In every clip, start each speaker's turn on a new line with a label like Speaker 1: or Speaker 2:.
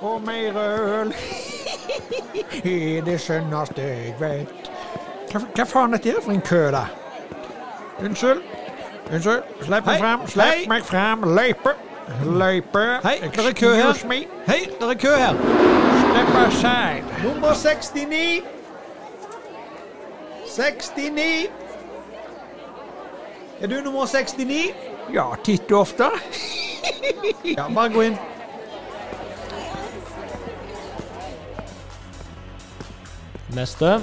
Speaker 1: og mer øl. I det skjønneste jeg vet. Hva, hva faen er dette for en kø, da? Unnskyld. Unnskyld. Slipp
Speaker 2: Hei.
Speaker 1: meg frem. Slipp
Speaker 2: Hei.
Speaker 1: meg frem. Løype. Løype.
Speaker 2: Hei, der er kø her.
Speaker 1: Excuse me.
Speaker 2: Hei, det er kø her.
Speaker 1: Step aside.
Speaker 2: Nummer 69. 69. Er du nummer 69?
Speaker 1: Ja, titt og ofte.
Speaker 2: Ja, bare gå inn.
Speaker 3: Neste.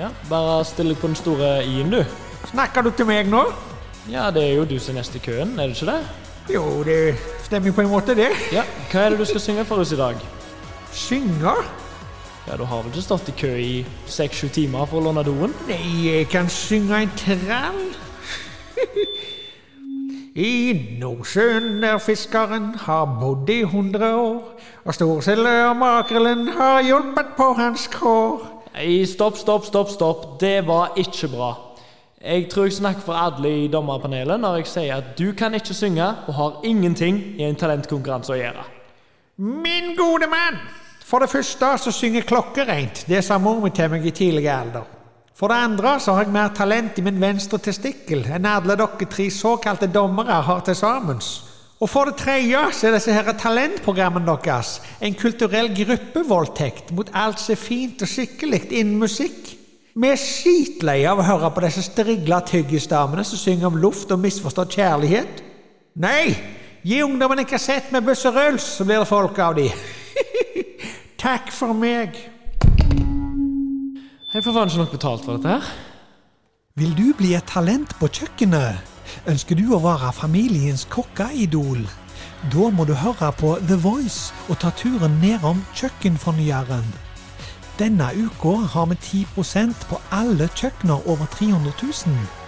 Speaker 3: Ja, bare still deg på den store i-en, du.
Speaker 1: Snakker du til meg nå?
Speaker 3: Ja, det er jo du som er neste i køen, er det ikke det?
Speaker 1: Jo, det stemmer på en måte, det.
Speaker 3: Ja, Hva er det du skal synge for oss i dag?
Speaker 1: Synger?
Speaker 3: Ja, Du har vel ikke stått i kø i seks-sju timer for å låne doen?
Speaker 1: Nei, jeg kan synge en trall. I Nordsjøen der fiskeren har bodd i hundre år, og storsilda og makrellen har hjulpet på hans kår.
Speaker 3: Nei, stopp, stopp, stopp, stopp. Det var ikke bra. Jeg tror jeg snakker for alle i dommerpanelet når jeg sier at du kan ikke synge og har ingenting i en talentkonkurranse å gjøre.
Speaker 1: Min gode mann! For det første så synger jeg klokkereint. Det sa mor mi til meg i tidlig alder. For det andre så har jeg mer talent i min venstre testikkel enn alle dere tre såkalte dommere har til sammen. Og for det tredje så er disse her talentprogrammene deres en kulturell gruppevoldtekt mot alt som er fint og skikkelig innen musikk. Vi er skitleie av å høre på disse strigla tyggisdamene som synger om luft og misforstått kjærlighet. Nei! Gi ungdommen en kassett med Buss og Ruls, så blir det folk av de. Takk for meg.
Speaker 3: Jeg får faen ikke nok betalt for dette her.
Speaker 4: Vil du bli et talent på kjøkkenet? Ønsker du å være familiens kokkeidol? Da må du høre på The Voice og ta turen nedom Kjøkkenfornyeren. Denne uka har vi 10 på alle kjøkkener over 300 000.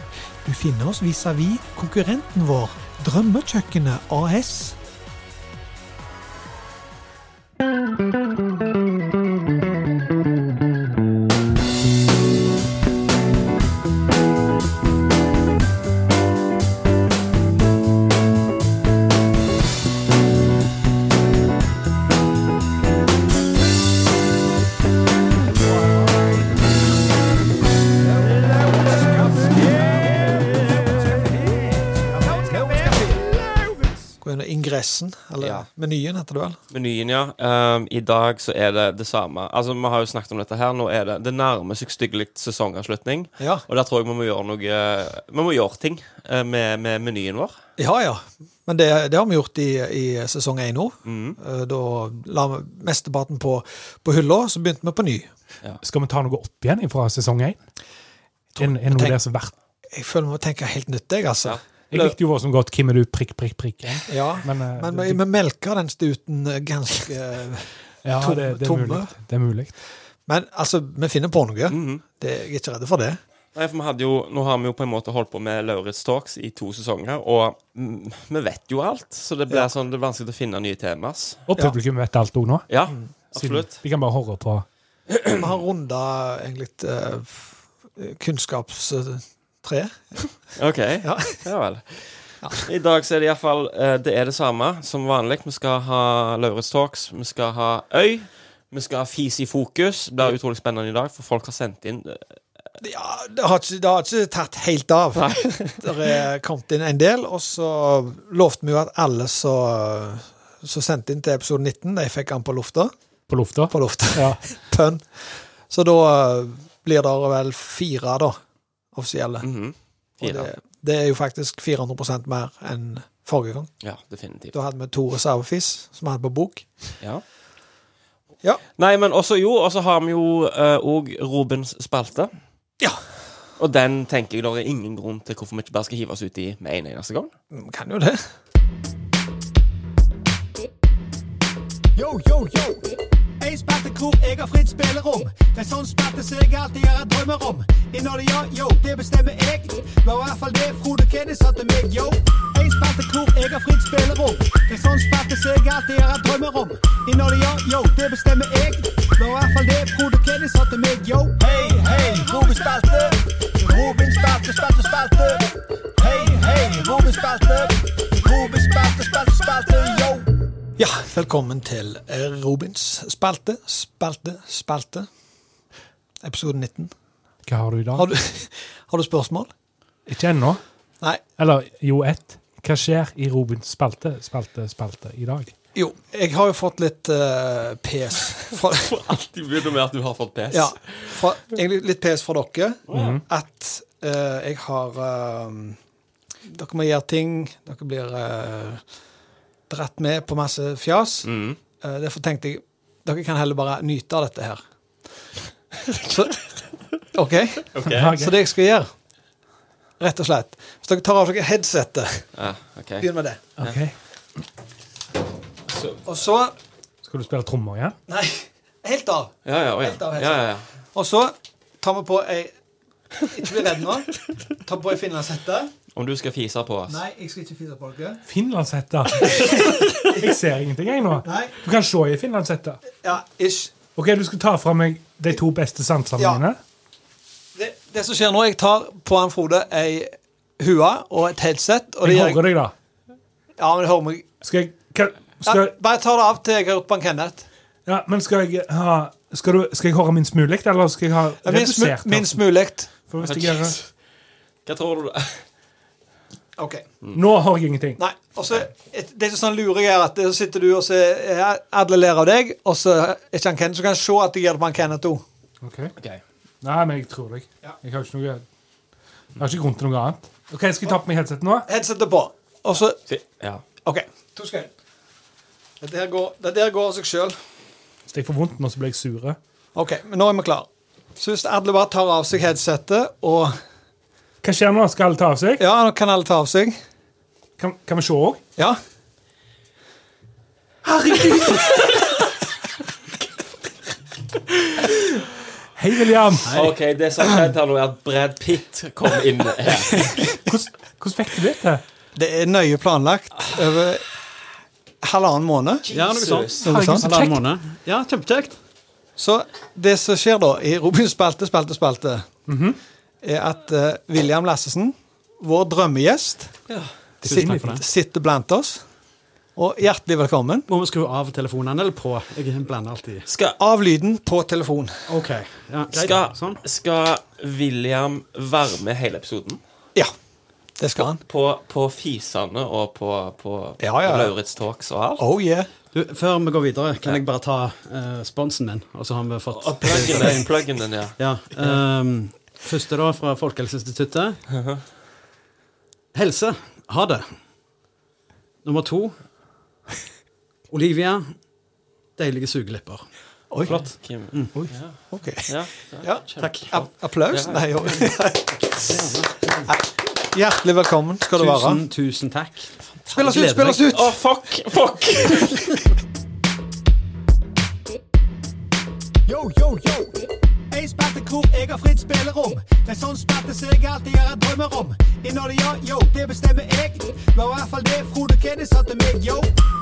Speaker 4: Du finner oss vis-à-vis konkurrenten vår, Drømmekjøkkenet AS. Gå gjennom ingressen, eller
Speaker 5: Ja.
Speaker 4: menyen heter det vel?
Speaker 5: Menyen, ja. Ehm, I dag så er det det samme. Altså, Vi har jo snakket om dette her. Nå er det det nærmer seg styggelig sesongavslutning.
Speaker 4: Ja.
Speaker 5: Og der tror jeg vi må gjøre noe eh, Vi må gjøre ting eh, med, med menyen vår.
Speaker 4: Ja, ja. Men det, det har vi gjort i, i sesong én nå. Eh, Da la vi mesteparten på, på hylla, så begynte vi på ny.
Speaker 6: Skal vi ta noe opp igjen fra sesong én? Er er noe
Speaker 4: tenk-
Speaker 6: der som er verdt
Speaker 4: Jeg føler vi må tenke helt nytt, jeg, altså.
Speaker 5: Ja.
Speaker 6: Jeg likte jo vår som godt 'Hvem er du?' prikk, prikk, prikk.
Speaker 4: Ja.
Speaker 6: Men, eh,
Speaker 4: Men
Speaker 6: det-
Speaker 4: vi, vi melker den stuten eh, ganske eh,
Speaker 6: Ja,
Speaker 4: tom-
Speaker 6: det, det er
Speaker 4: tomme.
Speaker 6: mulig. Det er mulig.
Speaker 4: Men altså, vi finner på noe. det, jeg er ikke redd for det.
Speaker 5: Nei, for vi hadde jo, Nå har vi jo på en måte holdt på med Lauritz Talks i to sesonger, og mm, vi vet jo alt. Så det blir sånn, det er vanskelig å finne nye temas.
Speaker 6: Og
Speaker 4: Ja.
Speaker 6: publikum vet alt òg nå.
Speaker 5: Ja,
Speaker 6: siden
Speaker 5: absolutt.
Speaker 6: De kan bare høre på.
Speaker 4: Vi har runda egentlig et eh, f- kunnskapstre.
Speaker 5: OK.
Speaker 4: Ja.
Speaker 5: Ja, vel. I dag så er det iallfall Det er det samme som vanlig. Vi skal ha Lauritz Talks, vi skal ha Øy. Vi skal ha Fis i fokus. Det blir utrolig spennende i dag, for folk har sendt inn eh,
Speaker 4: Ja, det har, ikke, det har ikke tatt helt av. Det er kommet inn en del, og så lovte vi jo at alle som som sendte inn til episode 19, de fikk den på lufta.
Speaker 6: På lufta.
Speaker 4: På lufta.
Speaker 6: Ja.
Speaker 4: Pønn. Så da eh, blir det vel fire, da, offisielle.
Speaker 5: mhm,
Speaker 4: Og
Speaker 5: fire.
Speaker 4: det, det er jo faktisk 400 mer enn forrige gang.
Speaker 5: Ja, definitivt.
Speaker 4: Da hadde vi to reservefis som vi hadde på bok.
Speaker 5: Ja.
Speaker 4: Ja.
Speaker 5: Nei, men også jo, og så har vi jo òg Robins spalte.
Speaker 4: Ja.
Speaker 5: Og den tenker jeg det er ingen grunn til hvorfor vi ikke bare skal hive oss ut i med en eneste gang.
Speaker 4: Vi Mm, kan jo det.
Speaker 2: Yo, yo, yo. En spalte hvor jeg har fritt spillerom. Det er sånn spalte som jeg alltid har hatt drømmer om. Innholdet, ja, yo, det bestemmer jeg. Det var i hvert fall det Frode Kenny sa til meg, yo. En spalte hvor jeg har fritt spillerom. Det er sånn spalte som jeg alltid har hatt drømmer om. Innholdet, ja, yo, det bestemmer jeg. Det var i hvert fall det Frode Kenny sa til meg, yo. Hei, hei, Robin spalte. Robin spalte, spalte, spalte. Hei, hei, Robin spalte. Robin spalte, spalte, spalte, yo.
Speaker 4: Ja, velkommen til eh, Robins spalte, spalte, spalte. Episode 19.
Speaker 6: Hva har du i dag?
Speaker 4: Har du, har du spørsmål?
Speaker 6: Ikke ennå.
Speaker 4: Nei.
Speaker 6: Eller jo, ett. Hva skjer i Robins spalte, spalte, spalte i dag?
Speaker 4: Jo, jeg har jo fått litt eh, pes fra,
Speaker 5: Alltid begynner med at du har fått pes.
Speaker 4: ja, fra, Egentlig litt pes fra dere. At eh, jeg har eh, Dere må gjøre ting. Dere blir eh, dratt med på masse fjas.
Speaker 5: Mm.
Speaker 4: Eh, derfor tenkte jeg dere kan heller bare nyte av dette her. Så, OK?
Speaker 5: OK.
Speaker 6: Ja,
Speaker 4: Så det jeg skal gjøre, rett og slett Hvis dere tar av dere headsetet,
Speaker 5: Ja, Ah, ok.
Speaker 4: begynn med det.
Speaker 6: ok.
Speaker 4: Og så
Speaker 6: Skal du spille trommer igjen?
Speaker 4: Nei, helt av.
Speaker 5: Ja, ja, å, ja.
Speaker 4: Helt av, helt
Speaker 5: ja, ja, ja.
Speaker 4: Og så tar vi på ei Ikke bli redd nå. Ta på ei finlandshette.
Speaker 5: Om du skal fise på oss.
Speaker 4: Nei, jeg skal ikke fise på dere.
Speaker 6: Finlandshette! Jeg ser ingenting, jeg nå.
Speaker 4: Nei.
Speaker 6: Du kan se i finlandshette.
Speaker 4: Ja, ish.
Speaker 6: Ok, du skal ta fra meg de to beste sansene
Speaker 4: Ja.
Speaker 6: mine.
Speaker 4: Det, det som skjer nå, jeg tar på han Frode ei hue og et headset. Og det
Speaker 6: Jeg
Speaker 4: gjør jeg,
Speaker 6: hører deg, da.
Speaker 4: ja, men jeg hører meg.
Speaker 6: Skal jeg hva-
Speaker 4: Ja,
Speaker 6: skal,
Speaker 4: bare ta det av til jeg har gjort på han Kenneth.
Speaker 6: ja, men skal jeg ha Skal, du, skal jeg høre minst mulig, eller skal jeg ha
Speaker 4: Ja, Minst, mu-
Speaker 6: redusert?
Speaker 4: minst mulig.
Speaker 6: For hvis
Speaker 5: Ok.
Speaker 6: jeg gjør,
Speaker 5: Hva tror du
Speaker 4: OK.
Speaker 6: nå har jeg ingenting.
Speaker 4: Nei, og så et- Det er ikke sånn luring her at så sitter du og så ja, alle ler av deg, og så er ikke han Kenneth. Så kan han se at jeg gjør det på han Kenneth òg.
Speaker 6: Ok. Nei, men jeg tror deg. Jeg har ikke noe Jeg har ikke grunn til noe annet. Ok, Skal jeg ta på meg headsetet nå?
Speaker 4: Headsetet på. Og så
Speaker 5: Ja.
Speaker 4: OK. To sekunder. Dette her går, dette her går av seg sjøl.
Speaker 6: Hvis jeg får vondt nå, så blir jeg sur.
Speaker 4: OK, men nå er vi klare. Så hvis alle bare tar av seg headsetet, og
Speaker 6: Hva skjer nå? Skal alle ta av seg?
Speaker 4: Ja, nå kan alle ta av seg.
Speaker 6: Kan, kan vi se òg?
Speaker 4: Ja.
Speaker 6: Hei, William.
Speaker 5: OK, det som har skjedd her nå, er at Brad Pitt kom inn her.
Speaker 6: Hvordan, hvordan fikk du dette?
Speaker 4: Det er nøye planlagt over halvannen måned.
Speaker 7: Ja, noe sånt.
Speaker 5: Jesus.
Speaker 4: Noe sånt.
Speaker 7: Halvannen måned. Ja, kjempekjekt.
Speaker 4: Så det som skjer da, i Robins spalte, spalte, spalte, Mhm. er at eh, William Lassesen, vår drømmegjest,
Speaker 7: Tusen takk for det.
Speaker 4: sitter blant oss. Og hjertelig velkommen.
Speaker 7: Må vi skru av telefonene eller på? Jeg blander alltid.
Speaker 5: Skal,
Speaker 4: Av lyden på telefon.
Speaker 7: OK. Ja, greit.
Speaker 5: skal,
Speaker 7: Sånn.
Speaker 5: skal William være med hele episoden?
Speaker 4: Ja, det skal han.
Speaker 5: På, på fisene og på, på
Speaker 4: Ja, ja, ja.
Speaker 5: Lauritz Talks og alt?
Speaker 4: Oh yeah.
Speaker 7: Du, før vi går videre, kan jeg bare ta eh, sponsen min, og så har vi fått
Speaker 5: Og pluggen din, pluggen din, ja.
Speaker 7: Ja. ehm, første, da, fra Folkehelseinstituttet. Helse. Ha det. Nummer to Olivia. Deilige sugelepper.
Speaker 4: Oi.
Speaker 5: Flott. Kim.
Speaker 4: Ok.
Speaker 5: Ja,
Speaker 4: Ja.
Speaker 7: Takk.
Speaker 4: App- Applaus?
Speaker 5: Ja.
Speaker 4: Nei, jo. Hjertelig velkommen skal du være.
Speaker 7: Tusen, tusen takk.
Speaker 4: Spill oss ut,
Speaker 7: gleder
Speaker 4: spill oss ut!
Speaker 5: Å, fuck! Fuck!
Speaker 1: Yo, yo, yo. En spaltekrok, jeg har fritt spillerom. Det er sånn spalte som jeg alltid har hatt drømmer om. Innholdet, ja, yo, det bestemmer jeg. Det var i hvert fall det Frode Kenny sa til meg, yo.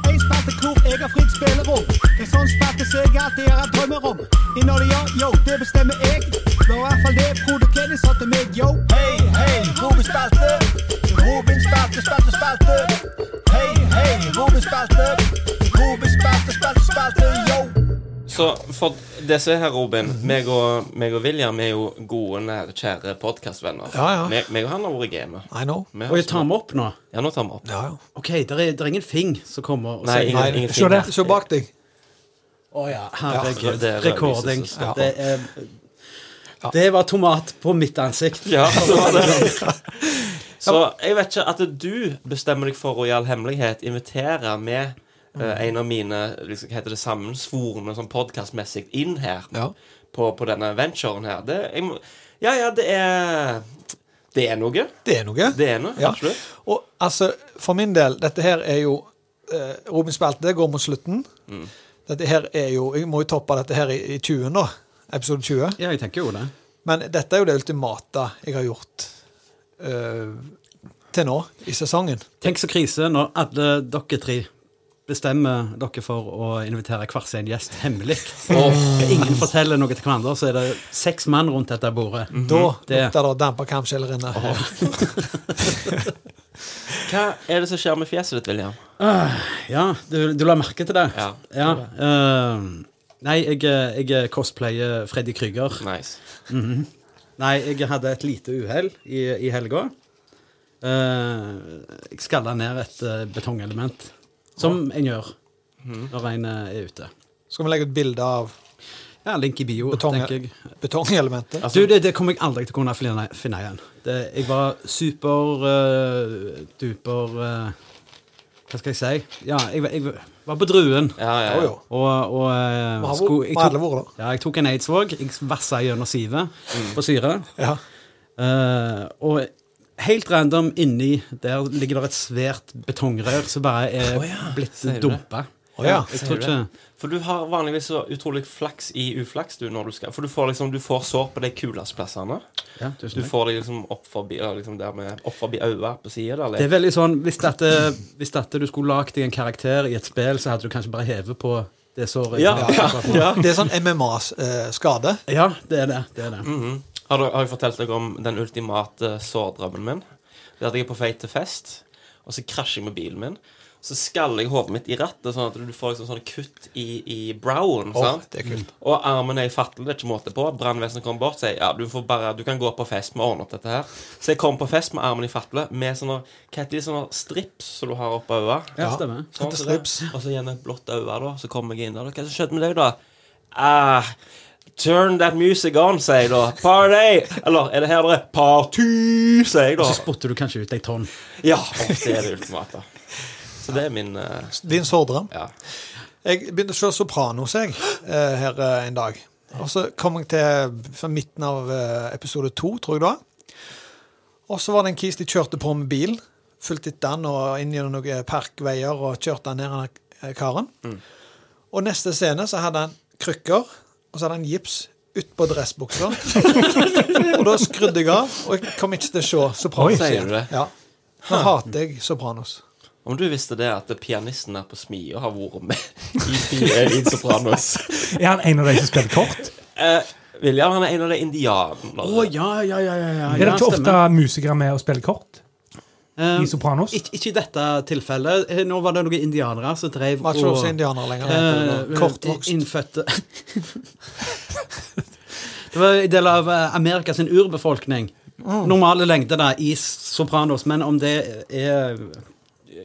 Speaker 1: En spaltekrok, jeg har fritt spillerom. Det er sånn spalte som jeg alltid har hatt drømmer om. Innholdet, ja, yo, det bestemmer jeg. Det var i hvert fall det Frode Kenny sa til meg, yo. Hei, hei, Robin spalte. Robin spalte, spalte, spalte. Hei, hei, Robin spalte. Robin spalte, spalte, spalte, yo.
Speaker 5: Så for det som er her, Robin meg og, meg og William er jo gode, nære, kjære podkastvenner.
Speaker 4: Ja, ja.
Speaker 5: meg, meg og han har vært i gamet.
Speaker 4: I know.
Speaker 5: Vi har
Speaker 7: Og jeg
Speaker 5: ikke-
Speaker 7: tar meg opp nå.
Speaker 5: Ja, nå tar vi opp.
Speaker 4: Ja, ja.
Speaker 7: OK, der er, der er ingen fing som kommer og
Speaker 5: Nei,
Speaker 7: sier
Speaker 5: ingen,
Speaker 4: Nei,
Speaker 5: ingen
Speaker 6: se der.
Speaker 4: Se bak deg.
Speaker 7: Å ja, herregud.
Speaker 5: det er det
Speaker 7: Rekording.
Speaker 5: lyset som
Speaker 7: Det, er, det var tomat på mitt ansikt.
Speaker 5: Ja, det var det. Så jeg vet ikke at du bestemmer deg for å i all hemmelighet invitere med
Speaker 4: Mm.
Speaker 5: eh, en av mine liksom, hva heter det sammensvorne sånn podkastmessig inn her
Speaker 4: Ja.
Speaker 5: på, på denne venturen her. Det, jeg, må- ja, ja, det er Det er noe.
Speaker 4: Det er noe.
Speaker 5: Det er noe,
Speaker 4: Ja.
Speaker 5: absolutt.
Speaker 4: Og altså, for min del, dette her er jo eh, Robin Spalte går mot slutten.
Speaker 1: Mm.
Speaker 4: Dette her er jo Jeg må jo toppe dette her i, i 20, da. Episode 20.
Speaker 7: Ja, jeg tenker jo det.
Speaker 4: Men dette er jo det ultimate jeg har gjort eh, til nå i sesongen.
Speaker 7: Tenk så krise når alle dere tre bestemmer dere for å invitere hver sin gjest hemmelig. Og ingen forteller noe til hverandre, så er det seks mann rundt dette bordet.
Speaker 4: Da
Speaker 7: Det-
Speaker 4: lukter det damp av kamskjeller inne.
Speaker 5: Hva er det som skjer med fjeset ditt, William?
Speaker 7: Ja, du, du la merke til det?
Speaker 5: Ja.
Speaker 7: eh, nei, jeg, eh, jeg cosplayer Freddy Krüger.
Speaker 5: Nice.
Speaker 7: Nei, jeg hadde et lite uhell i, i helga. Eh, jeg skalla ned et eh, betongelement, som en gjør
Speaker 4: Mhm.
Speaker 7: når en eh, er ute.
Speaker 4: Skal vi legge ut bilde av
Speaker 7: Ja, link i bio,
Speaker 4: Betong- Altså-
Speaker 7: tenker jeg.
Speaker 4: betongelementet?
Speaker 7: Du, det, det kommer jeg aldri til å kunne finne, finne igjen. Det, jeg var super eh, duper eh, Hva skal jeg si? Ja, jeg, var- jeg var på druen.
Speaker 5: Ja, ja,
Speaker 4: Jo,
Speaker 5: ja.
Speaker 4: jo.
Speaker 7: Og, og eh,
Speaker 4: Vi har
Speaker 7: sko- jeg
Speaker 4: vi har alle
Speaker 7: tok,
Speaker 4: vært der.
Speaker 7: ja, jeg tok en aidsvåg. Jeg vassa gjennom sivet
Speaker 4: Mm.
Speaker 7: på syre.
Speaker 4: Ja.
Speaker 7: Eh, og helt random inni der ligger det et svært betongrør som bare er blitt
Speaker 5: Ser du
Speaker 7: dumpa.
Speaker 4: Å ja.
Speaker 7: Jeg tror ikke
Speaker 5: det? For du har vanligvis så utrolig flaks i uflaks, du, når du skal For du får liksom, du får sår på de kuleste plassene.
Speaker 7: ja,
Speaker 5: Du får det liksom opp forbi eller liksom der med, opp forbi øya på sida der. liksom.
Speaker 7: Det er
Speaker 5: Eller?
Speaker 7: veldig sånn Hvis dette, hvis dette du skulle lagd deg en karakter i et spill, så hadde du kanskje bare hevet på det såret.
Speaker 5: Ja, ja, ja.
Speaker 4: Det er sånn MMA-skade.
Speaker 7: ja, det er det. det, er det.
Speaker 5: Mhm. Har, du, har jeg fortalt deg om den ultimate eh, sårdrømmen min? Det er at jeg er på vei til fest, og så krasjer jeg med bilen min. Så skaller jeg hodet mitt i rattet, sånn at du får liksom sånne kutt i, i browen. sant?
Speaker 4: det er kult.
Speaker 5: Og armen er i fatel, det er ikke måte på. Brannvesenet kommer bort og sier ja, du, får bare, du kan gå på fest, vi ordner opp dette her. Så jeg kom på fest med armen i fatle, med sånne, hva heter de, sånne strips som du har oppå øya.
Speaker 7: Ja, stemmer.
Speaker 5: Sånn
Speaker 4: heter
Speaker 5: som det.
Speaker 4: strips.
Speaker 5: Og så gjerne et blått øye, da. Så kommer jeg inn der. Hva som skjedde med deg, da? Ah, turn that music on, sier jeg da. Party! Eller er det her det er party, sier jeg da.
Speaker 7: Så spotter du kanskje ut ei tonn.
Speaker 5: Ja, å, det er det ultimate. Så det er min eh,
Speaker 4: Din sårdrøm.
Speaker 5: Ja.
Speaker 4: Jeg begynte å se Sopranos jeg, eh, her eh, en dag. Og så kom jeg til fra midten av eh, episode to, tror jeg det var. Og så var det en kis de kjørte på med bil. Fulgte etter han og inn gjennom noen eh, parkveier og kjørte han ned han eh, karen.
Speaker 5: Mm.
Speaker 4: Og neste scene så hadde han krykker, og så hadde han gips utpå dressbuksa. og da skrudde jeg av, og jeg kom ikke til å se Sopranos.
Speaker 5: Sier
Speaker 4: igjen.
Speaker 5: du det?
Speaker 4: Ja. Nå hater jeg Sopranos.
Speaker 5: Om du visste det at pianisten her på Smia har vært med i, i, i Sopranos
Speaker 6: Er han en av de som spiller kort?
Speaker 5: Eh, William han er en av de indianerne.
Speaker 7: Å, ja, ja, ja, ja, ja.
Speaker 6: Er det
Speaker 7: ja,
Speaker 6: ikke ofte
Speaker 7: stemmer.
Speaker 6: musikere med å spille kort?
Speaker 7: Eh,
Speaker 6: I Sopranos?
Speaker 7: Ikke, ikke i dette tilfellet. Eh, Nå var det noen indianere som drev
Speaker 4: Var ikke også indianere lenger.
Speaker 7: Eh,
Speaker 4: Kortvokst.
Speaker 7: Innfødte Det var en del av eh, Amerikas urbefolkning. Normale lengder da, i Sopranos, men om det er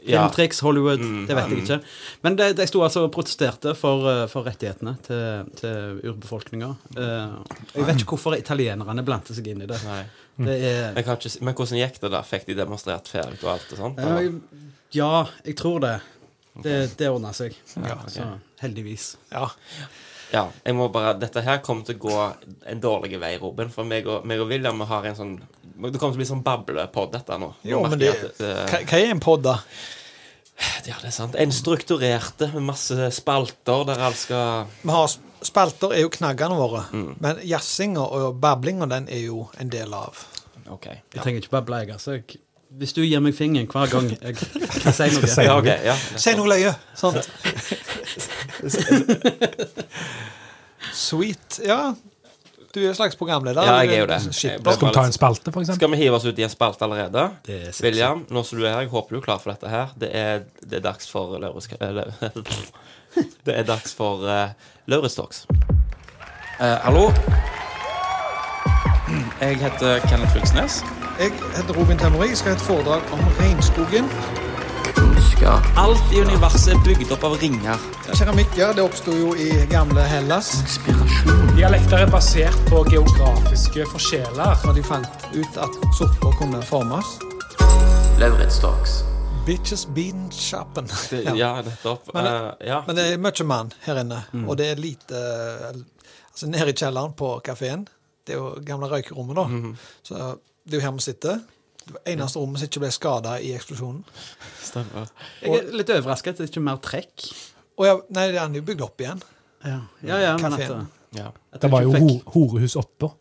Speaker 5: Ja. Mm.
Speaker 7: filmtriks, Hollywood, det vet jeg ikke. Men de, de sto altså og protesterte for, eh, for rettighetene til, til urbefolkninga. Eh, Jeg vet ikke hvorfor italienerne blandet seg inn i det.
Speaker 5: Nei.
Speaker 7: Det er
Speaker 5: Jeg kan ikke, si- men hvordan gikk det der? Fikk de demonstrert ferdig og alt det sånt?
Speaker 7: Eh,
Speaker 5: eller?
Speaker 7: Ja, jeg tror det. Det, det ordna seg.
Speaker 5: ok.
Speaker 7: Så, heldigvis.
Speaker 4: Ja.
Speaker 5: Ja, jeg må bare, Dette her kommer til å gå en dårlig vei, Robin. For meg og, meg og William vi har en sånn Det kommer til å bli sånn bablepod, dette nå. Nå
Speaker 4: Jo, men
Speaker 5: merker
Speaker 4: det,
Speaker 5: jeg at,
Speaker 4: hva, hva er en pod, da?
Speaker 5: eh, ja, det er sant. En strukturerte med masse spalter der alt skal
Speaker 4: Vi har sp- Spalter er jo knaggene våre,
Speaker 5: Mm.
Speaker 4: men jazzinga og bablinga den er jo en del av
Speaker 5: OK.
Speaker 7: Jeg trenger ikke bare bleie. Altså. Jeg- Hvis du gir meg fingeren hver gang jeg skal si noe
Speaker 6: si-
Speaker 5: Ja, ok, ja.
Speaker 4: Si noe løye! Sant? Sweet. Ja, du er en slags programleder.
Speaker 5: ja, jeg
Speaker 4: Du
Speaker 5: er jo det. Jeg
Speaker 4: skipper.
Speaker 5: ble
Speaker 6: Skal vi ta
Speaker 5: bare
Speaker 6: en
Speaker 5: litt-
Speaker 6: spalte, for eksempel?
Speaker 5: Skal vi hive oss ut i en spalte allerede?
Speaker 7: Det er sexy.
Speaker 5: William, nå som du er her, jeg håper du er klar for dette her. Det er, det er dags for Lauritz eller, Det er dags for uh, Lauritz Talks.
Speaker 8: Eh, hallo? Jeg heter Kenneth Fylkesnes.
Speaker 4: Jeg heter Robin Temmerig. Jeg skal ha et foredrag om regnskogen.
Speaker 8: Alt i universet er bygd opp av ringer.
Speaker 4: Keramikker det oppsto jo i gamle Hellas.
Speaker 6: Dialekter er basert på geografiske forskjeller.
Speaker 4: Når de fant ut at sopper kunne formes.
Speaker 8: Lauritz Talks.
Speaker 4: Bitches beaten shoppen.
Speaker 5: Det, ja. nettopp.
Speaker 4: Men-
Speaker 5: Eh, ja.
Speaker 4: Men det er mye mann her inne, og det er lite Altså nede i kjelleren på kafeen, det er jo gamle røykerommet, da. Så det er jo her vi sitter. Det var eneste rommet som ikke ble skada i eksplosjonen.
Speaker 5: Stemmer.
Speaker 7: Jeg er litt overrasket at det ikke er mer trekk.
Speaker 4: Og ja, nei, den er jo bygd opp igjen.
Speaker 7: Ja, ja, ja men at,
Speaker 4: Kafeen.
Speaker 5: Ja.
Speaker 7: at
Speaker 6: Det var jo
Speaker 7: ikke
Speaker 6: ho
Speaker 7: fikk-
Speaker 6: horehus oppå.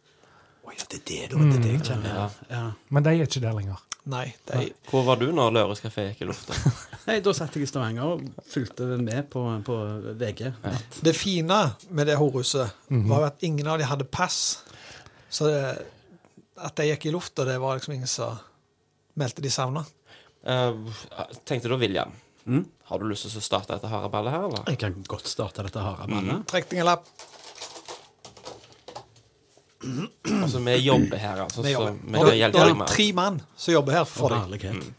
Speaker 7: Å ja, det er det, da. Det er det jeg kjenner. Ja.
Speaker 6: Men de er ikke der lenger.
Speaker 4: Mm. Nei, de,
Speaker 5: Hvor var du når Løruskaffé gikk i lufta?
Speaker 7: Nei, da satt jeg i Stavanger og fulgte med på, på VG.
Speaker 4: det fine med det horhuset var jo at ingen av de hadde pass. Så det, at de gikk i lufta, det var liksom ingen som meldte de savna.
Speaker 5: Eh, tenkte da William Har du lyst til å starte dette haraballet her, eller?
Speaker 7: Jeg kan godt starte dette
Speaker 6: Mm.
Speaker 7: haraballet.
Speaker 4: Trekning en lapp.
Speaker 5: Altså, vi jobber her, altså.
Speaker 4: Vi jobber.
Speaker 5: Så
Speaker 4: Og
Speaker 5: vi kan
Speaker 4: det, det
Speaker 5: hjelpe
Speaker 4: er
Speaker 5: deg med. alt.
Speaker 4: tre mann som jobber her for
Speaker 7: For
Speaker 4: deg.
Speaker 7: herlighet.
Speaker 6: Mm.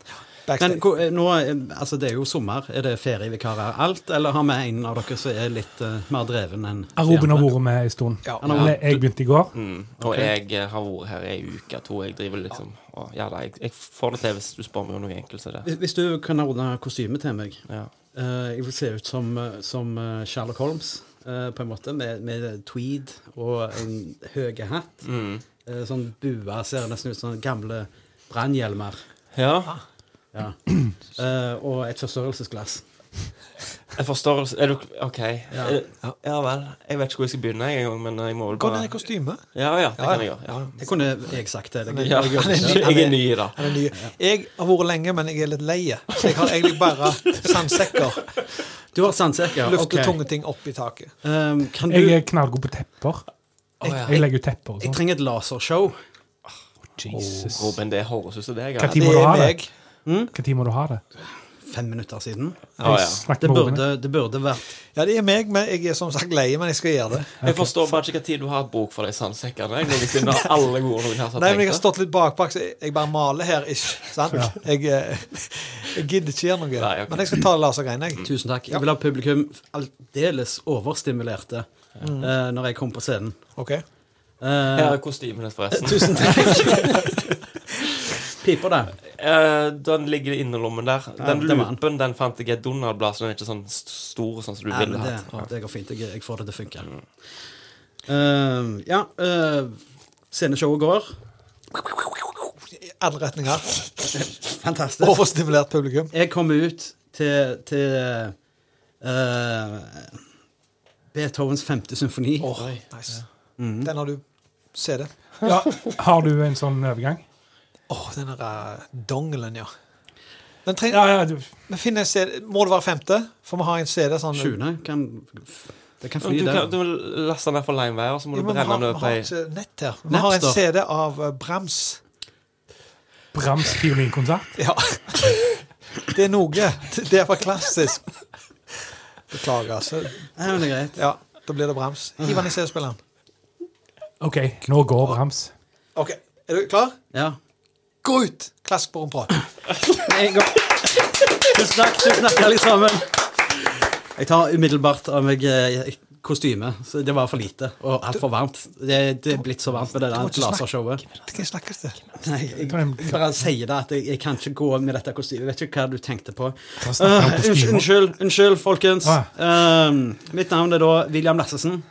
Speaker 7: Men
Speaker 4: Backstage.
Speaker 7: hvor- eh, nå, eh, altså det er jo sommer. Er det ferievikarer alt, eller har vi en av dere som er litt eh, mer dreven enn de
Speaker 6: Robin har
Speaker 7: andre?
Speaker 6: vært med en stund.
Speaker 4: Ja.
Speaker 6: Han har- Jeg begynte i går.
Speaker 5: Mm. Og jeg eh, har vært her i ei uke, to. Jeg driver liksom og, Ja da, jeg, jeg får det til hvis du spør meg om noe enkelt som det.
Speaker 7: Hvis- Hvis du kan ordne kostyme til meg.
Speaker 5: Ja.
Speaker 7: Eh, jeg vil se ut som, eh, som eh, Sherlock Holmes, eh, på en måte, med, med tweed og en høy hatt.
Speaker 5: Mm.
Speaker 7: Eh, sånn bua ser nesten ut som gamle brannhjelmer.
Speaker 5: ja.
Speaker 7: Ja. Eh, og et forstørrelsesglass.
Speaker 5: Jeg forstår Er du OK. Ja.
Speaker 4: Ja.
Speaker 5: ja vel. Jeg vet ikke hvor jeg skal begynne engang, men jeg må vel
Speaker 4: Hvordan er
Speaker 5: bare
Speaker 4: kostymet?
Speaker 5: Ja ja, det kan jeg gjøre. Ja.
Speaker 7: Det kunne jeg sagt til deg.
Speaker 5: Ja, jeg er ny i det.
Speaker 4: Han er ny. Jeg har vært lenge, men jeg er litt leie. Så jeg har egentlig bare sandsekker.
Speaker 7: Du har sandsekker.
Speaker 4: Løfter
Speaker 7: ok.
Speaker 4: tunge ting opp i taket.
Speaker 7: Eh, kan du
Speaker 6: Jeg er knallgod på tepper. Jeg legger jo tepper og
Speaker 7: Jeg
Speaker 6: sånn.
Speaker 7: trenger et lasershow.
Speaker 6: Jesus.
Speaker 5: Robin, det høres ut som deg.
Speaker 6: Hva
Speaker 5: Ja.
Speaker 6: tid
Speaker 4: Det
Speaker 6: må du
Speaker 4: er
Speaker 6: ha det?
Speaker 4: meg.
Speaker 6: Hva tid må du ha det?
Speaker 7: Fem minutter siden.
Speaker 5: Ah, Ja, ja.
Speaker 6: Jeg snakker
Speaker 7: Det
Speaker 6: med Robin.
Speaker 7: burde, det burde vært
Speaker 4: Ja, det er meg, men jeg er som sagt leie, men jeg skal gjøre det.
Speaker 5: Jeg forstår bare ikke hva tid du har bok for de sandsekkene. Jeg, når du finner alle gode ordene her som
Speaker 4: Nei, men jeg
Speaker 5: tenkte.
Speaker 4: har stått litt bakbak, så jeg jeg bare maler her, ish. Sant? Jeg, eh, jeg gidder ikke gjøre noe.
Speaker 5: Nei, ok.
Speaker 4: Men jeg skal ta lasergreiene, jeg.
Speaker 7: Tusen takk. Jeg vil ha publikum aldeles overstimulerte eh, når jeg kommer på scenen.
Speaker 4: Ok.
Speaker 7: Eh,
Speaker 5: Her er kostymen ditt, forresten.
Speaker 7: Tusen takk. Piper det.
Speaker 5: Eh, den ligger i innerlommen der. Den
Speaker 7: det var den.
Speaker 5: lupen den fant jeg i et Donald-blad, så den er ikke sånn st- stor sånn som du
Speaker 7: Nei, men
Speaker 5: ville
Speaker 7: det,
Speaker 5: hatt. Mm. Ja.
Speaker 7: det går fint. Jeg, jeg får det til å funke. Eh, ja, eh, sceneshowet går.
Speaker 4: I alle retninger.
Speaker 7: Fantastisk.
Speaker 4: Overstimulert publikum.
Speaker 7: Jeg kom ut til, til eh, Beethovens femte symfoni.
Speaker 4: Åh, nice.
Speaker 6: Mhm.
Speaker 4: Den har du CD.
Speaker 6: Ja. Har du en sånn overgang?
Speaker 4: Åh, den der eh, dongelen, ja. Den trenger,
Speaker 6: Ja, ja, du,
Speaker 4: vi finner en CD. Må det være femte? For vi har en CD sånn
Speaker 7: Sjuende kan Det kan fly,
Speaker 5: Du,
Speaker 7: det.
Speaker 5: kan, du må laste den ned for limewire, og så må
Speaker 4: Ja, men
Speaker 5: du
Speaker 4: vi
Speaker 5: brenne
Speaker 4: har,
Speaker 5: den
Speaker 4: vi
Speaker 5: over på
Speaker 4: har
Speaker 5: ei
Speaker 4: ikke nett her. Vi har en
Speaker 7: Napster.
Speaker 4: CD av eh, Brahms.
Speaker 6: Brams fiolinkonsert?
Speaker 4: Ja. Det er noe. Det er for klassisk. Beklager, altså.
Speaker 7: Nei, men det er greit.
Speaker 4: Ja, da blir det Brahms. Hiv den i CD-spilleren.
Speaker 6: OK, nå går Brams.
Speaker 4: OK, er du klar?
Speaker 7: Ja.
Speaker 4: Gå ut! Klask på rumpa.
Speaker 7: En gang. Tusen takk. Tusen takk, alle sammen. Jeg tar umiddelbart av meg eh, kostyme. Så det var for lite og altfor varmt. Det, det er blitt så varmt med det
Speaker 4: må
Speaker 7: der
Speaker 4: ikke snakke.
Speaker 7: lasershowet.
Speaker 4: Det kan jeg snakkes til.
Speaker 7: Nei, jeg bare sier det at jeg, jeg kan ikke gå med dette kostymet. Jeg vet ikke hva du tenkte på.
Speaker 6: Da snakker han på
Speaker 7: Eh, unnskyld,
Speaker 6: skiva.
Speaker 7: unnskyld, unnskyld, folkens.
Speaker 6: Ah.
Speaker 7: Ehm, mitt navn er da William Lassesen.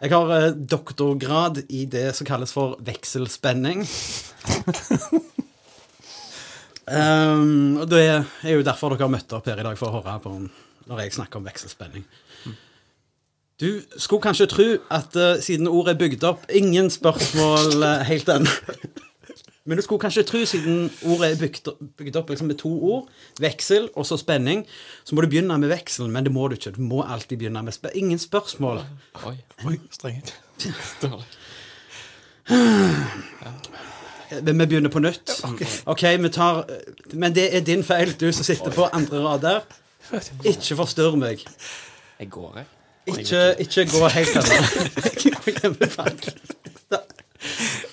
Speaker 7: Jeg har eh, doktorgrad i det som kalles for vekselspenning. Ehm, og det er jo derfor dere har møtt opp her i dag, for å høre på når jeg snakker om vekselspenning. Du skulle kanskje tro at eh, siden ordet er bygd opp Ingen spørsmål eh, helt ennå. Men du skulle kanskje tro, siden ordet er bygd, bygd opp liksom med to ord, veksel og så spenning, så må du begynne med vekselen, men det må du ikke. Du må alltid begynne med spenning. Ingen spørsmål.
Speaker 5: Oi.
Speaker 4: Oi, strengt.
Speaker 7: Eh, Men vi begynner på nytt. Ok, vi tar Men det er din feil, du som sitter på andre rad der. Ikke forstyrr meg.
Speaker 5: Jeg går, jeg.
Speaker 7: Ikke, ikke gå helt ennå.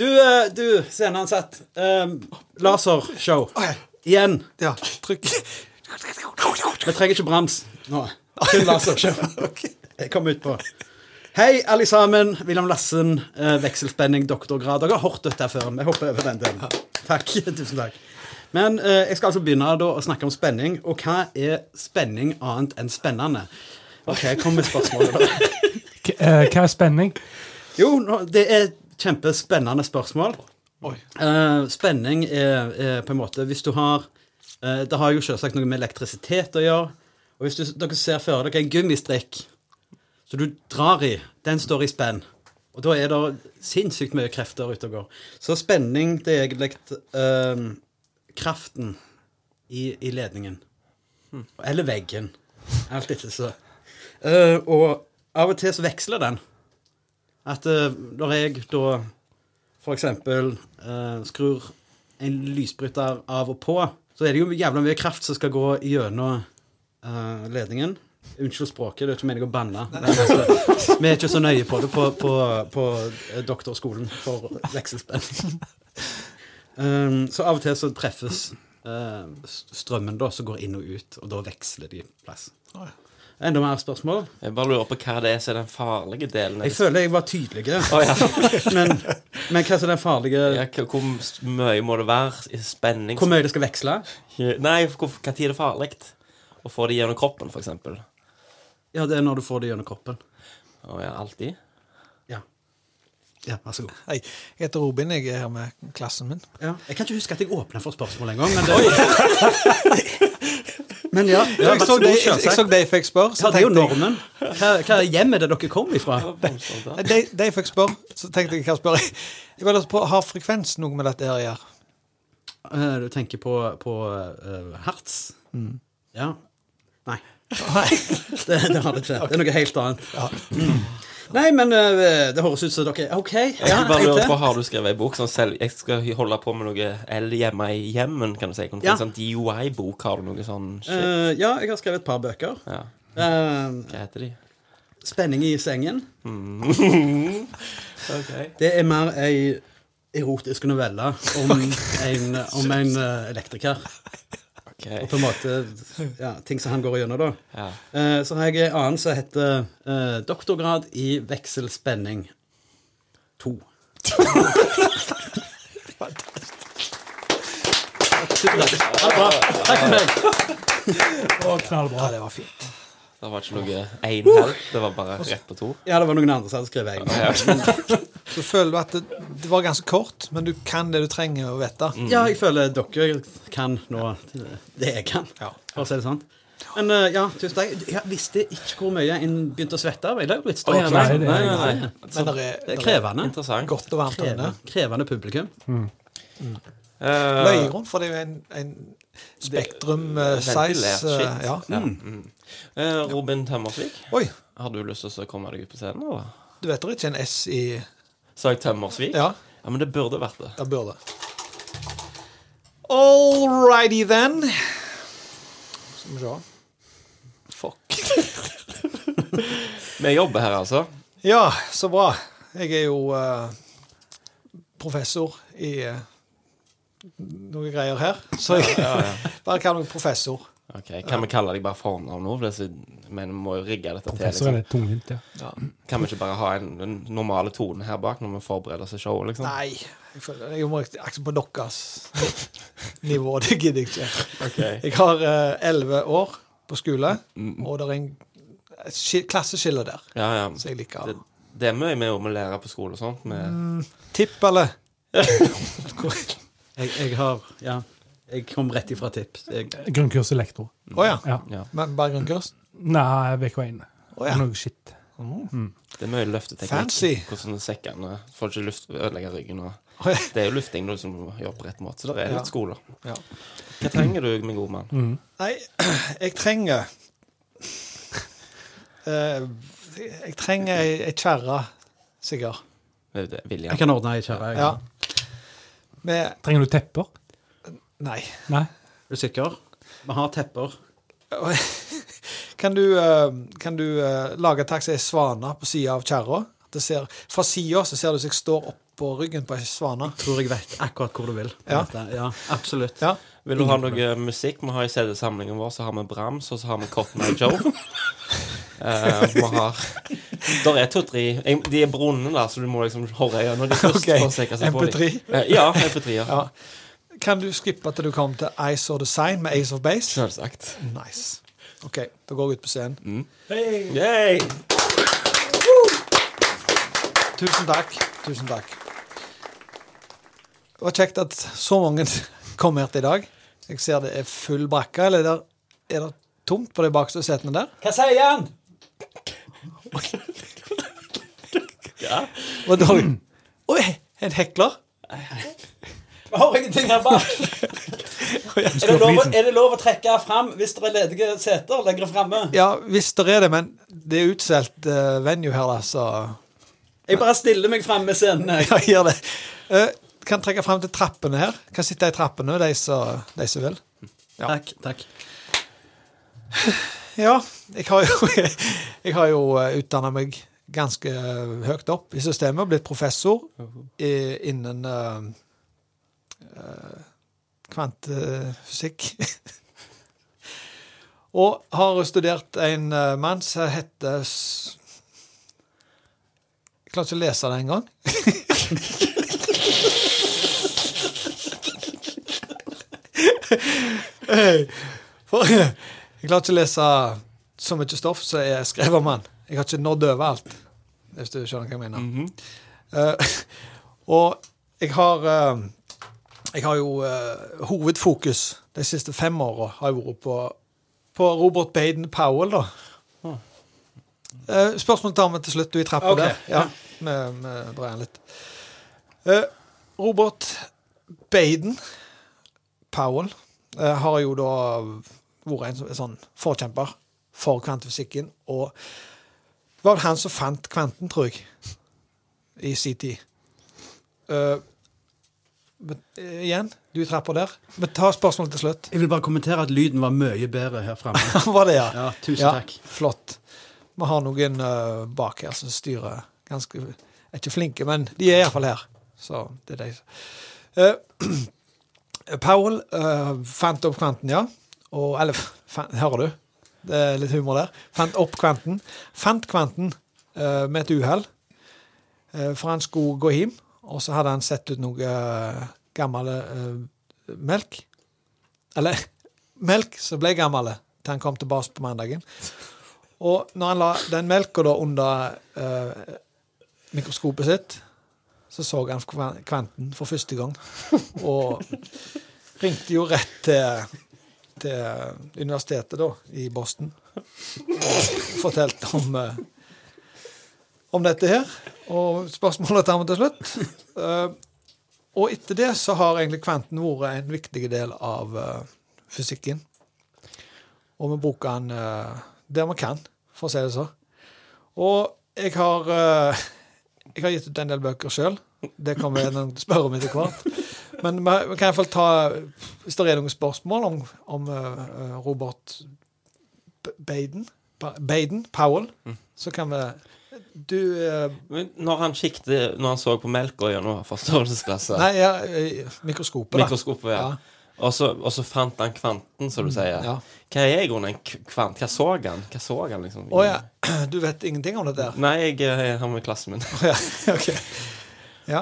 Speaker 7: Du, eh, du sceneansatt. Um, lasershow.
Speaker 4: Ok.
Speaker 7: Igjen.
Speaker 4: Ja, trykk.
Speaker 7: Vi trenger ikke brems nå. Kun lasershow. Jeg kom ut på. Hei, alle sammen. William Lassen, eh, vekselspenning, doktorgrad. Dere har hørt dette før. Vi hopper over den delen. Takk. Tusen takk. Men eh, jeg skal altså begynne da å snakke om spenning. Og hva er spenning annet enn spennende? OK, kom med spørsmålet, da.
Speaker 6: K- eh, Hva er spenning?
Speaker 7: Jo, nå- det er et kjempespennende spørsmål. Eh, spenning er, er på en måte Hvis du har eh, Det har jo selvsagt noe med elektrisitet å gjøre. Og hvis du, dere ser for dere en gummistrikk som du drar i, den står i spenn. Og da er det sinnssykt mye krefter ute og går. Så spenning det er egentlig eh, kraften i, i ledningen. Eller veggen. Alt etter så. Eh, og av og til så veksler den. At eh, når jeg da for eksempel eh, skrur en lysbryter av og på, så er det jo jævla mye kraft som skal gå gjennom eh, ledningen. Unnskyld språket, det er ikke meningen å banne. Det er neste. Vi er ikke så nøye på det på, på, på eh, doktorskolen for vekselspenn. Um, så av og til så treffes eh, s- strømmen da, som går inn og ut, og da veksler de plass. Enda mer spørsmål?
Speaker 5: Jeg bare lurer på hva det er som er den farlige delen.
Speaker 7: Jeg føler jeg var tydelig,
Speaker 5: Å, ja.
Speaker 7: men, men hva som er den farlige
Speaker 5: Ja, hva- hvor mye må det være i spenning?
Speaker 7: Hvor mye det skal veksle?
Speaker 5: Nei, hvor- hva tid er det farlig? Å få det gjennom kroppen, for eksempel.
Speaker 7: Ja, det er når du får det gjennom kroppen.
Speaker 5: Å ja, alltid?
Speaker 7: Ja. Ja, vær så god.
Speaker 4: Hei, jeg heter Robin, jeg er her med klassen min.
Speaker 7: Ja. Jeg kan ikke huske at jeg åpna for spørsmål engang, men det Men ja,
Speaker 4: Jeg
Speaker 7: ja, vær
Speaker 4: så
Speaker 7: så god,
Speaker 4: de, jeg, jeg
Speaker 7: selvsagt.
Speaker 4: så de fikk spørre,
Speaker 7: Ja,
Speaker 4: så
Speaker 7: det er jo
Speaker 4: tenkte jeg
Speaker 7: normen. Hva, hva hjem er det dere kom ifra?
Speaker 4: de, de fikk spørre, så tenkte jeg hva spør jeg? Jeg bare lurte på, Har frekvens noe med dette her å gjøre?
Speaker 7: Eh, Du tenker på, på eh, hertz? Ja. Mm. Nei. Det, det har det ikke. Det er noe helt annet. Mm. Nei, men eh, det høres ut som dere OK.
Speaker 5: Jeg
Speaker 7: Ja,
Speaker 5: skulle bare lure
Speaker 7: tenkte.
Speaker 5: på, Har du skrevet ei bok som selv Jeg skal holde på med noe L hjemme i hjemmen, kan du si. Kan du få
Speaker 7: Ja.
Speaker 5: En sånn DOI-bok. Har du noe sånn shit?
Speaker 7: Eh, ja, jeg har skrevet et par bøker.
Speaker 5: Ja.
Speaker 7: Eh,
Speaker 5: Hva heter de?
Speaker 7: Spenning i sengen. Mm.
Speaker 5: Ok.
Speaker 7: Det er mer ei erotisk novelle om en, om en eh, elektriker. Og på en måte ja, ting som han går gjennom, da.
Speaker 5: Ja.
Speaker 7: Eh, så har jeg en annen som heter eh, 'Doktorgrad i vekselspenning 2'. Tusen takk. Ha det bra. Takk for meg.
Speaker 4: Ja, det var fint.
Speaker 5: Det var ikke noe én helt, det var bare rett på to.
Speaker 7: Ja, det var noen andre som hadde skrevet en.
Speaker 4: Så føler du at det, det var ganske kort, men du kan det du trenger å vite.
Speaker 7: Ja, jeg føler dere kan nå det jeg kan, for å si det sånn. Men eh, ja, tusen takk. Jeg visste ikke hvor mye en begynte å svette. av. Jeg ble jo litt stolt.
Speaker 5: Å, ja, nei,
Speaker 7: nei,
Speaker 5: nei, nei,
Speaker 4: Men det er,
Speaker 7: Det er
Speaker 4: det
Speaker 7: krevende.
Speaker 4: er
Speaker 5: Interessant.
Speaker 4: godt og varmt inne.
Speaker 7: Krevende, krevende publikum.
Speaker 5: Eh,
Speaker 4: Løy rundt, for det er jo en, en
Speaker 5: ventilert
Speaker 4: spektrum-size.
Speaker 5: shit.
Speaker 4: eh, ja.
Speaker 5: eh, Robin Tømmersvik,
Speaker 4: Oi,
Speaker 5: har du lyst til å komme deg ut på scenen, eller?
Speaker 4: du vet det er ikke en S i
Speaker 5: Sa jeg Tømmersvik?
Speaker 4: Ja,
Speaker 5: ja, men det burde vært det.
Speaker 4: der burde det. All righty then. Skal vi se. Fuck.
Speaker 5: Vi jobber her, altså.
Speaker 4: Ja, så bra. Jeg er jo eh, professor i eh, noen greier her. Så jeg bare kall meg professor.
Speaker 5: Ok, Kan vi kalle deg bare fornavn nå? For det er så- Men vi må jo rigge dette til.
Speaker 6: Professoren
Speaker 5: Liksom.
Speaker 6: er tungvint, ja.
Speaker 5: Kan vi ikke bare ha en, den normale tonen her bak når vi forbereder oss til showet, liksom?
Speaker 4: Nei, jeg, føler, jeg må akse på deres nivå. Det gidder jeg ikke.
Speaker 5: Ok.
Speaker 4: Jeg har eh, elleve år på skole, og det er en et ski- klasseskille der.
Speaker 5: Ja, ja.
Speaker 4: Så jeg liker
Speaker 5: Det, det er mye med om å lære på skole og sånt. Med,
Speaker 4: Tipp, eller?
Speaker 7: Jeg, jeg har Ja. Jeg kom rett ifra tips. Jeg,
Speaker 6: Grunnkurs elektro.
Speaker 4: Å ja.
Speaker 6: Ja.
Speaker 5: ja.
Speaker 4: Men bare grunnkurs?
Speaker 6: Nei, VK1.
Speaker 4: Å ja.
Speaker 6: Noe shit.
Speaker 5: Det er mye løfteteknikk.
Speaker 4: Fancy.
Speaker 5: Hvordan sekkene får ikke luft, ødelegge ryggen. Og.
Speaker 4: Å ja.
Speaker 5: Det er jo lufting du liksom gjør på rett måte, så det er
Speaker 4: Ja.
Speaker 5: litt skole.
Speaker 4: Ja.
Speaker 5: Hva trenger du, min gode mann?
Speaker 4: Nei, jeg trenger Eh, Jeg trenger ei, ei kjerre, sikkert.
Speaker 5: Det er jo det, Vilja.
Speaker 7: jeg kan ordne ei kjerre. jeg.
Speaker 4: Ja. Med
Speaker 6: Trenger du tepper?
Speaker 4: Nei.
Speaker 6: Nei.
Speaker 7: Er du sikker? Vi har tepper.
Speaker 4: Kan du, eh, kan du eh, lage taxi ei svane på sida av kjerra? At det ser- Fra sida så ser det ut som jeg står oppå ryggen på ei svane.
Speaker 7: Tror jeg vet akkurat hvor du vil.
Speaker 4: Ja.
Speaker 7: Dette. ja absolutt.
Speaker 4: Ja.
Speaker 5: Vil du ha noe musikk? Vi har i CD-samlingen vår så har vi Brahms, og så har vi Cotton Eye Joe. Eh, vi har Der er to-tre De er brune, da, så du må liksom høre gjennom de først.
Speaker 4: Ok.
Speaker 5: for å se hva som får de.
Speaker 4: MP3.
Speaker 5: Eh, ja, MP3. Ja.
Speaker 4: Ja. Kan du skippe til du kom til I Saw The Sign med Ace of Base?
Speaker 5: Selvsagt.
Speaker 4: Nice. OK, da går jeg ut på scenen.
Speaker 5: Yay!
Speaker 4: Tusen takk. Tusen takk. Det var kjekt at så mange kom her til i dag. Jeg ser det er full brakke. Eller er det, er det tomt på de bakste setene der?
Speaker 7: Hva sier han?
Speaker 9: Hva dårlig. Oi, en hekler? Vi har ingenting her bak.
Speaker 6: Du
Speaker 9: Er det
Speaker 6: skal
Speaker 9: lov,
Speaker 6: opp
Speaker 9: å-
Speaker 6: liten.
Speaker 9: er det lov å trekke fram hvis det er ledige seter lenger framme?
Speaker 4: Ja, hvis det er det, men det er utsolgt eh, venue her, da, så
Speaker 9: Jeg bare stiller meg framme med scenen. jeg.
Speaker 4: jeg gjør det. Eh, kan trekke fram til trappene her. Kan sitte i trappene, de som de som vil.
Speaker 7: Takk. takk.
Speaker 4: Ja, jeg har jo, jeg har jo utdanna meg ganske eh, høyt opp i systemet og blitt professor i, innen eh, eh, kvantefysikk. og har studert en eh, mann som heter S- Jeg klarer ikke å lese det engang. Hey, for... Jeg klarer ikke å lese så mye stoff som er skrevet om han. Jeg har ikke nådd over alt, hvis du skjønner hva jeg mener. Eh, og jeg har eh, Jeg har jo eh, hovedfokus de siste fem åra har jeg vært på, på Robert Baden Powell, da. Eh, spørsmålet tar vi til slutt. Du er i trappa
Speaker 9: Ok,
Speaker 4: der. Ja, vi, vi drar igjen litt. Eh, Robert Baden Powell eh, har jo da vært en, så- sånn forkjemper for kvantefysikken. Og det var vel han som fant kvanten, tror jeg, i sin tid. Eh, men, eh, igjen, du trapper der. Vi tar spørsmålet til slutt.
Speaker 7: Jeg vil bare kommentere at lyden var mye bedre her framme.
Speaker 4: Hva var det, ja?
Speaker 7: Ja, tusen
Speaker 4: Ja,
Speaker 7: takk.
Speaker 4: Flott. Vi har noen eh, bak her som styrer ganske er Ikke flinke, men de er iallfall her. Så det er de. Uh, Powell eh, fant opp kvanten, ja. Og Eller, fan, hører du? Det er litt humor der. Fant opp kvanten. Fant kvanten eh, med et uhell, eh, for han skulle gå hjem. Og så hadde han sett ut noe eh, gammel eh, melk. Eller melk som ble gammel til han kom tilbake på mandagen. Og når han la den melka da under eh, mikroskopet sitt, så så han kva- kvanten for første gang. Og ringte jo rett til, til universitetet da, i Boston og fortalte om, eh, om dette her. Og spørsmålet tar vi til slutt. Eh, og etter det så har egentlig kvanten vært en viktig del av eh, fysikken. Og vi bruker den eh, der vi kan, for å si det sånn. Og jeg har eh, Jeg har gitt ut en del bøker sjøl. Det kommer jeg nok til å spørre om etter hvert. Men vi vi kan iallfall ta Hvis det er noen spørsmål om, om eh, Robert B- Baden Ba- Baden, Powell, så kan vi Du eh,
Speaker 5: Men når han kikket, når han så på melka gjennom forstørrelsesglasset
Speaker 4: Nei, ja, eh, mikroskopet, da.
Speaker 5: Mikroskopet, ja.
Speaker 4: Ja. Mm,
Speaker 5: Og så, og så fant han kvanten, som du sier.
Speaker 4: Ja.
Speaker 5: Hva er i grunnen en k- kvant? Hva så han? Hva så han liksom?
Speaker 4: Å ja. Du vet ingenting om dette? her?
Speaker 5: Nei, jeg eh, har med klassen min.
Speaker 4: Ja, ok. Ja.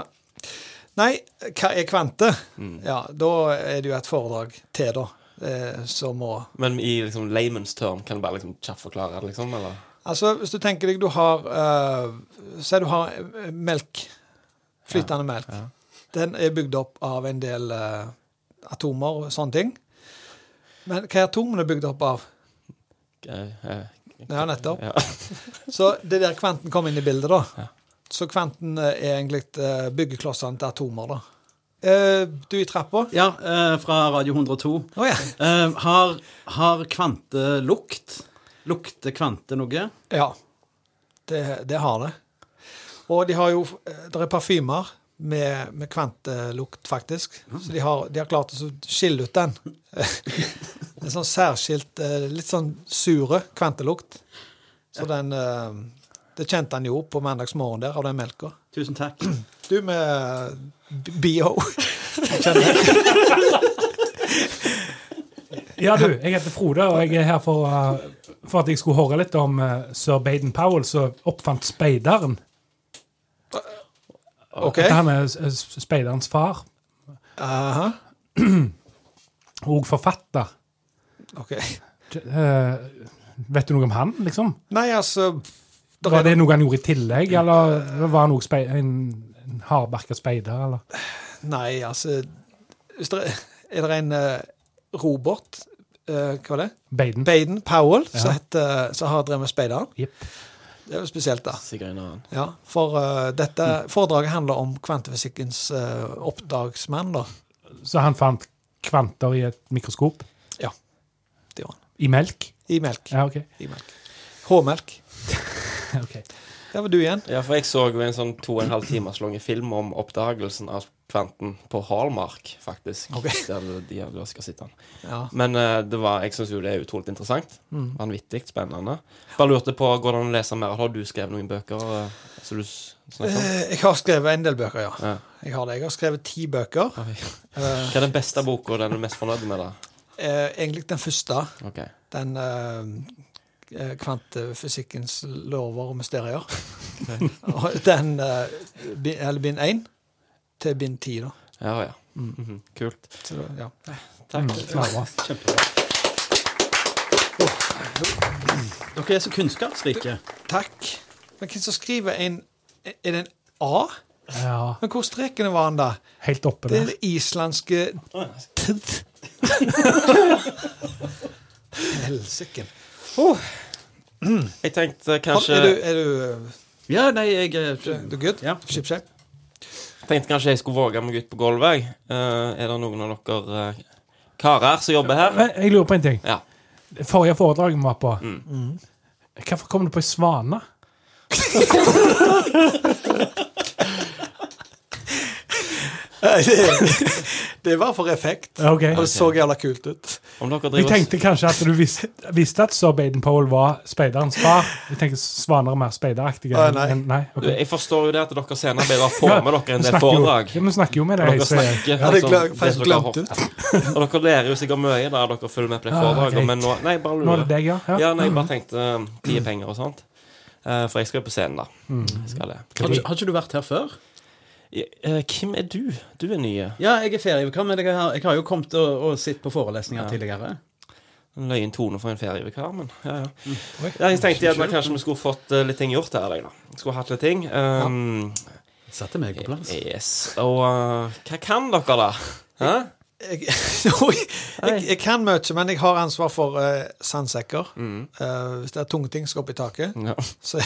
Speaker 4: Nei, hva er kvante? Ja, da er det jo et foredrag til, da. eh, Som må
Speaker 5: Men i liksom layman's term, kan du bare liksom kjapt forklare det, liksom? Eller?
Speaker 4: Altså, hvis du tenker deg du har uh, Si du har eh, melk. Flytende melk. Den er bygd opp av en del eh, atomer og sånne ting. Men hva er atomene bygd opp av?
Speaker 5: Eh, eh,
Speaker 4: Ja, nettopp.
Speaker 5: Ja.
Speaker 4: Så det er der kvanten kom inn i bildet, da. Så kvanten eh, er egentlig eh, byggeklossene til atomer, da. Eh, du i trappa? Å
Speaker 7: Ja, eh, fra Radio 102.
Speaker 4: ja.
Speaker 7: Eh, har, har kvante lukt? Lukter kvante noe?
Speaker 4: Ja, det, det har det. Og de har jo Det er parfymer med, med kvantelukt, faktisk. Så de har, de har klart å skille ut den. En sånn særskilt, eh, litt sånn sure kvantelukt. Så den eh, Det kjente han jo på mandagsmorgen der, av den melka.
Speaker 7: Tusen takk.
Speaker 4: Du med eh, b- BO. Kjenner jeg.
Speaker 6: Ja, du, jeg heter Frode, og jeg er her for, uh, for at jeg skulle høre litt om uh, sir Baden Powell, som oppfant speideren.
Speaker 4: OK?
Speaker 6: At Han er eh, s- s- speiderens far,
Speaker 4: Aha.
Speaker 6: og forfatter.
Speaker 4: OK.
Speaker 6: Eh, vet du noe om han, liksom?
Speaker 4: Nei, altså der
Speaker 6: Var
Speaker 4: er
Speaker 6: det noe han gjorde i tillegg, eller var han også spei- en, en hardbarka speider, eller?
Speaker 4: Nei, altså hvis det er, er det en eh, Robert eh, Hva var det?
Speaker 6: Baden?
Speaker 4: Baden Powell, som,
Speaker 6: Ja.
Speaker 4: heter, som har drevet med speideren.
Speaker 6: Jep.
Speaker 4: Det er jo spesielt, da.
Speaker 5: Sikkert en annen.
Speaker 4: Ja, for eh, dette foredraget handler om kvantefysikkens eh, oppdagsmann, da.
Speaker 6: Så han fant kvanter i et mikroskop?
Speaker 4: Ja, det gjorde
Speaker 6: han. I melk?
Speaker 4: I melk.
Speaker 6: Ja, ok.
Speaker 4: I melk. H-melk.
Speaker 6: Ok.
Speaker 4: Der var du igjen.
Speaker 5: Ja, for jeg så jo en sånn to og en halv timers lang film om oppdagelsen av kvanten på Hallmark, faktisk.
Speaker 4: Ok.
Speaker 5: Der det- de hadde skal sitte den.
Speaker 4: Ja.
Speaker 5: Men eh, det var, jeg syns jo det er utrolig interessant.
Speaker 4: Mm.
Speaker 5: Vanvittig spennende. Bare lurte på, går det an å lese mer? Har du skrevet noen bøker eh, som du s- snakker om?
Speaker 4: Eh, Jeg har skrevet en del bøker, ja.
Speaker 5: Ja.
Speaker 4: Jeg har det. Jeg har skrevet ti bøker.
Speaker 5: Oi.
Speaker 4: Eh,
Speaker 5: Hva er den beste boka og den du er mest fornøyd med? da?
Speaker 4: eh, egentlig den første.
Speaker 5: Ok.
Speaker 4: Den eh, eh, kvantefysikkens lover og mysterier. Og den eh, bi- Eller bind én til bind ti, da.
Speaker 5: Ja, ja.
Speaker 4: Mm.
Speaker 5: Mhm. Kult.
Speaker 4: Så, det- ja.
Speaker 5: Takk.
Speaker 7: Dere er så kunnskapsrike.
Speaker 4: Takk. Men hvem som skriver en Er det en A?
Speaker 6: Ja.
Speaker 4: Men hvor strekene var han da?
Speaker 6: Helt oppe
Speaker 4: Det
Speaker 6: der.
Speaker 4: er det islandske td. Helsike.
Speaker 5: Jeg tenkte kanskje,
Speaker 4: Er du, er du,
Speaker 7: Ja, nei, jeg eh, er
Speaker 4: du good?
Speaker 7: Ja.
Speaker 4: Ship shape?
Speaker 5: tenkte kanskje jeg skulle våge meg ut på gulvet. jeg. Eh, er det noen av dere eh, karer som jobber her?
Speaker 6: Men jeg lurer på en ting.
Speaker 5: Ja.
Speaker 6: Det Forrige foredrag vi var på,
Speaker 4: Mm.
Speaker 6: hvorfor kom du på ei svane?
Speaker 4: Det var for effekt.
Speaker 6: Ok.
Speaker 4: Og det så jævla kult ut.
Speaker 5: Om dere
Speaker 6: Jeg
Speaker 5: driver
Speaker 6: tenkte kanskje at du visste, visste at Sir Baden Powell var speiderens far. Jeg tenker Svaner er mer speideraktige.
Speaker 4: Å, nei.
Speaker 6: enn- nei ok.
Speaker 5: Jeg forstår jo det at dere senere ble bare på med dere en
Speaker 6: Vi
Speaker 5: del
Speaker 6: snakker jo-
Speaker 5: foredrag.
Speaker 6: Ja, Vi snakker jo med
Speaker 5: Og
Speaker 6: deg.
Speaker 5: dere
Speaker 6: så jeg-
Speaker 5: snakker
Speaker 4: Ja, det
Speaker 5: altså,
Speaker 4: glem-
Speaker 5: som
Speaker 4: faktisk
Speaker 5: dere
Speaker 4: glemt ut.
Speaker 5: har- Og dere lærer jo sikkert mye der dere følger med på de
Speaker 6: Ah,
Speaker 5: foredragene,
Speaker 6: greit.
Speaker 5: men nå Nei, bare
Speaker 6: Nå er det
Speaker 5: lurer.
Speaker 6: deg, ja?
Speaker 5: Ja, nei, jeg bare tenkte um, tid er penger og sånt. Eh, For jeg skal jo på scenen, da.
Speaker 6: Mm.
Speaker 5: Jeg skal det.
Speaker 7: Har ikke, har ikke du vært her før?
Speaker 5: Eh, Hvem er du? Du er nye.
Speaker 7: Ja, jeg er ferievikar, men jeg har, jeg har jo kommet og, og sett på forelesninger
Speaker 5: Ja.
Speaker 7: tidligere.
Speaker 5: En løyen tone for en ferievikar, men ja, ja.
Speaker 6: Mm.
Speaker 5: ja jeg tenkte gjerne kanskje vi skulle fått eh, litt ting gjort her i dag, da. Skulle hatt litt ting. Um,
Speaker 7: Satte meg på plass.
Speaker 5: yes. Og eh, hva kan dere, da? Hæ?
Speaker 4: Jeg, Oi, jeg, jeg kan mye, men jeg har ansvar for eh, sandsekker.
Speaker 5: Mm.
Speaker 4: Eh, hvis det er tunge ting som skal opp i taket,
Speaker 5: Ja,
Speaker 4: så,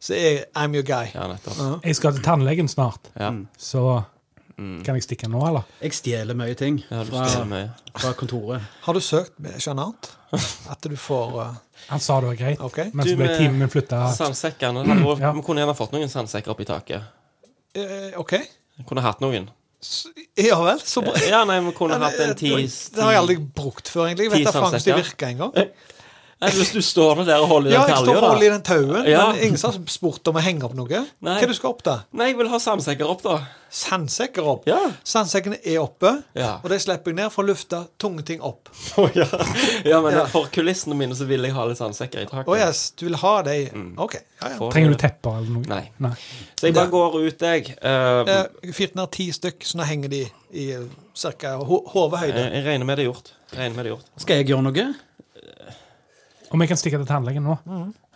Speaker 4: så jeg, I'm your guy.
Speaker 5: ja nettopp.
Speaker 6: Jeg skal til tannlegen snart,
Speaker 5: Ja.
Speaker 4: Mm.
Speaker 5: Mm.
Speaker 6: så kan jeg stikke nå, eller?
Speaker 7: Jeg stjeler mye ting
Speaker 5: Ja, du
Speaker 7: fra,
Speaker 5: spiller mye.
Speaker 7: fra kontoret.
Speaker 4: Har du søkt med sjenant? At du får eh,
Speaker 6: Han sa det var greit,
Speaker 4: OK?
Speaker 6: men
Speaker 5: Du
Speaker 6: så ble
Speaker 5: med-
Speaker 6: timen min flytta.
Speaker 5: Sandsekkene. det hadde vært-
Speaker 6: Ja.
Speaker 5: Vi kunne gjerne fått noen sandsekker opp i taket.
Speaker 4: Eh, OK?
Speaker 5: Vi Kunne hatt noen.
Speaker 4: S- Ja vel, så bra.
Speaker 5: Ja, nei, vi kunne
Speaker 4: Ja, eh,
Speaker 5: hatt en ti
Speaker 4: Det har jeg aldri brukt før, egentlig. Jeg vet
Speaker 5: Ti
Speaker 4: da faen hvis det
Speaker 5: sandsekker.
Speaker 4: virker engang.
Speaker 5: Nei, Hvis du står nå der og holder i
Speaker 4: Ja,
Speaker 5: den
Speaker 4: jeg står og holder i
Speaker 5: talja, da.
Speaker 4: den tauen,
Speaker 5: Ja.
Speaker 4: men ingen som har spurt om å henge opp noe. Hva
Speaker 5: Nei.
Speaker 4: er det du skal opp da?
Speaker 5: Nei, jeg vil ha sandsekker opp, da.
Speaker 4: Sandsekker opp.
Speaker 5: Ja.
Speaker 4: Sandsekkene er oppe,
Speaker 5: Ja.
Speaker 4: og de slipper jeg ned for å lufte tunge ting opp.
Speaker 5: ja. men
Speaker 4: Ja.
Speaker 5: for kulissene mine så vil jeg ha litt sandsekker i taket.
Speaker 4: Å yes, du vil ha de
Speaker 5: Mm.
Speaker 4: OK. Ja, ja.
Speaker 5: For-
Speaker 6: Trenger du tepper eller noe?
Speaker 5: Nei.
Speaker 6: Nei.
Speaker 5: Så jeg bare går ut, jeg. Eh,
Speaker 4: Eh, 1410 stykk, så nå henger de i ca. hodehøyde.
Speaker 5: jeg regner med det er gjort. Regner med det er gjort.
Speaker 7: Skal jeg gjøre noe?
Speaker 6: Om jeg kan stikke til tannlegen nå?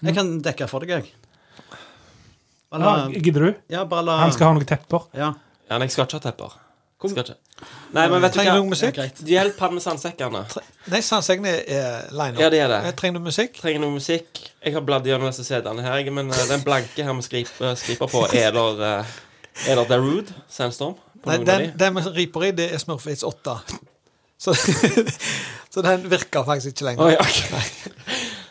Speaker 7: Jeg kan dekke for deg, jeg. Bare
Speaker 6: Ja,
Speaker 7: la-
Speaker 6: Gidder du?
Speaker 7: Ja, bare la
Speaker 6: Han skal ha noen tepper.
Speaker 7: Ja.
Speaker 5: Ja, nei, jeg skal ikke ha tepper.
Speaker 7: Kom.
Speaker 5: Skal ikke. Nei, men vet du
Speaker 4: Mm. Trenger du
Speaker 5: hva?
Speaker 4: musikk?
Speaker 7: greit.
Speaker 5: Hjelp han med sandsekkene.
Speaker 4: Nei, sandsekkene er line
Speaker 5: Ja, det er det.
Speaker 4: Eh, Trenger du musikk?
Speaker 5: Trenger noe musikk. Jeg har bladd gjennom disse CD-ene her, jeg, men eh, den blanke her vi skriper, skriper på, er der eh, Er der The Rude? Sandstorm? På
Speaker 4: Nei,
Speaker 5: noen av
Speaker 4: den,
Speaker 5: de?
Speaker 4: den vi riper i, det er Smurfits 8. Så, så den virker faktisk ikke lenger.
Speaker 5: Oi, ok.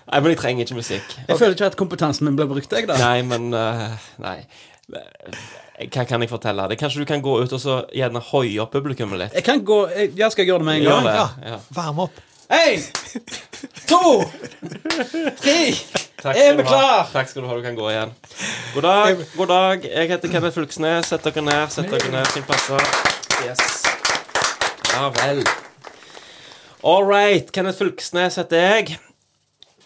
Speaker 5: Nei, men jeg trenger ikke musikk.
Speaker 7: Jeg føler ikke at kompetansen min blir brukt, jeg, da.
Speaker 5: Nei, men eh, Nei. Hva kan jeg fortelle? Det Kanskje du kan gå ut og så gjerne hoie opp publikummet litt?
Speaker 7: Jeg kan gå jeg, Ja, skal jeg gjøre det med en
Speaker 5: Gjør
Speaker 7: gang?
Speaker 5: det.
Speaker 4: Ja,
Speaker 5: Ja.
Speaker 4: Varm opp.
Speaker 7: Én, to, tre
Speaker 5: Takk
Speaker 7: Er vi
Speaker 5: du ha.
Speaker 7: klar?
Speaker 5: Takk skal du ha. Du kan gå igjen. God dag. god dag Jeg heter Kenneth Fylkesnes. Sett dere ned. Sett dere ned. Ting passer. Yes. Ja vel. All right. Kenneth Fylkesnes heter jeg.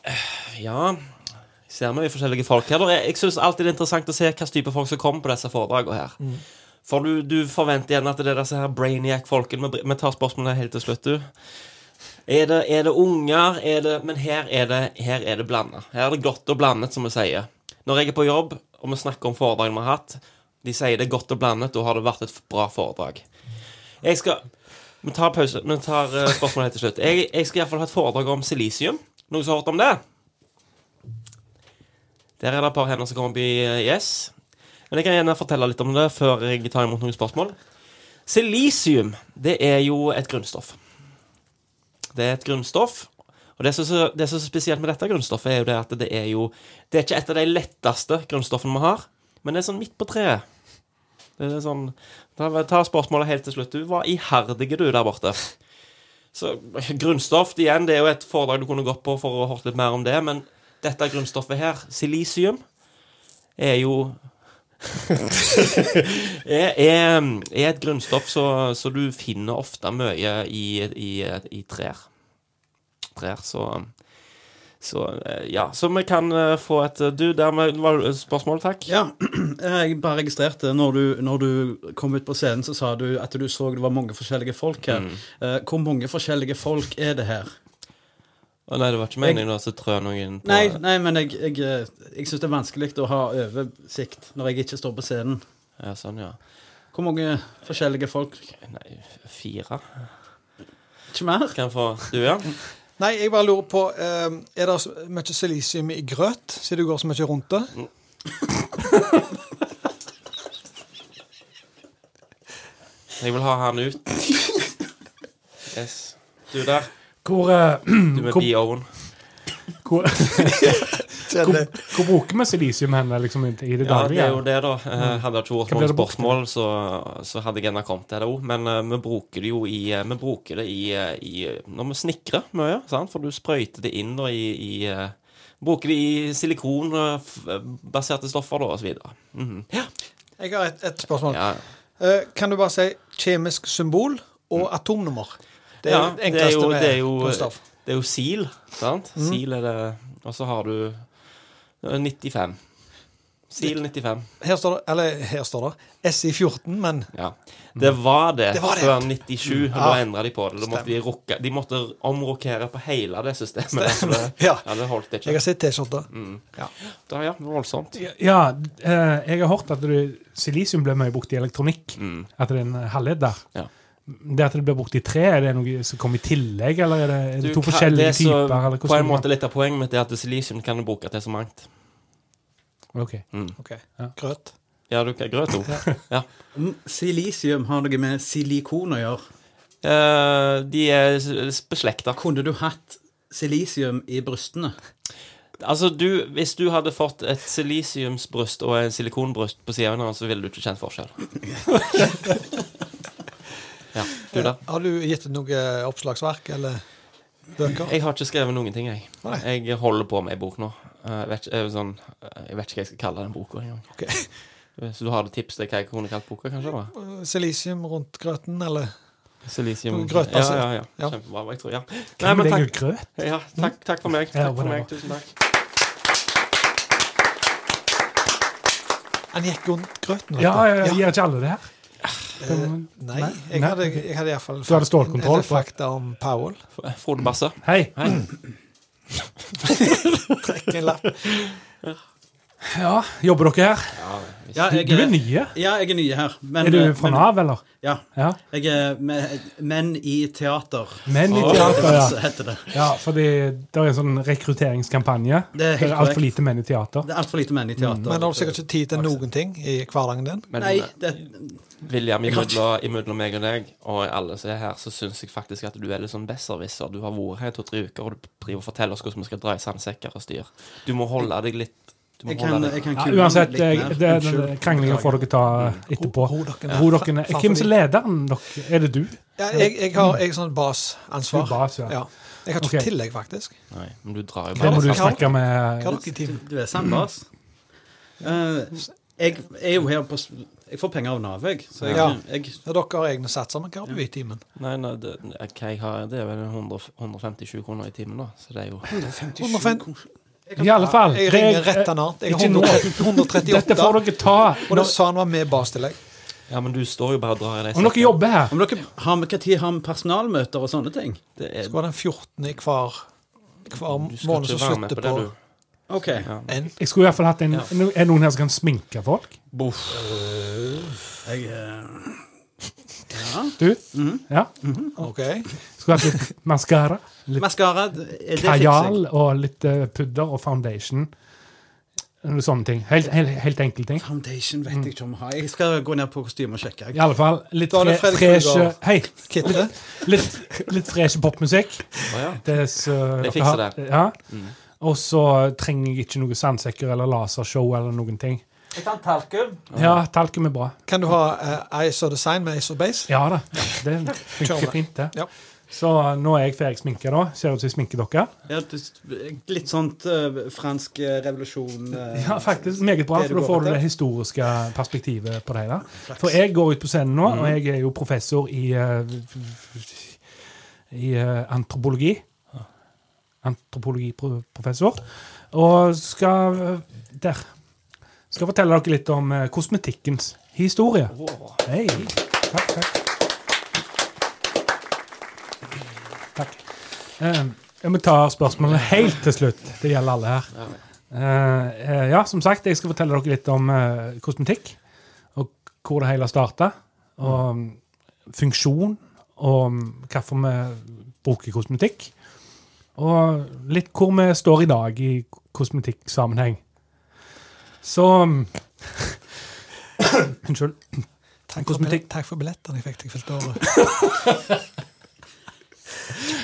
Speaker 5: Eh, Ja Jeg ser mye forskjellige folk her. Jeg syns alltid det er interessant å se hvilken type folk som kommer på disse foredragene her.
Speaker 7: Mm.
Speaker 5: For du, du forventer igjen at det er disse her brainiac-folkene Vi vi tar spørsmålene helt til slutt, du. Er det, er det unger? Er det, men her er det, her er det blanda. Her er det godt og blandet, som vi sier. Når jeg er på jobb, og vi snakker om foredragene vi har hatt, de sier det er godt og blandet, da har det vært et bra foredrag. Jeg skal Vi tar pause. Vi tar eh, spørsmålet helt til slutt. Jeg, jeg skal iallfall ha et foredrag om silisium. Noen som har hørt om det? Der er det et par hender som kommer opp i eh, yes. Men jeg kan gjerne fortelle litt om det før jeg tar imot noen spørsmål. Silisium, det er jo et grunnstoff. Det er et grunnstoff. Og det som så- det som er så spesielt med dette grunnstoffet, er jo det at det er jo Det er ikke et av de letteste grunnstoffene vi har, men det er sånn midt på treet. Det er sånn Ta, ta spørsmålet helt til slutt. Du var iherdige, du, der borte. Så grunnstoff igjen, det er jo et foredrag du kunne gått på for å hørt litt mer om det, men dette grunnstoffet her, silisium, er jo er, er, er et grunnstoff så, så du finner ofte mye i, i, i trær. Trær, så Så eh, ja. Så vi kan eh, få et Du, dermed var det spørsmål, takk.
Speaker 7: Ja, jeg bare registrerte når du, når du kom ut på scenen, så sa du at du så det var mange forskjellige
Speaker 6: Mm.
Speaker 7: folk her. Eh, Hvor mange forskjellige folk er det her?
Speaker 5: Å, nei, det var ikke meningen å trø noen på
Speaker 7: Nei, nei men jeg, jeg, eh, jeg syns det er vanskelig å ha oversikt når jeg ikke står på scenen.
Speaker 5: Ja, sånn, ja.
Speaker 7: Hvor mange forskjellige folk?
Speaker 5: Nei, fire.
Speaker 7: Ikke mer?
Speaker 5: Kan jeg få Du, ja?
Speaker 4: Nei, jeg bare lurer på eh, Er det så mye silisium i grøt, siden du går så mye rundt det?
Speaker 5: Mm. Jeg vil ha han ut. Yes. Du der.
Speaker 6: Hvor, eh,
Speaker 5: Du med
Speaker 6: hvor,
Speaker 5: BO-en.
Speaker 6: hvor, hvor, hvor bruker vi silisium hen liksom, i i det
Speaker 5: Ja, det
Speaker 6: daglige?
Speaker 5: er jo det, da. Eh, Hadde det ikke vært
Speaker 6: Hva blir
Speaker 5: noen
Speaker 6: det borte?
Speaker 5: spørsmål, så, så hadde jeg gjerne kommet til det òg. Men eh, vi bruker det jo i, eh, vi bruker det i, eh, i Når vi snikrer mye, sant? for du sprøyter det inn da, i, i eh, Bruker det i silikonbaserte stoffer da, og så videre. Mhm.
Speaker 4: Jeg har et, et spørsmål.
Speaker 5: Ja.
Speaker 4: Eh, kan du bare si kjemisk symbol og atomnummer? Det er
Speaker 5: Mm. Ja,
Speaker 4: jo det enkleste med
Speaker 5: det er jo,
Speaker 4: grunnstoff.
Speaker 5: Det er jo sil, sant? Sil er det Og så har du eh, 95. Sil 95.
Speaker 4: Her står det, eller her står det SI14, men
Speaker 5: Ja. Det var det,
Speaker 4: Det var det.
Speaker 5: før 97, og da endra de på det. Da måtte de, rokke, de måtte omrokere på hele det systemet. Så det,
Speaker 4: Ja.
Speaker 5: ja, det holdt
Speaker 4: jeg
Speaker 5: ikke.
Speaker 4: har sett T-skjorte.
Speaker 6: Mm.
Speaker 5: Da, ja, voldsomt.
Speaker 6: Ja, eh, jeg har hørt at du, silisium blir mye brukt i elektronikk. At det er en halvleder.
Speaker 5: Mm. Ja.
Speaker 6: Det at det blir brukt i tre, er det noe som kommer i tillegg, eller er det, er det
Speaker 5: Du
Speaker 6: to
Speaker 5: kan-
Speaker 6: forskjellige
Speaker 5: det som-
Speaker 6: typer? Eller
Speaker 5: På
Speaker 6: hvordan-
Speaker 5: en måte Litt av poenget mitt er at silisium kan du bruke til så mangt.
Speaker 6: Ok.
Speaker 4: Ok, Grøt.
Speaker 5: Ja, du kan grøt òg. Ja.
Speaker 7: Mm, Silisium har noe med silikon å gjøre.
Speaker 5: Eh, de er beslekta.
Speaker 7: Kunne du hatt silisium i brystene?
Speaker 5: Altså, du, hvis du hadde fått et silisiumsbryst og en silikonbryst på siden av, så ville du ikke kjent forskjell. ja, du da?
Speaker 4: Har du gitt ut noe oppslagsverk eller bøker?
Speaker 5: Jeg har ikke skrevet noen ting, jeg. Jeg holder på med ei bok nå. Eh, Jeg vet, ikke- jeg, er sånn, jeg vet ikke hva jeg skal kalle den boka engang. Eh,
Speaker 4: Ok.
Speaker 5: Så du har det tips til hva jeg kunne kalt boka, kanskje? da?
Speaker 4: Silisium rundt grøten, eller
Speaker 5: Silisium
Speaker 4: Noe grøtbasert.
Speaker 5: Ja, ja, ja.
Speaker 4: Ja.
Speaker 5: Kjempebra. Jeg tror, ja. Nei,
Speaker 6: Hvem
Speaker 5: men
Speaker 6: er det
Speaker 5: takk,
Speaker 6: jo grøt?
Speaker 5: ja, takk, takk for meg.
Speaker 6: Ja,
Speaker 5: Takk for
Speaker 6: whatever.
Speaker 5: meg. Tusen takk.
Speaker 4: Han gikk rundt grøten, vet
Speaker 6: Ja,
Speaker 4: du.
Speaker 6: ja, ja, Gjør ikke alle det her?
Speaker 4: Nei, jeg
Speaker 6: Nei.
Speaker 4: hadde, jeg hadde iallfall
Speaker 6: Du hadde stålkontroll på-
Speaker 4: fakta om Powell.
Speaker 5: Frode Basse.
Speaker 6: Hei.
Speaker 4: Trekk en lapp.
Speaker 6: Ja, jobber dere her?
Speaker 7: Ja,
Speaker 6: Du,
Speaker 7: jeg
Speaker 6: du er nye.
Speaker 7: Ja, jeg er nye her. Men, eh,
Speaker 6: Er
Speaker 5: eh,
Speaker 6: du fra
Speaker 7: men-
Speaker 6: Nav, eller?
Speaker 7: Ja.
Speaker 6: Ja.
Speaker 7: Jeg er me- menn i teater.
Speaker 6: Men i teater, ja.
Speaker 7: Så heter det.
Speaker 6: ja. Fordi det er en sånn rekrutteringskampanje.
Speaker 7: Det er helt
Speaker 6: altfor
Speaker 7: korrekt.
Speaker 6: lite menn i teater.
Speaker 7: Det er altfor lite menn i teater.
Speaker 4: Mm, Men altså- har du sikkert ikke tid til noen ting i hverdagen din?
Speaker 5: Men
Speaker 7: Nei,
Speaker 5: eh,
Speaker 7: det,
Speaker 5: William,
Speaker 7: Jeg kan
Speaker 5: imidler, imidler meg og deg og alle som er her, så syns jeg faktisk at du er litt sånn besserwisser. Du har vært her i to-tre uker, og du driver og forteller oss hvordan vi skal dra i sandsekker og styr. Du må holde deg litt Du må
Speaker 7: jeg kan,
Speaker 5: holde deg
Speaker 7: jeg kan
Speaker 6: Ja,
Speaker 7: kule den
Speaker 6: uansett,
Speaker 7: litt
Speaker 6: eh,
Speaker 7: mer.
Speaker 6: det, det,
Speaker 7: Unnskyld.
Speaker 6: kranglinga får dere ta eh, etterpå.
Speaker 4: Ro- ro dere ned.
Speaker 6: Ro dere ned.
Speaker 4: Framfor
Speaker 6: Hvem som
Speaker 4: de-
Speaker 6: lederen dere? Er det du?
Speaker 4: Ja, jeg, jeg har jeg har sånn
Speaker 6: Eh, mm. Du
Speaker 4: basansvar.
Speaker 6: bas, ja.
Speaker 4: Ja. Jeg har to
Speaker 6: Ok.
Speaker 4: tillegg, faktisk.
Speaker 5: Nei, men du drar jo
Speaker 6: Det må
Speaker 5: bare
Speaker 6: du
Speaker 5: sammen.
Speaker 6: snakke
Speaker 4: Hva
Speaker 6: med
Speaker 4: har dere i team?
Speaker 7: Du er sambas. Eh, jeg er jo her på s- Jeg får penger av Nav, jeg. Så jeg,
Speaker 4: Ja.
Speaker 7: jeg
Speaker 4: Ja, dere har egne satser, men hva har du i timen?
Speaker 5: Nei, nei, det, ok, jeg har, det er vel 100, 157 kroner i timen, da. Så det er jo
Speaker 4: 150.
Speaker 6: I alle fall.
Speaker 4: Jeg
Speaker 6: det-
Speaker 4: ringer rett en annen. Jeg
Speaker 6: Ikke nå.
Speaker 4: har 138.
Speaker 6: Dette får dere ta
Speaker 4: Og du sa han var med bastillegg.
Speaker 5: Ja, men du står jo bare og drar i de
Speaker 6: om dere jobber her.
Speaker 7: Om dere har med hva tid har vi personalmøter og sånne ting?
Speaker 5: Det er-
Speaker 4: Det var den 14. i hver, hver
Speaker 5: Du skal
Speaker 4: måned
Speaker 5: ikke
Speaker 4: som
Speaker 5: være med
Speaker 4: slutter
Speaker 5: på det,
Speaker 4: på
Speaker 5: du.
Speaker 7: OK.
Speaker 4: N.
Speaker 6: Jeg skulle i hvert fall hatt en, Er det noen her som kan sminke folk?
Speaker 7: Jeg, eh,
Speaker 6: Du?
Speaker 7: Mm.
Speaker 6: Ja?
Speaker 4: OK.
Speaker 6: Skulle hatt litt maskara, litt
Speaker 7: Maskara, det det eh, fikser jeg.
Speaker 6: kajal og litt eh, pudder og foundation. Sånne ting. Helt, helt, helt enkle ting.
Speaker 7: Foundation
Speaker 6: Mm.
Speaker 7: vet jeg ikke om jeg har. Jeg skal gå ned på kostyme og sjekke. jeg.
Speaker 6: I alle fall litt
Speaker 7: Da er
Speaker 6: fre
Speaker 7: det Fredrik
Speaker 6: freshe
Speaker 7: Krüger.
Speaker 6: Hei!
Speaker 7: Kitte.
Speaker 6: Litt, litt fresh popmusikk.
Speaker 5: Å ja.
Speaker 6: Det, er så-
Speaker 5: Det fikser det.
Speaker 6: Ja.
Speaker 5: Mm.
Speaker 6: Og så trenger jeg ikke noen sandsekker eller lasershow eller noen ting.
Speaker 9: Jeg fant talkum.
Speaker 6: Ja, talkum er bra.
Speaker 10: Kan du ha eh, ISO design med ISO base?
Speaker 6: Ja da. Det
Speaker 10: Kjør
Speaker 6: funker
Speaker 10: med.
Speaker 6: fint, det.
Speaker 10: Ja.
Speaker 6: Så nå er jeg ferdig sminka, da. Ser ut som jeg sminker dere.
Speaker 7: Ja, du- litt sånt eh, fransk eh, revolusjon eh,
Speaker 6: Ja, faktisk. Meget bra,
Speaker 7: det
Speaker 6: for
Speaker 7: du
Speaker 6: da får
Speaker 7: går
Speaker 6: du det
Speaker 7: etter.
Speaker 6: historiske perspektivet på det. da. For jeg går ut på scenen nå,
Speaker 7: Mm.
Speaker 6: og jeg er jo professor i eh, i eh, antropologi.
Speaker 7: Ah.
Speaker 6: Antropologiprofessor. Og skal eh, der. Skal fortelle dere litt om eh, kosmetikkens historie. Hei. Takk, takk. Takk. Eh, Jeg må ta spørsmålene helt til slutt. Det gjelder alle her. Eh, eh, ja, som sagt, jeg skal fortelle dere litt om eh, kosmetikk. Og hvor det hele starta. Og mm, funksjon, og um, hvorfor vi bruker kosmetikk. Og litt hvor vi står i dag i kosmetikksammenheng. Så mm, Unnskyld.
Speaker 10: Takk for,
Speaker 6: Kosmetikk.
Speaker 10: billett- takk for billettene jeg fikk til første året.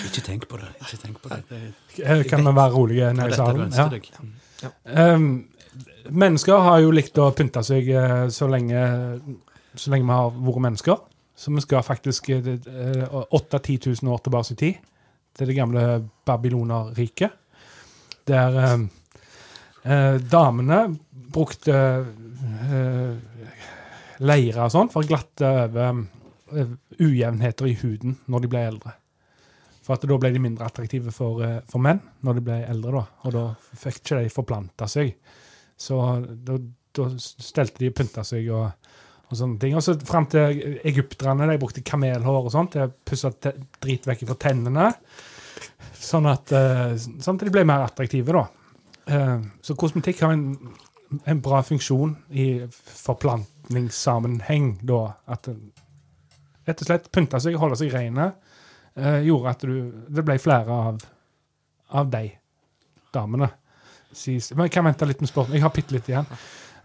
Speaker 7: Ikke tenk på det. ikke tenk på det. det
Speaker 6: Eh, Kan vi være rolige nede i
Speaker 7: dette du
Speaker 6: salen?
Speaker 7: ønsker
Speaker 6: Ja.
Speaker 7: deg.
Speaker 6: Um, mennesker har jo likt å pynte seg eh, så lenge, så lenge vi har vært mennesker. Så vi skal faktisk eh, det- eh, 8 000-10 000 år tilbake i tid. Til det gamle Babylonerriket. Der eh, eh, damene brukte eh, leire og sånn for å glatte over eh, ujevnheter i huden når de ble eldre. For at da ble de mindre attraktive for, eh, for menn når de ble eldre, da. Og da fikk ikke de forplanta seg. Så da, da stelte de og pynta seg og, og sånne ting. Og så fram til egypterne, de brukte kamelhår og sånt til å pusse te- drit vekk fra tennene. Sånn at, eh, sånn at de ble mer attraktive, da. Eh, Så kosmetikk har en, en bra funksjon i forplantningssammenheng, da. At en rett og slett pynta seg, holde seg rene eh, gjorde at du, det ble flere av, av de damene. Sies- Men jeg kan vente litt med sporten. Jeg har bitte litt igjen.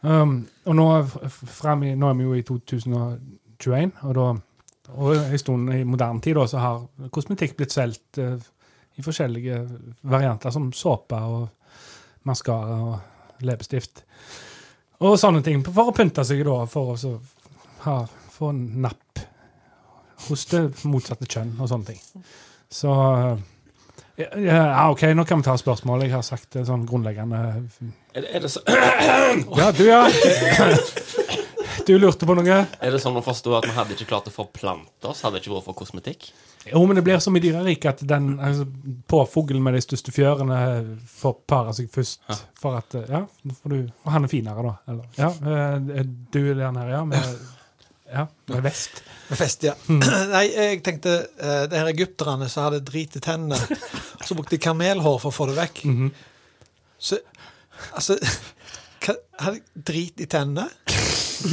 Speaker 6: Um, og nå, er f- f- frem i, nå er vi jo i 2021, og da og en stund i moderne tid da, så har kosmetikk blitt solgt eh, i forskjellige varianter, som såpe og maskara og leppestift. Og sånne ting, for å pynte seg da, for å så ha, få napp hos det motsatte kjønn og sånne ting. Så eh, ja, ja, OK, nå kan vi ta spørsmål. Jeg har sagt det sånn grunnleggende
Speaker 5: Er, det- er, det så,
Speaker 6: Ja, du, ja. Du lurte på noe?
Speaker 5: er det sånn å forstå at vi hadde ikke klart å forplante oss? Hadde det ikke vært for kosmetikk?
Speaker 6: Jo, men det blir som i dyreriket at den altså, påfuglen med de største fjørene eh, får pare seg først. For at eh, Ja, nå får du, og han er finere, da. Eller, ja, eh, du er den her, ja. Med, ja, med vest.
Speaker 10: Med fest, ja.
Speaker 6: Mm.
Speaker 10: Nei, jeg tenkte eh, det her egypterne som hadde drit i tennene, så brukte de kamelhår for å få det vekk.
Speaker 6: Mhm.
Speaker 10: Så altså hva, Hadde de drit i tennene?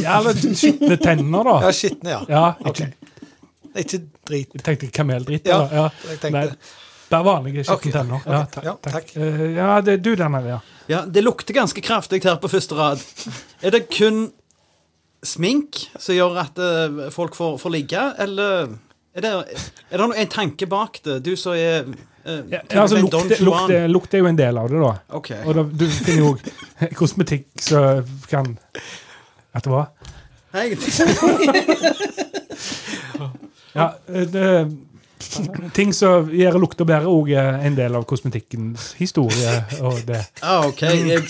Speaker 6: Ja, eller skitne tenner,
Speaker 10: Ja,
Speaker 6: da.
Speaker 10: skitne, ja.
Speaker 6: Ja, ikke,
Speaker 10: Nei, Ikke drit.
Speaker 6: Jeg tenkte kameldritt.
Speaker 10: Ja,
Speaker 6: da. ja.
Speaker 10: Jeg
Speaker 6: Nei,
Speaker 10: tenkte
Speaker 6: det er vanlige
Speaker 10: Ok,
Speaker 6: skitne tenner. Ja,
Speaker 10: ok,
Speaker 6: takk.
Speaker 10: ja,
Speaker 6: takk.
Speaker 10: takk.
Speaker 6: Eh, ja, det er du den her, ja.
Speaker 7: Ja, det lukter ganske kraftig her på første rad. Er det kun smink som gjør at eh, folk får, får ligge, eller er det, er det noe, en tanke bak det? Du som er eh,
Speaker 6: ja altså,
Speaker 7: en
Speaker 6: lukt,
Speaker 7: Don
Speaker 6: lukt,
Speaker 7: Juan.
Speaker 6: lukt, lukt er jo en del av det, da.
Speaker 7: Ok.
Speaker 6: Og da, du finner jo også kosmetikk som kan Vet du hva?
Speaker 7: Hei.
Speaker 6: Ja, eh, det, ting som gjør lukter bedre, òg en del av kosmetikkens historie. og det.
Speaker 7: Ah, OK, jeg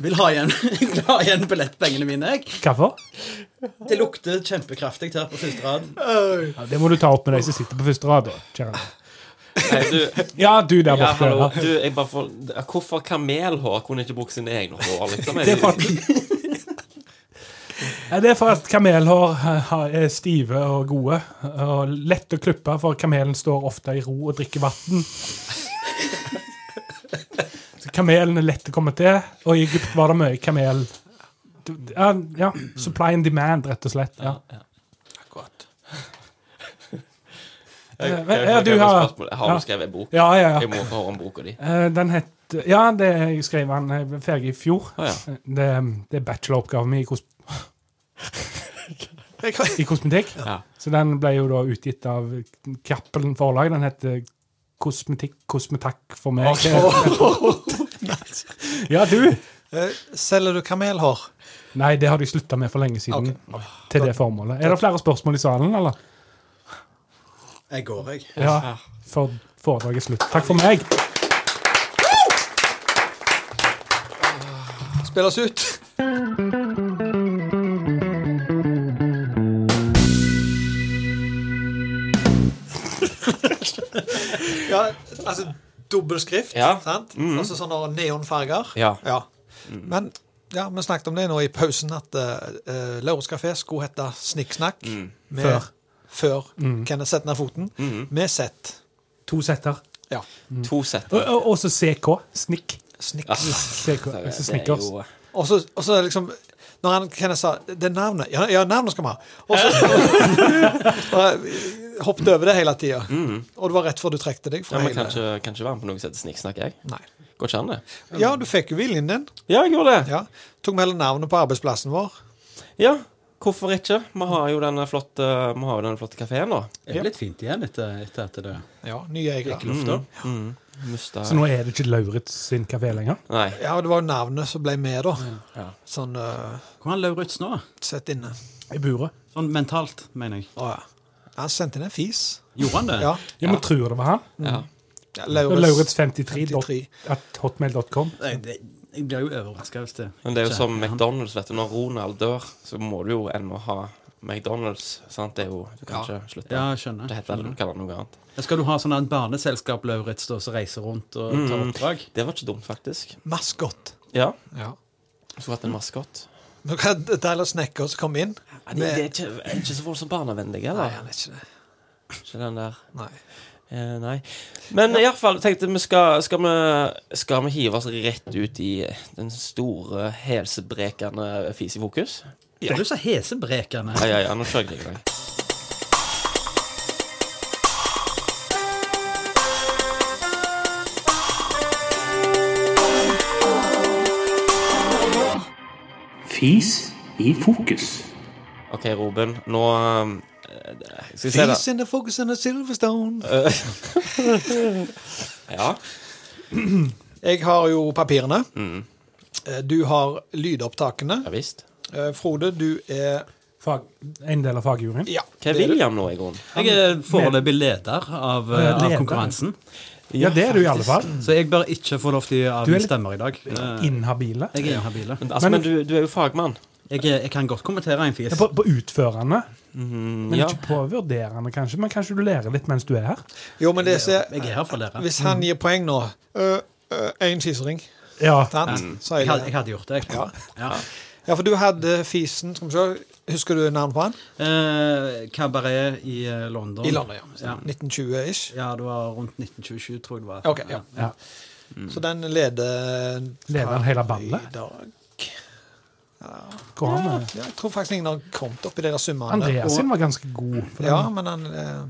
Speaker 7: vil ha igjen, jeg vil ha igjen billettpengene mine. Jeg.
Speaker 6: Hvorfor?
Speaker 7: Det lukter kjempekraftig her på første rad.
Speaker 6: Ja, det må du ta opp med de som sitter på første rad. da, kjære.
Speaker 5: Nei, du,
Speaker 6: Ja, du der
Speaker 5: ja,
Speaker 6: borte.
Speaker 5: hallo.
Speaker 6: Ja,
Speaker 5: Du, jeg bare får, hvorfor kamelhår? Kunne ikke brukt sine egne hår? Liksom?
Speaker 6: Det er for at, ja, det er for at kamelhår eh, er stive og gode. Og lett å klippe, for kamelen står ofte i ro og drikker vann. Så kamelen er lett å komme til, og i Egypt var det mye kamel. Du- Ja, ja, supply and demand, rett og slett. Ja.
Speaker 5: Ja, ja. Jeg,
Speaker 6: Eh,
Speaker 5: jeg, jeg,
Speaker 6: ja, du
Speaker 5: har,
Speaker 6: har-
Speaker 5: spørsmål. jeg har
Speaker 6: ja.
Speaker 5: jo skrevet en bok.
Speaker 6: Ja, ja, ja.
Speaker 5: Jeg må få høre om boka di.
Speaker 6: Eh, Den het Ja, det jeg skrev han jeg ble ferdig i fjor.
Speaker 5: Å, ja.
Speaker 6: Eh, det, det er bacheloroppgaven min i, kos i kosmetikk.
Speaker 5: Ja.
Speaker 6: Så den ble jo da utgitt av Cappelen forlag. Den heter Kosmetikk kosmetakk for meg. ja, du!
Speaker 4: Eh, Selger du kamelhår?
Speaker 6: Nei, det har de slutta med for lenge siden. Til det formålet. Er det flere spørsmål i salen, eller?
Speaker 7: Jeg går, jeg.
Speaker 6: Ja. For foredraget er slutt. Takk for meg.
Speaker 4: Spill oss ut. ja, altså dobbel skrift,
Speaker 5: Ja.
Speaker 4: sant? Altså sånne neonfarger.
Speaker 5: Ja.
Speaker 4: Men ja, vi snakket om det nå i pausen, at uh, Lauritz-kafé skulle hete Snikksnakk. med-
Speaker 6: Før.
Speaker 4: Før Kenneth setter ned foten. Med Z.
Speaker 6: To setter.
Speaker 4: Ja.
Speaker 6: Mm.
Speaker 5: To setter.
Speaker 6: Og og- også CK. Snikk.
Speaker 4: Snikk.
Speaker 6: CK. altså Snickers.
Speaker 4: Og så, og så liksom Når han Kenneth sa det er navnet Ja, ja navnet skal vi ha. Og så og jeg hoppet over det hele tida. Og det var rett før du trekte deg.
Speaker 5: Ja,
Speaker 4: Fra
Speaker 5: men
Speaker 4: hele,
Speaker 5: kanskje, kanskje være med på noe som heter Sniksnakk, jeg.
Speaker 4: Nei.
Speaker 5: Går ikke an, det?
Speaker 4: ja, du fikk jo viljen din.
Speaker 5: Ja, jeg gjorde det.
Speaker 4: Ja. Tok med hele navnet på arbeidsplassen vår.
Speaker 5: Ja, hvorfor ikke? Vi har jo denne flotte, vi har jo denne flotte kafeen, da.
Speaker 7: Det er blitt fint igjen etter, etter at det
Speaker 4: Ja, Nye
Speaker 7: gikk i
Speaker 4: eiere.
Speaker 7: lufta.
Speaker 5: Musta
Speaker 6: Så nå er det ikke Lauritz sin kafé lenger?
Speaker 5: Nei.
Speaker 4: Ja, og det var jo navnet som ble med, da.
Speaker 5: Ja.
Speaker 4: Sånn eh,
Speaker 7: Hvor er Lauritz nå?
Speaker 4: sett inne.
Speaker 6: I buret.
Speaker 7: Sånn mentalt, mener jeg.
Speaker 4: Å ja. Han sendte inn en fis.
Speaker 7: Gjorde han det?
Speaker 4: Ja.
Speaker 6: Ja, men tror det var han.
Speaker 5: Ja.
Speaker 4: ja
Speaker 6: Lauritz53 at hotmail.com.
Speaker 7: Nei, det, jeg blir jo overraska hvis det
Speaker 5: Men det er jo
Speaker 7: ikke-
Speaker 5: som
Speaker 7: han-
Speaker 5: McDonald's, vet du. Når Ronald dør, så må du jo ennå ha McDonald's. Sant? Det er jo Du kan ikke slutte.
Speaker 7: Ja, jeg skjønner.
Speaker 5: Det heter
Speaker 7: skjønner.
Speaker 5: du kaller det noe annet.
Speaker 7: Skal du ha sånn en barneselskap, Lauritz, da, som reiser rundt og tar oppdrag?
Speaker 5: Det var ikke dumt, faktisk.
Speaker 4: Maskot.
Speaker 5: Ja.
Speaker 4: Ja.
Speaker 5: Skulle hatt en maskot.
Speaker 4: Nå kan Tyler Snekker som kom inn.
Speaker 5: Mm. Ja, de de er ikke, er ikke så voldsomt barnevennlige,
Speaker 4: Nei,
Speaker 5: eller?
Speaker 4: han er ikke det.
Speaker 5: Ikke den der
Speaker 4: Nei.
Speaker 5: eh, Nei. Men i alle fall, tenkte vi skal, skal vi Skal vi hive oss rett ut i den store, helsebrekende fis i fokus?
Speaker 7: Det er du så hesebrekende.
Speaker 5: Ai, ai, ai, nå kjører jeg i gang.
Speaker 11: Fis i fokus.
Speaker 5: OK, Ruben. Nå eh, Skal vi se, da.
Speaker 4: Fis in the focus on the Silverstone.
Speaker 5: Ja.
Speaker 4: Jeg har jo papirene. Eh, Du har lydopptakene.
Speaker 5: Ja visst.
Speaker 4: Eh, Frode, du er
Speaker 6: Fag, en del av fagjuryen.
Speaker 4: Ja.
Speaker 5: Hva er
Speaker 4: det er du.
Speaker 5: William nå, i grunnen?
Speaker 7: Jeg er foreløpig leder av, eh,
Speaker 6: Ja, leder.
Speaker 7: av konkurransen,
Speaker 6: Ja, det er du i alle fall.
Speaker 7: så jeg bør ikke få lov til å
Speaker 6: Du er
Speaker 7: avgi
Speaker 6: litt-
Speaker 7: stemmer i dag. Eh,
Speaker 6: Inhabile.
Speaker 7: Jeg er inhabile.
Speaker 5: Men, altså, men, du, du er jo fagmann.
Speaker 7: Jeg, jeg kan godt kommentere en fis.
Speaker 6: Ja, På, på utførende, men
Speaker 5: Mm, ja.
Speaker 6: ikke på vurderende, kanskje. Men kanskje du lærer litt mens du er her?
Speaker 4: Jo, men det ser
Speaker 7: Jeg er her for å lære.
Speaker 4: Hvis han gir poeng nå eh, Én fisering.
Speaker 6: Ja.
Speaker 4: Sant? Så er
Speaker 7: Jeg hadde, jeg
Speaker 4: det.
Speaker 7: hadde gjort det.
Speaker 4: Ja.
Speaker 7: Ja.
Speaker 4: Ja, for du hadde fisen Skal vi se. Husker du navnet på han?
Speaker 7: Eh, Kabaret i eh, London.
Speaker 4: I London, ja.
Speaker 7: Ja.
Speaker 4: 1920-ish.
Speaker 7: Ja, det var rundt 1927, tror jeg det var.
Speaker 4: Ok, ja. Så den leder
Speaker 6: Leder han hele ballet?
Speaker 4: I dag.
Speaker 6: Går han, eh?
Speaker 4: Ja, jeg tror faktisk ingen har kommet opp i de der summene.
Speaker 6: Andreas sin var ganske god. For
Speaker 4: Ja,
Speaker 6: den.
Speaker 4: men han eh,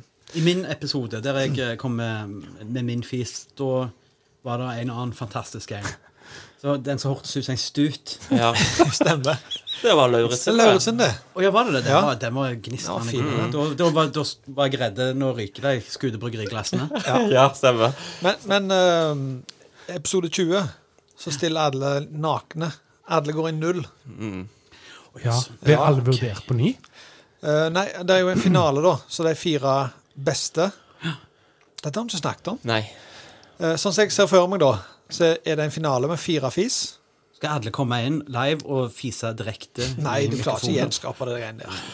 Speaker 7: I min episode, der jeg eh, kom med, med min fis, da var det en annen fantastisk en. Så den som hørtes ut som en stut.
Speaker 5: Ja,
Speaker 4: Stemmer.
Speaker 5: det var Lauritz.
Speaker 4: Lauritzen, det.
Speaker 7: Å ja, var det det? Den
Speaker 4: Ja.
Speaker 7: var, den var gnistrende
Speaker 4: Ja, fin,
Speaker 7: god. Da, da, var, da var jeg redd. Nå ryker de Skude bryggeriglassene.
Speaker 5: Ja, stemmer.
Speaker 4: Men, men eh, episode 20, så stiller alle nakne. Alle går i null.
Speaker 6: Ja. Blir alle vurdert på ny?
Speaker 4: Eh, nei, det er jo en finale, da, så de fire beste Dette har vi ikke snakket om.
Speaker 5: Nei.
Speaker 4: Eh, sånn som jeg ser for meg, da, så er det en finale med fire fis.
Speaker 7: Skal alle komme inn live og fise direkte? i
Speaker 4: Nei, du klarer ikke å
Speaker 7: mikrofonen?
Speaker 4: gjenskape det greiene der.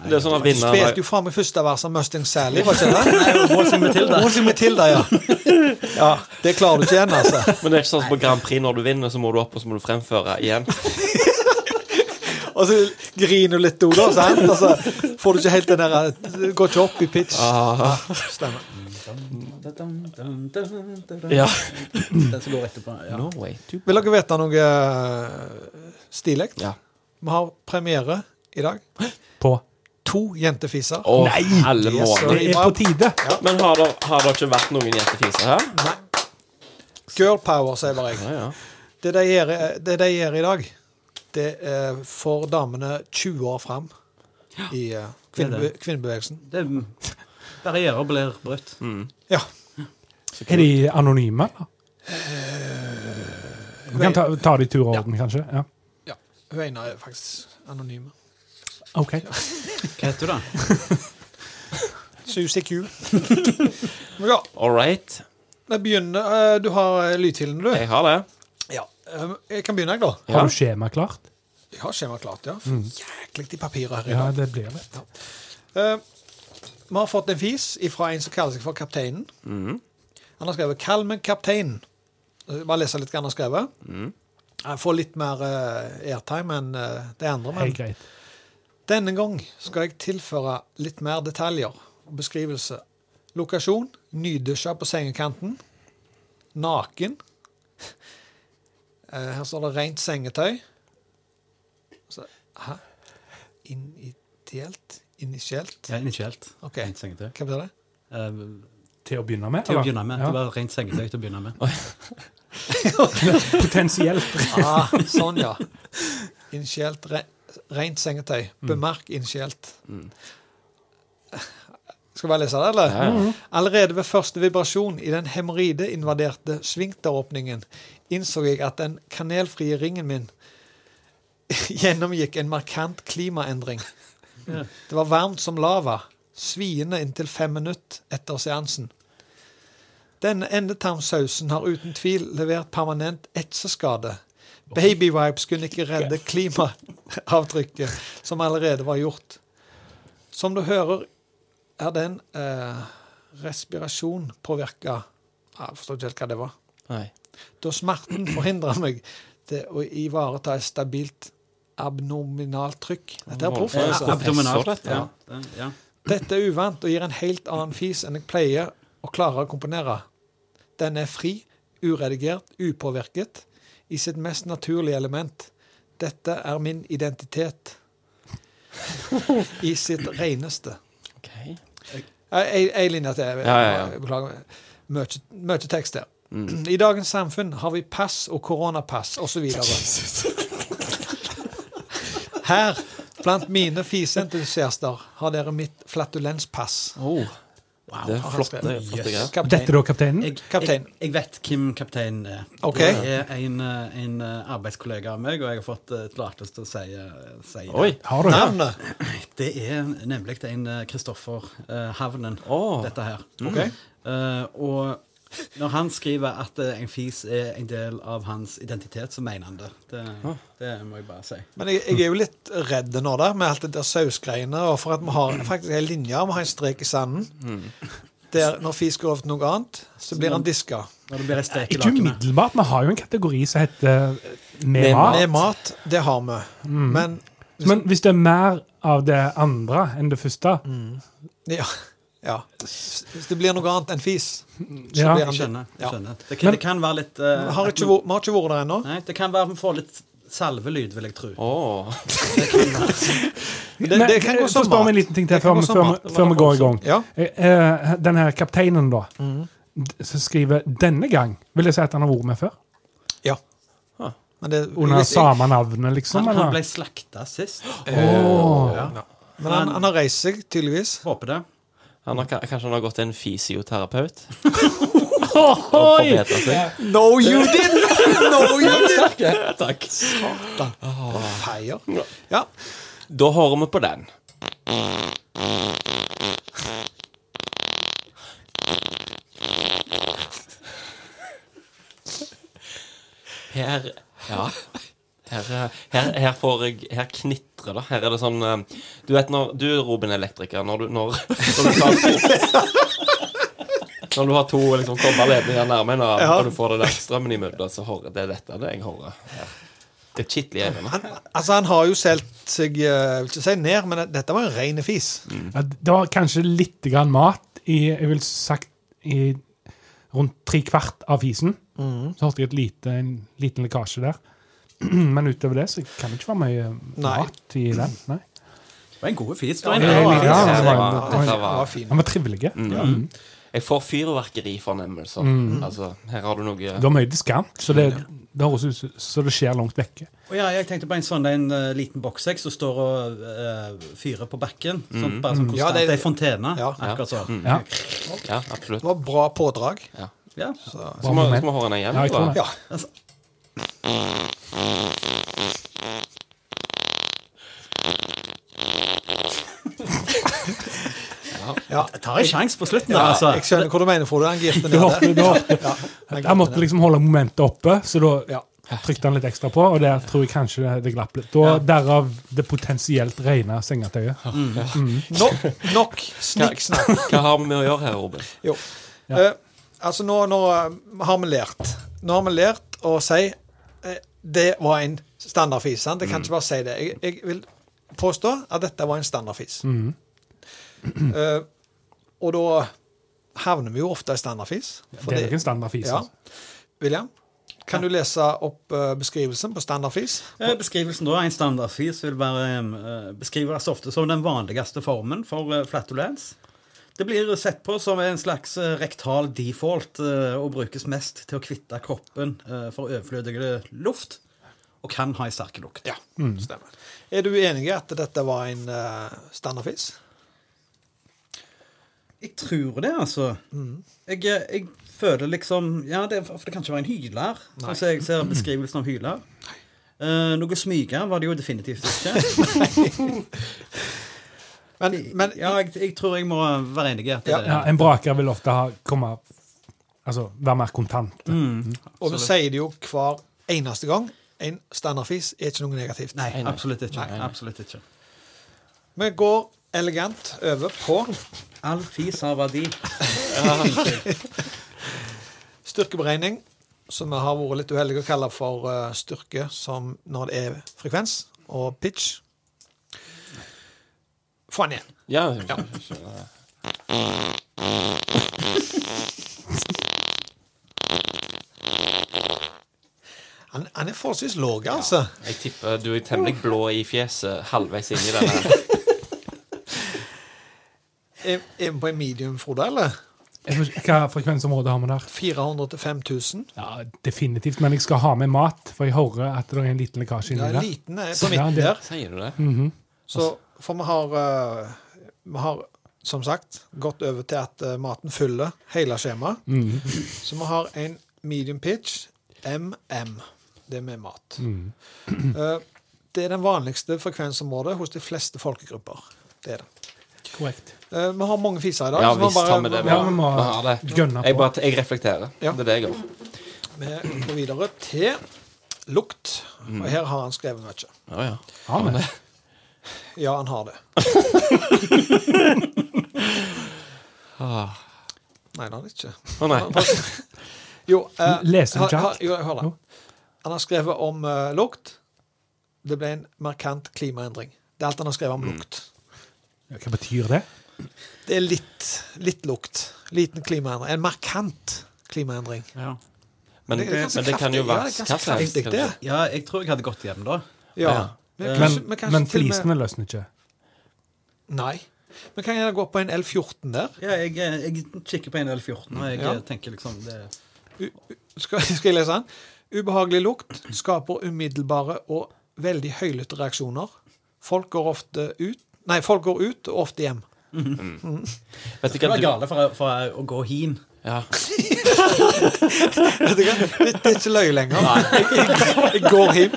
Speaker 5: Det er sånn at
Speaker 4: Du spilte
Speaker 5: vinneren
Speaker 4: jo faen meg første vers av Mustang Sally, var ikke det?
Speaker 7: Walls in Matilda.
Speaker 4: Rosie Matilda, ja. ja. Det klarer du ikke igjen, altså.
Speaker 5: Men det er ikke sånn som på Grand Prix. Når du vinner, så må du opp og så må du fremføre igjen.
Speaker 4: Og så griner du litt, Oda, sant? Og så får du ikke helt den der det Går ikke opp i pitch. Stemmer.
Speaker 5: Ja.
Speaker 7: Den som går etterpå. Ja.
Speaker 5: Norway. Du.
Speaker 4: Vil dere vite noe eh, stilig?
Speaker 5: Ja.
Speaker 4: Vi har premiere i dag.
Speaker 6: På
Speaker 4: to jentefiser.
Speaker 5: Å, alle
Speaker 4: De er så
Speaker 5: måneder.
Speaker 4: bra.
Speaker 5: Men har det, har det ikke vært noen jentefiser her?
Speaker 4: Nei. Girl power, sier bare jeg. Det de gjør, det de gjør i dag, det eh, får damene 20 år fram i eh, kvinnebevegelsen. kvinnebevegelsen.
Speaker 7: Det Barrierer blir brutt.
Speaker 4: Mm. Ja.
Speaker 6: Er de anonyme? eller? Vi kan ta, ta det i tur og orden, kanskje. Ja.
Speaker 4: ja. Hun ene er faktisk anonym.
Speaker 6: OK.
Speaker 7: Hva heter du, da?
Speaker 4: Susi Q. Men ja,
Speaker 5: All right.
Speaker 4: det begynner eh, Du har eh, lydfilene, du?
Speaker 5: Jeg har det.
Speaker 4: Ja. eh, Jeg kan begynne, jeg, da.
Speaker 6: Har du skjema klart?
Speaker 4: Jeg har skjema klart, ja.
Speaker 6: Mm.
Speaker 4: Jæklig i papiret her i
Speaker 6: Ja,
Speaker 4: dag.
Speaker 6: det blir lett.
Speaker 4: Eh, vi har fått en fis fra en som kaller seg for Kapteinen.
Speaker 5: Mhm.
Speaker 4: Han har skrevet 'Kall meg kapteinen'. Jeg Bare lese litt hva han har skrevet.
Speaker 5: Mhm.
Speaker 4: Jeg får litt mer eh, airtime enn eh, det andre, men
Speaker 6: Helt greit.
Speaker 4: denne gang skal jeg tilføre litt mer detaljer og beskrivelse. Lokasjon nydusja på sengekanten. Naken. Eh, her står det rent sengetøy. Så, hæ? Initielt? Initielt?
Speaker 7: Ja, initielt.
Speaker 4: Ok.
Speaker 7: Rent sengetøy.
Speaker 4: Hva betyr det?
Speaker 6: Til å begynne med?
Speaker 7: Til å
Speaker 6: eller?
Speaker 7: begynne med.
Speaker 6: Ja.
Speaker 7: Det var rent sengetøy til å begynne med.
Speaker 6: Potensielt.
Speaker 4: Ah, sånn, ja. Initielt re rent sengetøy.
Speaker 5: Mm.
Speaker 4: Bemerk initielt. Skal jeg bare lese det, eller? Mm-hmm.
Speaker 5: Ja, ja.
Speaker 4: Allerede ved første vibrasjon i den hemoroideinvaderte svingdøråpningen innså jeg at den kanelfrie ringen min gjennomgikk en markant klimaendring.
Speaker 7: Ja.
Speaker 4: Det var varmt som lava, sviende inntil fem minutter etter seansen. Denne endetarmsausen har uten tvil levert permanent etseskade. Babywipes kunne ikke redde klimaavtrykket som allerede var gjort. Som du hører, er den eh, respirasjon påvirka Jeg forstår ikke helt hva det var.
Speaker 5: Nei.
Speaker 4: Da smerten forhindra meg til å ivareta et stabilt abnominalt trykk. Dette er proff.
Speaker 7: Eh,
Speaker 4: altså.
Speaker 7: Abdominalt. Ja.
Speaker 4: Ja.
Speaker 7: Det- ja.
Speaker 4: Dette er uvant og gir en helt annen fis enn jeg pleier å klare å komponere. Den er fri, uredigert, upåvirket, i sitt mest naturlige element. Dette er min identitet. I sitt reneste.
Speaker 5: Okay.
Speaker 4: Ei linje til. jeg-
Speaker 5: Ja, ja, Mm. ja.
Speaker 4: jeg Beklager. Mye mye tekst her. I dagens samfunn har vi pass og koronapass osv. Her, blant mine fiseentusiaster, har dere mitt flatulenspass.
Speaker 5: Oh. Det er flotte, flotte greier.
Speaker 6: Dette da, kapteinen?
Speaker 7: Jeg,
Speaker 4: Kaptein.
Speaker 7: Jeg, jeg vet hvem kapteinen er.
Speaker 4: Ok.
Speaker 7: Det er en, eh, en eh, arbeidskollega av meg, og jeg har fått eh, tillatelse til å si, eh, si det.
Speaker 5: Oi,
Speaker 6: har du?
Speaker 4: Navnet?
Speaker 7: Det er nemlig en eh, Kristoffer eh, Havnen, dette her.
Speaker 4: Ok.
Speaker 7: Eh, og når han skriver at eh, en fis er en del av hans identitet, så mener han det. Det, det må jeg bare si.
Speaker 4: Men jeg, jeg er jo litt redd nå, da, med alt det der sausgreiene. Og for at vi har faktisk en linje, vi har en strek i sanden.
Speaker 5: Mm.
Speaker 4: Der når fis går over til noe annet, så blir han diska.
Speaker 7: Når det blir en strek i
Speaker 6: Ikke
Speaker 7: lakenet.
Speaker 6: umiddelbart. Vi har jo en kategori som heter eh, med
Speaker 4: Med
Speaker 6: mat.
Speaker 4: mat, det har vi.
Speaker 5: Mm.
Speaker 4: Men
Speaker 6: Men hvis det er mer av det andre enn det første
Speaker 4: ja, ja. Hvis det blir noe annet enn fis, så
Speaker 6: Ja.
Speaker 4: blir han
Speaker 7: Jeg skjønner. jeg
Speaker 4: Ja.
Speaker 7: skjønner. Det, kan, det kan være litt eh,
Speaker 4: Vi har ikke vært- vi har ikke vært der ennå.
Speaker 7: Nei, det kan være vi får litt salvelyd, vil jeg tro.
Speaker 5: Åh.
Speaker 4: Det,
Speaker 6: Men,
Speaker 4: det kan gå som
Speaker 6: Få spørre om
Speaker 4: mat.
Speaker 6: en liten ting
Speaker 4: Det
Speaker 6: til
Speaker 4: kan
Speaker 6: før,
Speaker 4: gå
Speaker 6: vi-
Speaker 4: som
Speaker 6: før,
Speaker 4: mat.
Speaker 6: vi- før vi går i gang.
Speaker 4: Ja. Mhm.
Speaker 6: Eh, den her kapteinen, da, d- som skriver 'denne gang', vil jeg si at han har vært med før?
Speaker 4: ja.
Speaker 5: Ah.
Speaker 4: Men det,
Speaker 6: Under samme navnet, liksom?
Speaker 7: Han, han
Speaker 6: Eller?
Speaker 7: ble slakta sist.
Speaker 6: Åh.
Speaker 4: Men han, han har reist seg, tydeligvis.
Speaker 7: Håper det.
Speaker 5: Han har, ka- kanskje han har gått til en fysioterapeut?
Speaker 6: Oi!
Speaker 5: Forbedret seg?
Speaker 4: No, you didn't! No, you didn't!
Speaker 5: Takk.
Speaker 4: Feier. Ja.
Speaker 5: Da hører vi på den. Her Ja. Her, eh, her, her får jeg Her knitrer det. Her er det sånn eh, Du vet når Du, Robin elektriker, når du Når, når du tar to Når du har to liksom, kobberledninger nærme hverandre,
Speaker 4: Ja.
Speaker 5: og du får den der strømmen imellom, så hører det er dette det jeg hører. her. Det kitler i ørene.
Speaker 4: Altså, han har jo solgt seg eh, Jeg vil ikke si ned, men dette var en ren fis.
Speaker 6: Ja, det var kanskje litt grann mat i Jeg vil sagt i rundt tre kvart av fisen.
Speaker 4: Mhm.
Speaker 6: Så hørte jeg et lite, en liten lekkasje der. Men utover det så kan det ikke være mye eh,
Speaker 4: Nei.
Speaker 6: mat i den. Nei.
Speaker 7: var en god fis.
Speaker 5: Ja,
Speaker 7: da.
Speaker 5: det var- Ja, det var-
Speaker 6: Han
Speaker 5: dette
Speaker 6: var fin. Han var trivelige.
Speaker 5: Mm.
Speaker 6: Ja.
Speaker 5: Jeg får fyrverkerifornemmelser.
Speaker 6: Mm.
Speaker 5: Altså, her har du noe
Speaker 6: Det var mye diskant, så det, det høres ut som- så det skjer langt vekke.
Speaker 7: Å ja, jeg tenkte på en sånn det er en eh, liten bokssekk som står og eh, fyrer på bakken. Sånn,
Speaker 5: Mm.
Speaker 7: bare sånn
Speaker 5: Mm.
Speaker 7: konstant.
Speaker 5: Ja,
Speaker 7: det,
Speaker 5: det-
Speaker 7: er en fontene. Akkurat
Speaker 5: Ja.
Speaker 7: sånn.
Speaker 5: Mm. Ja. Ja, absolutt.
Speaker 4: Det var bra pådrag.
Speaker 5: Ja.
Speaker 7: Ja.
Speaker 4: Så-
Speaker 5: Skal vi- skal vi høre den igjen, Ja, jeg tror eller? det.
Speaker 4: Ja.
Speaker 7: Altså,
Speaker 4: Ja.
Speaker 7: Jeg tar en sjanse på slutten.
Speaker 4: Ja,
Speaker 7: da, altså.
Speaker 4: Jeg skjønner hva du mener, Frode. Han girte
Speaker 6: Du hørte,
Speaker 4: ned
Speaker 6: du
Speaker 4: der.
Speaker 6: hørte.
Speaker 4: Ja, han
Speaker 6: Han måtte
Speaker 4: girte ned.
Speaker 6: liksom holde momentet oppe, så da trykte han litt ekstra på, og der tror jeg kanskje det, det glapp litt. Da, Derav det potensielt rene sengetøyet.
Speaker 5: Mm.
Speaker 6: Mm.
Speaker 4: Nok- nok snikksnakk.
Speaker 5: Hva, hva har vi med å gjøre her, Robin?
Speaker 4: Jo. Eh, altså, nå, nå eh, har vi lært. Nå har vi lært å si eh, det var en standardfis. sant? Jeg kan
Speaker 6: Mm.
Speaker 4: ikke bare si det. Jeg, jeg vil påstå at dette var en standardfis.
Speaker 6: Mhm.
Speaker 4: Eh, og da havner vi jo ofte i standardfis.
Speaker 6: det er jo ikke en standardfis,
Speaker 4: Ja.
Speaker 6: altså.
Speaker 4: William, kan du lese opp eh, beskrivelsen på standardfis?
Speaker 7: Eh, Beskrivelsen da, En standardfis vil være, eh, beskrives ofte som den vanligste formen for eh, flatulens. Det blir sett på som en slags eh, rektal default eh, og brukes mest til å kvitte kroppen eh, for overflødig luft og kan ha en sterk lukt.
Speaker 4: Ja,
Speaker 6: Mm.
Speaker 4: stemmer. Er du enig i at dette var en eh, standardfis?
Speaker 7: Jeg tror det, altså. Jeg, jeg føler liksom Ja, det, for det kan ikke være en hyler, sånn som jeg ser beskrivelsen av hyler. Eh, noe smyge var det jo definitivt ikke.
Speaker 4: men
Speaker 7: ja, jeg, jeg tror jeg må være enig i at det er
Speaker 6: Ja, en braker vil ofte ha, komme, altså, være mer kontant.
Speaker 4: Og vi sier det jo hver eneste gang. En standardfis er ikke noe negativt.
Speaker 7: Nei, absolutt ikke. Absolutt ikke.
Speaker 4: Vi går elegant over på
Speaker 7: All fis har verdi.
Speaker 4: Styrkeberegning, som vi har vært litt uheldige å kalle for eh, styrke som når det er frekvens og pitch. Få den igjen.
Speaker 5: Ja.
Speaker 4: Han, han er forholdsvis lav, altså.
Speaker 5: Jeg tipper du er temmelig blå i fjeset halvveis inn i den her.
Speaker 4: Er er vi på en medium, Frode, eller?
Speaker 6: Jeg vet ikke Hva frekvensområde har vi der?
Speaker 4: 400 til 5000?
Speaker 6: Ja, Definitivt, men jeg skal ha med mat, for jeg hører at det er en liten lekkasje inni
Speaker 4: Ja,
Speaker 6: der.
Speaker 4: liten er på
Speaker 6: Ja,
Speaker 4: midten
Speaker 6: det-
Speaker 4: der.
Speaker 5: Mm,
Speaker 6: Mhm.
Speaker 4: Så, for vi har, eh, vi har som sagt gått over til at eh, maten fyller hele skjemaet.
Speaker 6: Mhm.
Speaker 4: Så vi har en medium pitch, MM. Det er med mat.
Speaker 6: Mhm.
Speaker 4: Eh, det er den vanligste frekvensområdet hos de fleste folkegrupper. Det er det.
Speaker 6: Korrekt.
Speaker 4: Eh, vi har mange fiser i dag.
Speaker 5: Ja
Speaker 4: så vi
Speaker 5: visst,
Speaker 4: bare-
Speaker 5: ta med det.
Speaker 4: vi-
Speaker 5: Vi har det. Jeg, bare, jeg reflekterer.
Speaker 4: Ja.
Speaker 5: Det er det jeg gjør.
Speaker 4: Vi går videre til lukt.
Speaker 5: Mhm.
Speaker 4: Og her har han skrevet mye.
Speaker 5: Ja, ja.
Speaker 6: Har vi det?
Speaker 4: Ja, han har det.
Speaker 5: Ah.
Speaker 4: Nei, det har han ikke.
Speaker 5: Å, nei.
Speaker 4: Han har- Jo, eh,
Speaker 6: Leser du ikke
Speaker 4: ha- ha-
Speaker 6: alt?
Speaker 4: Jo, hør da. Han har skrevet om eh, lukt. Det ble en markant klimaendring. Det er alt han har skrevet om
Speaker 5: Mm.
Speaker 4: lukt.
Speaker 6: Ja, Hva betyr det?
Speaker 4: Det er litt, litt lukt. Liten klimaendring. En markant klimaendring.
Speaker 5: Men
Speaker 4: Det er
Speaker 5: det-
Speaker 4: ganske
Speaker 5: men det kan jo
Speaker 4: kraftig.
Speaker 5: være
Speaker 4: Ja, det er ganske
Speaker 5: hva som helst,
Speaker 4: kraftig, det.
Speaker 7: Ja, jeg tror jeg hadde gått hjem da.
Speaker 4: Ja.
Speaker 6: Men,
Speaker 4: kanskje- kanskje
Speaker 6: men
Speaker 4: til og med-
Speaker 6: flisene løsner ikke.
Speaker 4: Nei. Men kan jeg gå på en L14 der?
Speaker 7: Ja, jeg, eh, jeg kikker på en L14, og jeg
Speaker 4: Ja.
Speaker 7: tenker liksom det
Speaker 4: Skal, skal jeg lese den? Ubehagelig lukt skaper umiddelbare og veldig høylytte reaksjoner. Folk går ofte ut Nei, folk går ut og ofte hjem. Mhm.
Speaker 5: Vet du
Speaker 7: Det
Speaker 5: hva
Speaker 7: var
Speaker 5: du
Speaker 7: gale for, for å gå hjem.
Speaker 5: Ja.
Speaker 4: Vet du hva? Det det er ikke løye lenger. Jeg går hjem.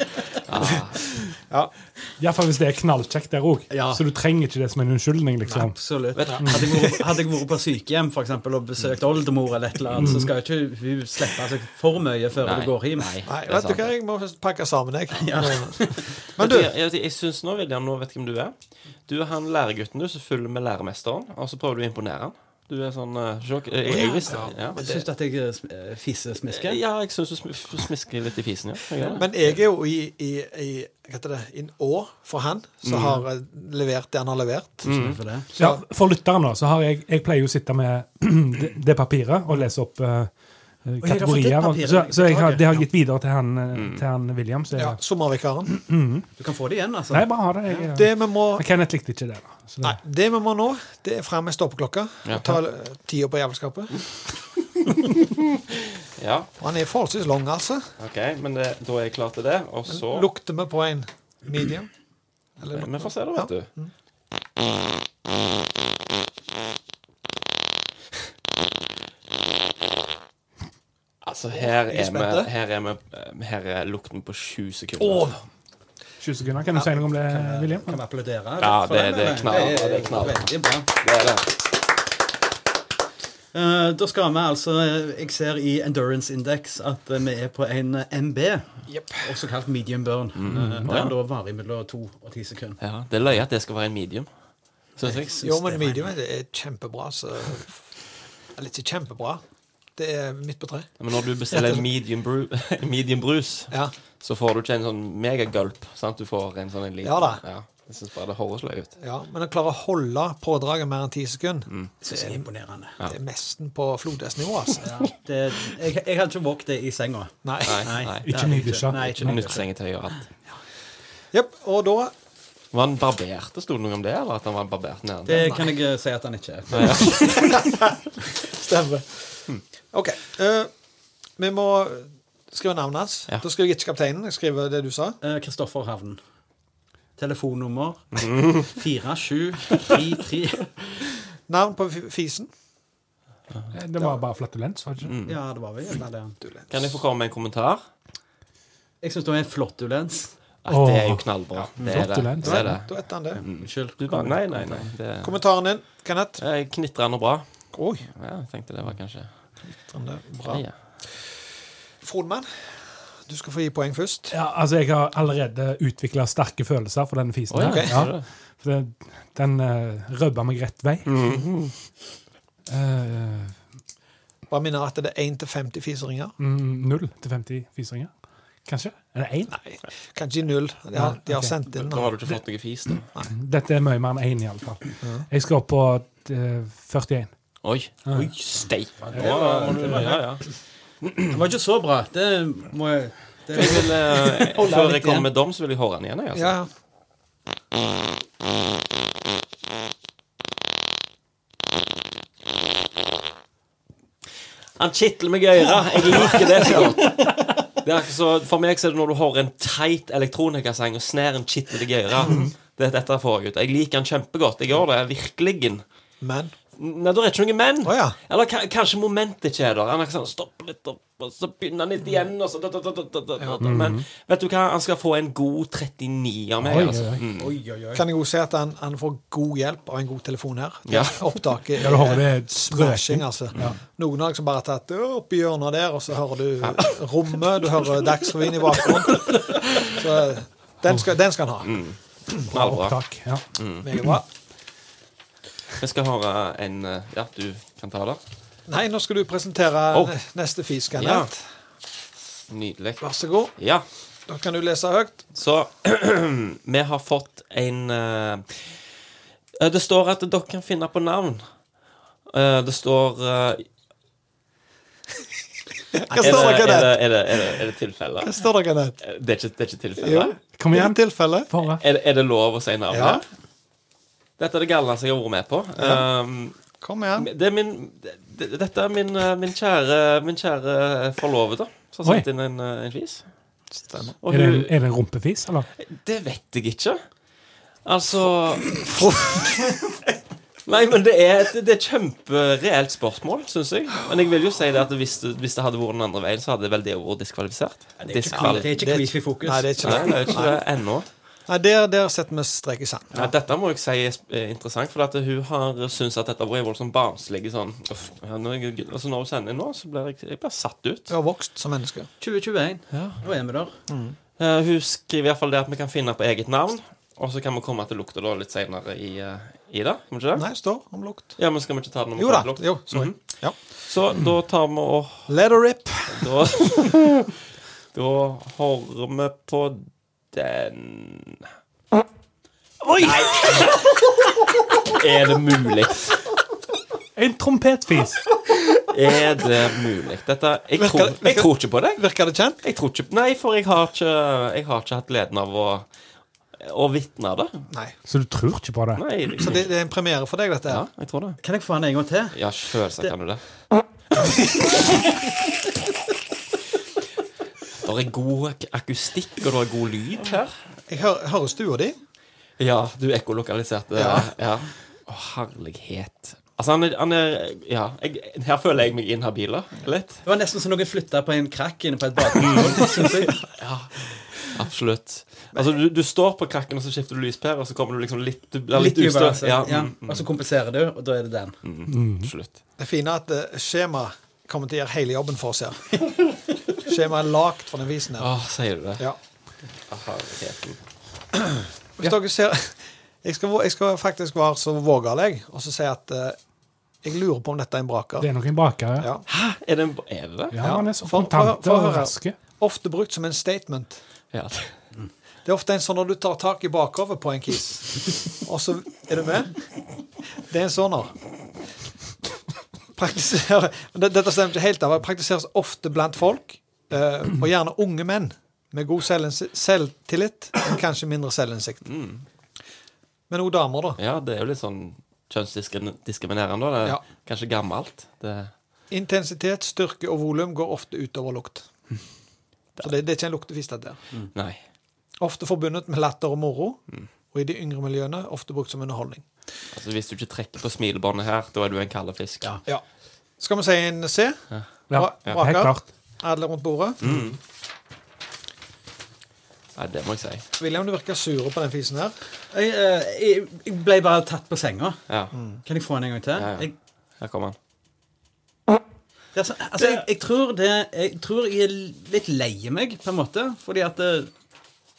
Speaker 4: Ja.
Speaker 6: Iallfall hvis det er knallkjekt der òg.
Speaker 7: Ja.
Speaker 6: Så du trenger ikke det som en unnskyldning. liksom.
Speaker 7: Absolutt.
Speaker 6: Vet-
Speaker 7: Hadde jeg, vært, hadde jeg vært på sykehjem for eksempel, og besøkt oldemor, eller et eller annet, så skal jo ikke hun slippe seg for mye før
Speaker 5: Nei,
Speaker 7: du går hjem.
Speaker 5: nei,
Speaker 4: Nei, vet du hva, jeg må pakke sammen, jeg.
Speaker 5: Men
Speaker 4: Men
Speaker 5: du
Speaker 4: du-
Speaker 5: Jeg, jeg, jeg syns nå, William, nå vet jeg hvem du er. Du er han læregutten du som følger med læremesteren, og så prøver du å imponere han. Du er sånn eh, sjokk... eh, Jeg, jeg visste ja.
Speaker 7: Men Syns du at jeg eh, fisesmisker?
Speaker 5: Ja, jeg syns du sm- f- smisker litt i fisen, ja. Jeg gjør det.
Speaker 4: Men jeg er jo i, i, i hva heter det, in å for han, som
Speaker 5: Mhm.
Speaker 4: har eh, levert det han har levert.
Speaker 6: Mm.
Speaker 4: Så,
Speaker 6: Ja, for lytteren, da, så har jeg Jeg pleier jo å sitte med det, det papiret og lese opp eh, eh,
Speaker 4: har fått litt
Speaker 6: kategorier.
Speaker 4: papir i
Speaker 6: Så, så jeg har,
Speaker 4: beklager.
Speaker 6: det har jeg
Speaker 4: Ja.
Speaker 6: gitt videre til han, eh,
Speaker 4: Mm.
Speaker 6: til han William. Så jeg,
Speaker 4: Ja, sommervikaren.
Speaker 6: Mhm.
Speaker 4: Du kan få det igjen, altså.
Speaker 6: Nei, bare ha det. Jeg, eh,
Speaker 4: Det vi må,
Speaker 6: Kenneth likte ikke det. da. Så det
Speaker 4: nei, det vi må nå, det er fram med stoppeklokka.
Speaker 6: Ja.
Speaker 4: Og ta eh, tida på jævelskapet.
Speaker 5: Ja,
Speaker 4: Og Han er forholdsvis lang, altså.
Speaker 5: OK. Men det, da er jeg klar til det. Og så
Speaker 4: Lukter vi på en medium? Eller-
Speaker 5: Vi får se, da, vet
Speaker 4: Ja. mm.
Speaker 5: du. Altså, her
Speaker 6: Jeg er
Speaker 5: er,
Speaker 6: spent,
Speaker 5: vi, her, er vi, her er lukten på sju sekunder.
Speaker 6: Åh! 20 sekunder. Kan du si noe om det, William?
Speaker 7: Kan vi applaudere?
Speaker 5: Ja,
Speaker 7: for
Speaker 5: det,
Speaker 7: den,
Speaker 5: det
Speaker 7: eller?
Speaker 5: er knall. Ja, det er knall.
Speaker 7: Veldig bra.
Speaker 5: Det er det.
Speaker 7: Eh, da skal vi altså eh, Jeg ser i Endurance Index at eh, vi er på en eh, MB, også kalt medium burn.
Speaker 5: Mm.
Speaker 7: Eh,
Speaker 5: Å,
Speaker 7: der
Speaker 5: ja.
Speaker 7: da varer mellom to og ti sekunder.
Speaker 5: Ja, det er løye at det skal være en medium. Synes jeg.
Speaker 4: Jo, men medium er, er kjempebra, så Eller ikke kjempebra. Det er midt på treet.
Speaker 5: Men når du bestiller en medium, bru, medium brus, så får du ikke en sånn megagulp. Sant? Du får en sånn en liten
Speaker 4: Ja da.
Speaker 5: Jeg syns bare det høres løye ut.
Speaker 4: Ja, men å klare å holde pådraget mer enn ti sekunder
Speaker 5: Mm.
Speaker 4: det,
Speaker 7: Det
Speaker 4: er,
Speaker 7: er imponerende.
Speaker 4: det er nesten på flodhestnivå, altså.
Speaker 7: Ja, det, eh, jeg, jeg hadde ikke våget det i senga.
Speaker 4: Nei.
Speaker 5: Nei, nei.
Speaker 7: det hadde jeg Nei, ikke
Speaker 5: Nytt
Speaker 7: nydusja.
Speaker 5: sengetøy og alt.
Speaker 4: Jepp, og da
Speaker 5: Var han barbert? Sto det noe om det? Eller at han var barbert nede?
Speaker 7: Det kan jeg eh, si at han ikke
Speaker 5: Nei, ja.
Speaker 7: er.
Speaker 4: Stemmer. OK. eh, vi må skrive navnet hans. Da skriver jeg ikke kapteinen. Jeg skriver det du sa.
Speaker 7: Eh, Kristoffer Havn. Telefonnummer 4733
Speaker 4: Navn på fi- fisen.
Speaker 6: Eh, Det var bare flatulens, var det
Speaker 4: Mm.
Speaker 6: ikke?
Speaker 7: Ja, det var vel gjerne det.
Speaker 5: Kan jeg få komme med en kommentar?
Speaker 7: Jeg syns det var en flottulens.
Speaker 5: At det er jo knallbra. Det er det. det, er det.
Speaker 4: Da vet han det.
Speaker 5: Unnskyld. Du bare, nei, nei, nei. Det,
Speaker 4: Kommentaren din, Kenneth?
Speaker 5: Jeg knitrer noe bra.
Speaker 4: Oi.
Speaker 5: Ja, jeg tenkte det var kanskje
Speaker 4: Knittrende bra.
Speaker 5: Ja, ja.
Speaker 4: Frodmann, du skal få gi poeng først.
Speaker 6: Ja, altså, jeg har allerede utvikla sterke følelser for den fisen
Speaker 4: Oi,
Speaker 6: her.
Speaker 4: ok.
Speaker 6: Ja. For det, den uh, røbba meg rett vei.
Speaker 4: Mm.
Speaker 6: Eh,
Speaker 4: Bare minner at det er 1 til 50 fiseringer.
Speaker 6: mm, Null til 50 fiseringer. Kanskje? Er det én?
Speaker 4: Nei, kanskje i null. De har, de har
Speaker 6: ok.
Speaker 4: sendt inn
Speaker 5: Da har du ikke fått noe fis, da.
Speaker 6: Dette er mye mer enn én, i alle fall.
Speaker 5: Ja.
Speaker 6: Jeg skal opp på eh, 41.
Speaker 5: Oi.
Speaker 6: Ja.
Speaker 5: Oi, steik.
Speaker 6: Ja,
Speaker 5: Det var- Ja, ja.
Speaker 7: Det var ikke så bra. Det må jeg det
Speaker 5: Jeg vil, eh,
Speaker 7: Holde
Speaker 5: før
Speaker 7: litt
Speaker 5: jeg kommer
Speaker 7: igjen.
Speaker 5: med dom, så vil jeg høre den igjen. Jeg, altså.
Speaker 4: Ja,
Speaker 5: Han kitler meg i øret. Jeg liker det så godt. Det er akkurat så, for meg så er det når du hører en teit elektronikersang, og snæren kitler deg i øret. Det er dette får jeg ut. Jeg liker den kjempegodt. Jeg gjør det virkelig.
Speaker 4: Men?
Speaker 5: Nei, det er ikke noe men. Eller ka- kanskje momentet ikke er der. Han er ikke sånn Stopp litt opp, og så begynner han litt igjen, og så da, da, da, da, da, da, da. Men vet du hva? Han skal få en god 39 av meg,
Speaker 4: Oi, oi,
Speaker 5: altså.
Speaker 4: oi.
Speaker 5: Mm.
Speaker 4: Kan jeg også si at han, han får god hjelp av en god telefon her.
Speaker 5: Ja.
Speaker 4: Opptaket
Speaker 6: Ja, du hører det er
Speaker 4: smashing,
Speaker 6: strøking.
Speaker 4: altså. Noen har liksom bare tatt det opp i hjørnet der, og så hører du rommet, du hører Dagsrevyen i bakgrunnen. Så eh, den skal, den skal han ha.
Speaker 5: Bra
Speaker 6: opptak, ja.
Speaker 5: Mm.
Speaker 4: Meget bra.
Speaker 5: Jeg skal høre en eh, Ja, du kan ta det.
Speaker 4: Nei, nå skal du presentere
Speaker 5: Oh.
Speaker 4: ne- neste fis,
Speaker 5: Ja.
Speaker 4: Kenneth.
Speaker 5: Nydelig.
Speaker 4: Vær så god.
Speaker 5: Ja.
Speaker 4: Da kan du lese høyt.
Speaker 5: Så vi har fått en eh, eh, Det står at dere kan finne på navn. Eh, det står eh,
Speaker 4: Hva står det,
Speaker 5: er, det, er,
Speaker 4: Kenneth?
Speaker 5: det, er, det, er, det, er det tilfelle?
Speaker 4: Hva står det, Kenneth?
Speaker 5: Eh, Det er ikke, det er ikke tilfelle?
Speaker 4: Jo, Kom igjen. tilfelle.
Speaker 5: Er, det- er det lov å si
Speaker 4: Ja.
Speaker 5: navnet? Dette er det galneste jeg har vært med på.
Speaker 4: Ja.
Speaker 5: Um,
Speaker 4: Kom igjen.
Speaker 5: Det er min, det, dette er min, eh, min kjære, min kjære forlovede som
Speaker 6: Oi.
Speaker 5: har sendt inn en, eh, en fis. Og
Speaker 6: Er det, en-
Speaker 5: hun-
Speaker 6: er det en rumpefis, eller?
Speaker 5: Det vet jeg ikke. Altså Nei, men det er, et, det er et kjempereelt spørsmål, syns jeg. Men jeg vil jo si det at hvis, det- hvis det hadde vært den andre veien, så hadde vel det vært diskvalifisert.
Speaker 7: Ja, det er ikke kvi- det er ikke kviff i fokus.
Speaker 4: Nei, det er ikke
Speaker 5: Nei,
Speaker 4: det.
Speaker 5: det er ikke det ennå.
Speaker 4: Nei, der, der setter vi strek i sand.
Speaker 5: Ja, dette må jeg si er sp- er interessant, for at hun har syntes at dette har vært voldsomt barnslig. Sånn. Uff, ja, når, jeg, altså når hun sender inn nå, så blir jeg, jeg blir satt ut.
Speaker 4: Du har vokst som menneske.
Speaker 7: 2021. Nå er vi der.
Speaker 5: Eh, hun skriver i hvert fall det at vi kan finne på eget navn, og så kan vi komme til lukta da litt senere i, eh, i det. Kan vi ikke det?
Speaker 4: Nei, står om lukt.
Speaker 5: Ja, men skal vi ikke ta den om
Speaker 4: Jo da,
Speaker 5: lukt?
Speaker 4: jo, sorry.
Speaker 5: Mhm. Så da tar vi og
Speaker 4: Let her rip.
Speaker 5: Da, da hører vi på den Oi! Nei. Er det mulig?
Speaker 6: En trompetfis!
Speaker 5: Er det mulig? Dette, jeg,
Speaker 9: Virker-
Speaker 5: tror, jeg
Speaker 9: virker-
Speaker 5: tror ikke på det.
Speaker 4: Virker det kjent?
Speaker 5: Jeg tror ikke, nei, for jeg har ikke, jeg har ikke hatt gleden av å, å vitne det.
Speaker 4: Nei.
Speaker 6: Så du tror ikke på det?
Speaker 5: Nei, det-
Speaker 4: Så det, det er en premiere for deg, dette her?
Speaker 5: Ja, jeg tror det.
Speaker 7: Kan jeg få den en gang til?
Speaker 5: Ja, selvsagt kan du det. Det er god ak- akustikk, og det er god lyd her.
Speaker 4: Jeg hører, hører stua di.
Speaker 5: Ja, du ekkolokaliserte. Ja. ja. Å, herlighet. Altså, han er, han er Ja, jeg, her føler jeg meg inhabil litt.
Speaker 7: Det var nesten som noen flytta på en krakk inne på et
Speaker 5: Mm.
Speaker 7: bakgrunnmål, syns jeg.
Speaker 5: Ja, absolutt. Altså, du, du står på krakken, og så skifter du lyspære, og så kommer du liksom litt Du blir litt,
Speaker 7: Litt
Speaker 5: ustø.
Speaker 7: ubalanse. Ja,
Speaker 5: Ja, mm, mm.
Speaker 7: Og så kompenserer du, og da er det den.
Speaker 5: Mm, Absolutt.
Speaker 4: Det fine er at eh, skjema kommer til å gjøre hele jobben for oss her. Skjema er lagt for den visen
Speaker 5: Å,
Speaker 4: her.
Speaker 5: sier du det?
Speaker 4: Ja.
Speaker 5: Å, herligheten.
Speaker 4: Hvis dere ser jeg skal, vå- jeg skal faktisk være så vågal jeg, og så si at eh, jeg lurer på om dette er en braker.
Speaker 6: Det er nok en baker.
Speaker 4: Ja.
Speaker 5: Hæ? Er det en Er det det?
Speaker 6: Ja, han er så
Speaker 4: For- for-
Speaker 6: kontant
Speaker 4: for å
Speaker 6: og
Speaker 4: høre.
Speaker 6: rask.
Speaker 4: Ofte brukt som en statement.
Speaker 5: Ja.
Speaker 4: Det er ofte en sånn når du tar tak i bakover på en kis. Og så Er du med? Det er en sånn her. Praktiserer- D- Dette stemmer ikke helt. av. Det praktiseres ofte blant folk, eh, og gjerne unge menn med god selvinnsi- selvtillit, men kanskje mindre selvinnsikt. Men òg damer, da.
Speaker 5: ja, det er jo litt sånn kjønnsdiskriminerende. da. Det er
Speaker 4: Ja.
Speaker 5: Kanskje gammelt. Det,
Speaker 4: Intensitet, styrke og volum går ofte utover lukt. Så det, det er ikke en luktefis, dette. her.
Speaker 5: nei.
Speaker 4: Ofte forbundet med latter og moro, og i de yngre miljøene ofte brukt som underholdning.
Speaker 5: Altså, Hvis du ikke trekker på smilebåndet her, da er du en kald fisk. Ja.
Speaker 4: Ja. Skal vi si en C?
Speaker 6: Ja,
Speaker 4: Bra-
Speaker 5: ja,
Speaker 4: braker.
Speaker 6: helt klart.
Speaker 4: Alle rundt bordet.
Speaker 5: Mm. Nei, det må jeg si.
Speaker 4: William, du virker sur på den fisen her.
Speaker 7: Jeg, eh, jeg, jeg ble bare tatt på senga.
Speaker 5: Ja.
Speaker 7: Kan jeg få den en gang til?
Speaker 5: Ja, ja.
Speaker 7: Jeg,
Speaker 5: Her kommer han.
Speaker 7: det er så, altså, jeg, jeg, tror det, jeg tror jeg er litt lei meg, på en måte. Fordi at eh,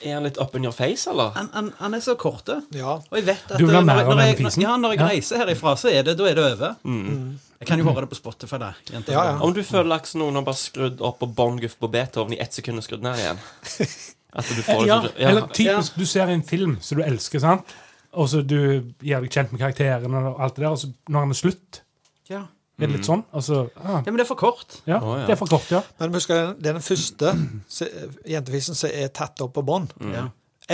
Speaker 5: Er han litt up in your face, eller?
Speaker 7: han, han, han er så korte.
Speaker 4: Ja.
Speaker 7: Og jeg vet at
Speaker 6: Du vil ha
Speaker 7: eh,
Speaker 6: mer
Speaker 7: når,
Speaker 6: av
Speaker 7: når
Speaker 6: den
Speaker 7: jeg,
Speaker 6: fisen?
Speaker 7: Ja, når jeg
Speaker 6: Ja.
Speaker 7: reiser herifra, så er det, da er det over.
Speaker 5: Mm.
Speaker 7: Mm. Jeg kan jo høre det på Spotify, da. jenter.
Speaker 4: Ja, ja.
Speaker 5: Om du føler at noen har bare skrudd opp på Bon Guff på Beethoven i ett sekund og skrudd ned igjen At du får liksom-
Speaker 7: Ja,
Speaker 5: ja,
Speaker 6: Eller typisk, du ser en film som du elsker, sant? og så du gjør deg kjent med karakterene, og alt det der, og så når den er slutt,
Speaker 7: Ja.
Speaker 6: er det litt sånn? Og så, ah,
Speaker 7: ja, men det er for kort.
Speaker 6: ja,
Speaker 5: Å, ja.
Speaker 6: det er for kort, ja.
Speaker 4: Men husk at det er den første se- jentefisen som er tatt opp på bånd.
Speaker 5: Mm.
Speaker 7: Ja.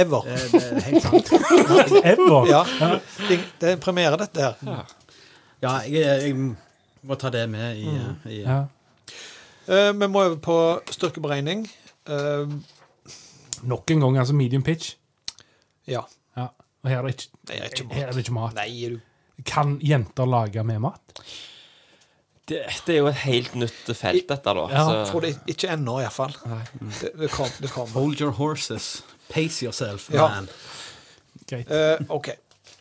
Speaker 4: Ever.
Speaker 7: Det, det er helt sant.
Speaker 6: Ever.
Speaker 4: Ja. Det det er en premiere, dette her.
Speaker 7: Ja, jeg, jeg må ta det med i, eh, i
Speaker 6: Mm. Ja.
Speaker 4: Eh, Vi må over på styrkeberegning. Eh,
Speaker 6: Nok en gang, altså medium pitch.
Speaker 4: Ja.
Speaker 6: Ja. Og her er det ikke,
Speaker 4: Det er ikke
Speaker 6: her er det ikke mat.
Speaker 4: Nei, er du
Speaker 6: Kan jenter lage mer mat?
Speaker 5: Det, det er jo et helt nytt felt, dette, da.
Speaker 4: Jeg
Speaker 5: så-
Speaker 4: Tror det ikke ennå, iallfall. Det, det kom- det kommer.
Speaker 7: Hold your horses. Pace yourself,
Speaker 4: Ja.
Speaker 7: man.
Speaker 6: Greit.
Speaker 4: Eh, OK.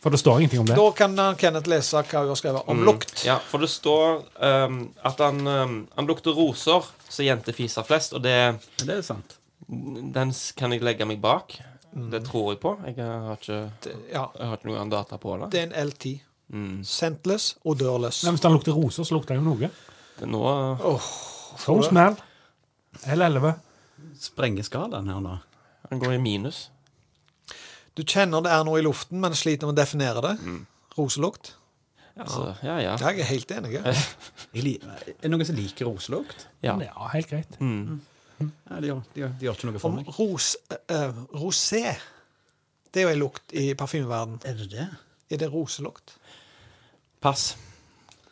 Speaker 6: For det står ingenting om det.
Speaker 4: Da kan eh, Kenneth lese hva hun har skrevet om lukt.
Speaker 5: Mm. Ja, for det står ehm, at han, ehm, han lukter roser, så jenter fiser flest, og det,
Speaker 7: Men Det er sant.
Speaker 5: den s- kan jeg legge meg bak. Det tror jeg på. Jeg har ikke,
Speaker 4: Det- Ja.
Speaker 5: jeg har ikke noen annen data på det.
Speaker 4: Det er en L10. Scentless, odørløs.
Speaker 6: Nei, hvis den lukter roser, så lukter den jo noe.
Speaker 5: det er nå uh,
Speaker 6: Som smell. Eller elleve.
Speaker 7: Sprenger skalaen her nå.
Speaker 5: han går i minus.
Speaker 4: Du kjenner det er noe i luften, men sliter med å definere det. Roselukt.
Speaker 5: Altså, ja, ja.
Speaker 4: Ja, Jeg er helt enig. jeg.
Speaker 7: Jeg li- er det noen som liker roselukt?
Speaker 5: ja.
Speaker 6: Ja, helt greit.
Speaker 7: Ja, de, gjør, de, gjør, de gjør ikke noe for
Speaker 4: Om
Speaker 7: meg.
Speaker 4: ros, eh, eh, rosé Det er jo en lukt i parfymeverden.
Speaker 7: Er det det?
Speaker 4: Er det roselukt?
Speaker 5: Pass.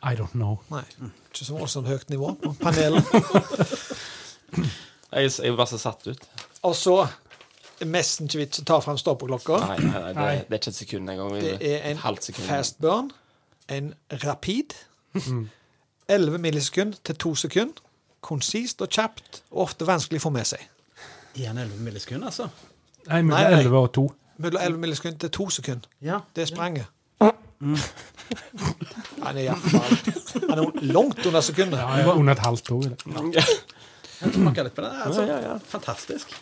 Speaker 6: I don't know.
Speaker 4: Nei. Ikke så voldsomt høyt nivå på panelet.
Speaker 5: Jeg, jeg var så satt ut.
Speaker 4: Og så er nesten ikke vits å ta fram stoppeklokka.
Speaker 5: Nei, nei, nei, det, det er ikke et sekund engang.
Speaker 4: Det er en
Speaker 5: Et halvt sekund.
Speaker 4: fast burn, en rapid. Mm. 11 millisekund til 2 sekund. Konsist og kjapt, og ofte vanskelig å få med seg.
Speaker 7: Er han 11 millisekund, altså?
Speaker 6: Nei, men
Speaker 4: Nei,
Speaker 6: det er
Speaker 4: nei.
Speaker 6: elleve og to.
Speaker 4: Mellom 11 millisekund til 2 sekund.
Speaker 7: Ja.
Speaker 4: Det er spranget. Han er iallfall Han er langt under sekundet.
Speaker 6: Ja, ja. Under et halvt år.
Speaker 7: Jeg smaker litt på det. Altså,
Speaker 5: Ja, ja, ja.
Speaker 7: Fantastisk.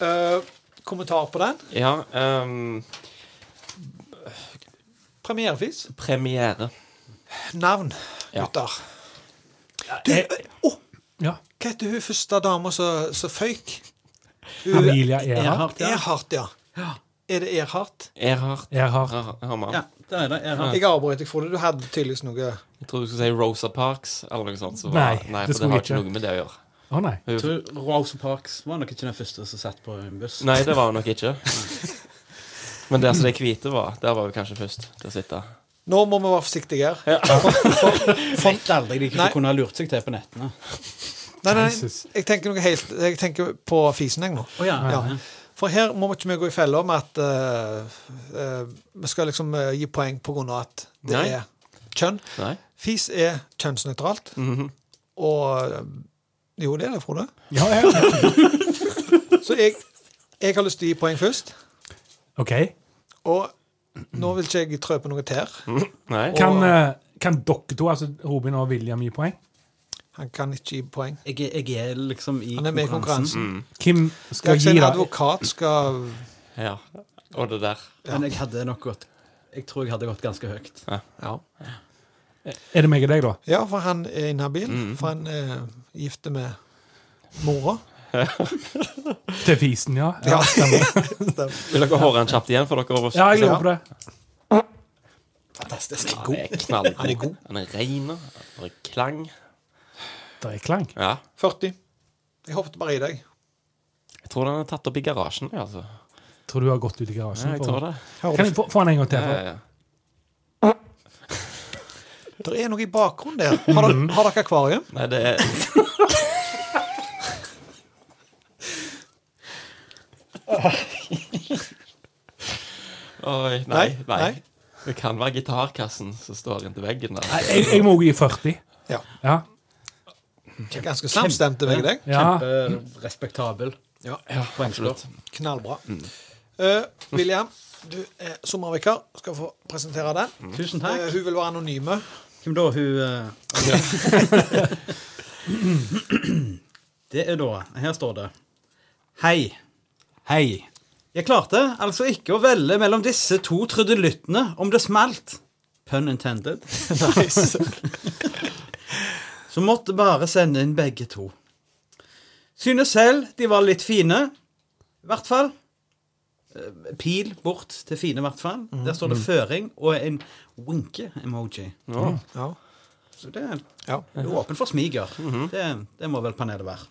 Speaker 4: Eh, kommentar på den?
Speaker 5: Ja. ehm,
Speaker 4: Premierefis?
Speaker 5: premiere.
Speaker 4: Navn,
Speaker 5: Ja.
Speaker 4: gutter. Du, eh, å,
Speaker 6: Ja.
Speaker 4: hva heter hun første dama som som føyk?
Speaker 6: Amelia Earhart.
Speaker 7: Erhardt, ja.
Speaker 4: Erhardt, ja. Er det Erhardt?
Speaker 5: Erhard.
Speaker 6: Erhard.
Speaker 5: Har, har man.
Speaker 7: ja. Der er det. Erhardt.
Speaker 4: Jeg avbrøt deg, Frode. Du hadde tydeligvis noe
Speaker 5: Jeg trodde du skulle si Rosa Parks eller noe sånt. Så
Speaker 6: Nei,
Speaker 5: var, nei for
Speaker 6: det
Speaker 5: det
Speaker 6: skulle
Speaker 5: har
Speaker 6: jeg
Speaker 5: ikke
Speaker 6: ikke.
Speaker 5: noe med det å gjøre.
Speaker 6: Å, nei.
Speaker 5: Hun-
Speaker 7: Jeg tror Rosa Parks var nok ikke den første som satt på en buss.
Speaker 5: Nei, det var hun nok ikke. Men der som de hvite var, der var hun kanskje først til å sitte.
Speaker 4: Nå må vi være forsiktige her.
Speaker 7: Vet aldri de ikke
Speaker 4: Nei.
Speaker 7: kunne ha lurt seg til på nettene.
Speaker 4: Nei, nei, nei, jeg tenker noe helt Jeg tenker på fisen, jeg nå.
Speaker 7: Å, ja. Ja.
Speaker 4: For her må ikke vi gå i fella med at eh, eh, vi skal liksom eh, gi poeng på grunn av at det
Speaker 5: Nei.
Speaker 4: er kjønn.
Speaker 5: Nei.
Speaker 4: Fis er kjønnsnøytralt. Og eh, Jo, det er det, Frode.
Speaker 6: Ja, ja.
Speaker 4: Så jeg, jeg har lyst til å gi poeng først.
Speaker 6: OK.
Speaker 4: Og nå vil ikke jeg trø på noe tær.
Speaker 5: Nei.
Speaker 6: Kan, eh, kan dere to, altså Robin og William, gi poeng?
Speaker 4: Han kan ikke gi poeng.
Speaker 7: Jeg, er- jeg er liksom i
Speaker 4: Han er med i konkurransen. Mm.
Speaker 6: Hvem
Speaker 4: Det er
Speaker 6: skal
Speaker 4: ikke
Speaker 6: gi
Speaker 4: en
Speaker 6: da?
Speaker 4: advokat skal
Speaker 5: Ja. Og det der.
Speaker 7: Men jeg hadde nok gått Jeg tror jeg hadde gått ganske høyt.
Speaker 4: Ja,
Speaker 6: Er det meg og deg, da?
Speaker 4: ja for han er inhabil. For han er gift med mora.
Speaker 6: Til fisen, ja. Ja,
Speaker 4: Ja.
Speaker 6: stemmer.
Speaker 5: Vil dere høre han kjapt igjen før dere
Speaker 6: ja jeg lurer på det.
Speaker 7: Fantastisk.
Speaker 5: Han er knallgod. Han er god. Han er rein. Han er klang.
Speaker 6: Det er klang.
Speaker 5: Ja.
Speaker 4: 40. Jeg hoppet bare i deg.
Speaker 5: Jeg tror den er tatt opp i garasjen. ja, Altså.
Speaker 6: Tror du har gått ut i garasjen.
Speaker 5: Ja, jeg
Speaker 6: for-
Speaker 5: tror det.
Speaker 6: Kan jeg få, få den en gang til?
Speaker 5: Ja, ja,
Speaker 6: for-
Speaker 5: ja.
Speaker 4: Det er noe i bakgrunnen der. Har dere, har dere akvarium?
Speaker 5: Nei, det er Oi, nei,
Speaker 4: Nei,
Speaker 5: nei.
Speaker 4: nei.
Speaker 5: Det kan være gitarkassen som står inntil veggen der.
Speaker 6: Nei, Jeg, jeg må gi 40.
Speaker 4: Ja.
Speaker 6: Ja.
Speaker 4: Ganske samstemte, begge deg.
Speaker 6: ja.
Speaker 7: Respektabel.
Speaker 4: Ja.
Speaker 5: absolutt.
Speaker 4: Knallbra.
Speaker 5: Mm.
Speaker 4: Eh, William, du er sommervikar. Skal få presentere den.
Speaker 7: Tusen
Speaker 4: Eh,
Speaker 7: takk.
Speaker 4: hun vil være anonyme.
Speaker 7: Hvem da? Hun eh, Det er da Her står det. Hei. Hei. Jeg klarte altså ikke å velge mellom disse to trudeluttene om det smalt. Pun intended. Så måtte bare sende inn begge to. Synes selv de var litt fine. I hvert fall. Eh, Pil bort til fine, i hvert fall.
Speaker 4: Mhm.
Speaker 7: Der står det føring og en winke-emoji.
Speaker 4: Mm. Ja.
Speaker 7: Så det er
Speaker 4: Ja. Mhm.
Speaker 7: det er åpen for smiger. det, det må vel panelet være.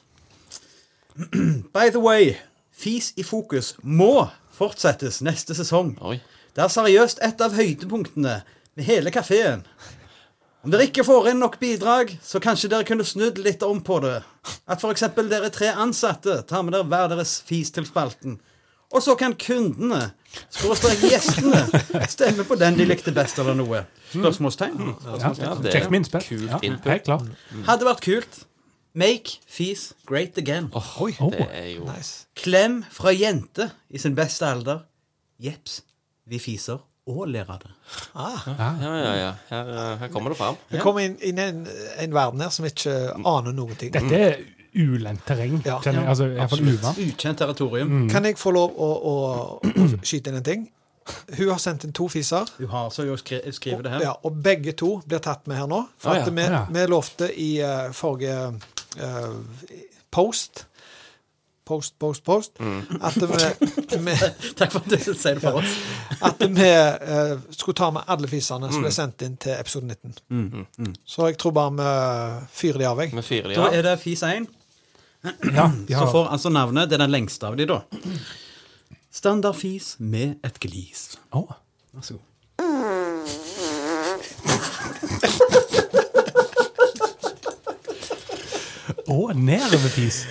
Speaker 7: By the way, Fis i fokus må fortsettes neste sesong.
Speaker 5: Oi.
Speaker 7: Det er seriøst et av høydepunktene med hele kafeen. Om dere ikke får inn nok bidrag, så kanskje dere kunne snudd litt om på det. At f.eks. dere tre ansatte tar med dere hver deres fis til spalten. Og så kan kundene, skråstrek gjestene, stemme på den de likte best, eller noe. Spørsmålstegn?
Speaker 5: Ja, det
Speaker 6: Kjekt med innspill.
Speaker 5: Kult
Speaker 6: Ja,
Speaker 5: innpå.
Speaker 6: helt klart.
Speaker 7: Hadde vært kult. Make fis great again.
Speaker 5: Det er jo
Speaker 4: Nice.
Speaker 7: Klem fra jente i sin beste alder. Jeps, vi fiser og ler av det.
Speaker 5: Ja, ja, ja. Her, eh, her kommer det fram.
Speaker 4: Vi kommer inn inn i en, en verden her som ikke
Speaker 5: Mm.
Speaker 4: aner noen ting.
Speaker 6: Dette er ulendt terreng,
Speaker 4: Ja.
Speaker 6: kjenner jeg. Altså, i hvert fall uvant.
Speaker 7: Ukjent territorium.
Speaker 4: Kan jeg få lov å, å, å skyte inn en ting? Hun har sendt inn to fiser.
Speaker 7: Du har så jo skri skrive det her.
Speaker 4: Ja, og begge to blir tatt med her nå. For
Speaker 5: Ah, ja.
Speaker 4: at vi,
Speaker 6: Ja.
Speaker 4: vi lovte i eh, forrige eh, post Post, post, post. At vi, vi,
Speaker 7: Takk for at du sier det for oss.
Speaker 4: at vi eh, skulle ta med alle fisene som ble sendt inn til episode 19. Så jeg tror bare vi fyrer de av, jeg.
Speaker 5: Vi fyrer de
Speaker 7: Da
Speaker 5: av.
Speaker 7: er det fis 1,
Speaker 6: Ja, de
Speaker 7: som
Speaker 6: har,
Speaker 7: får altså navnet. Det er den lengste av de, da. Standard fis med et glis.
Speaker 6: Å,
Speaker 7: Vær så god.
Speaker 6: Å, nervefis.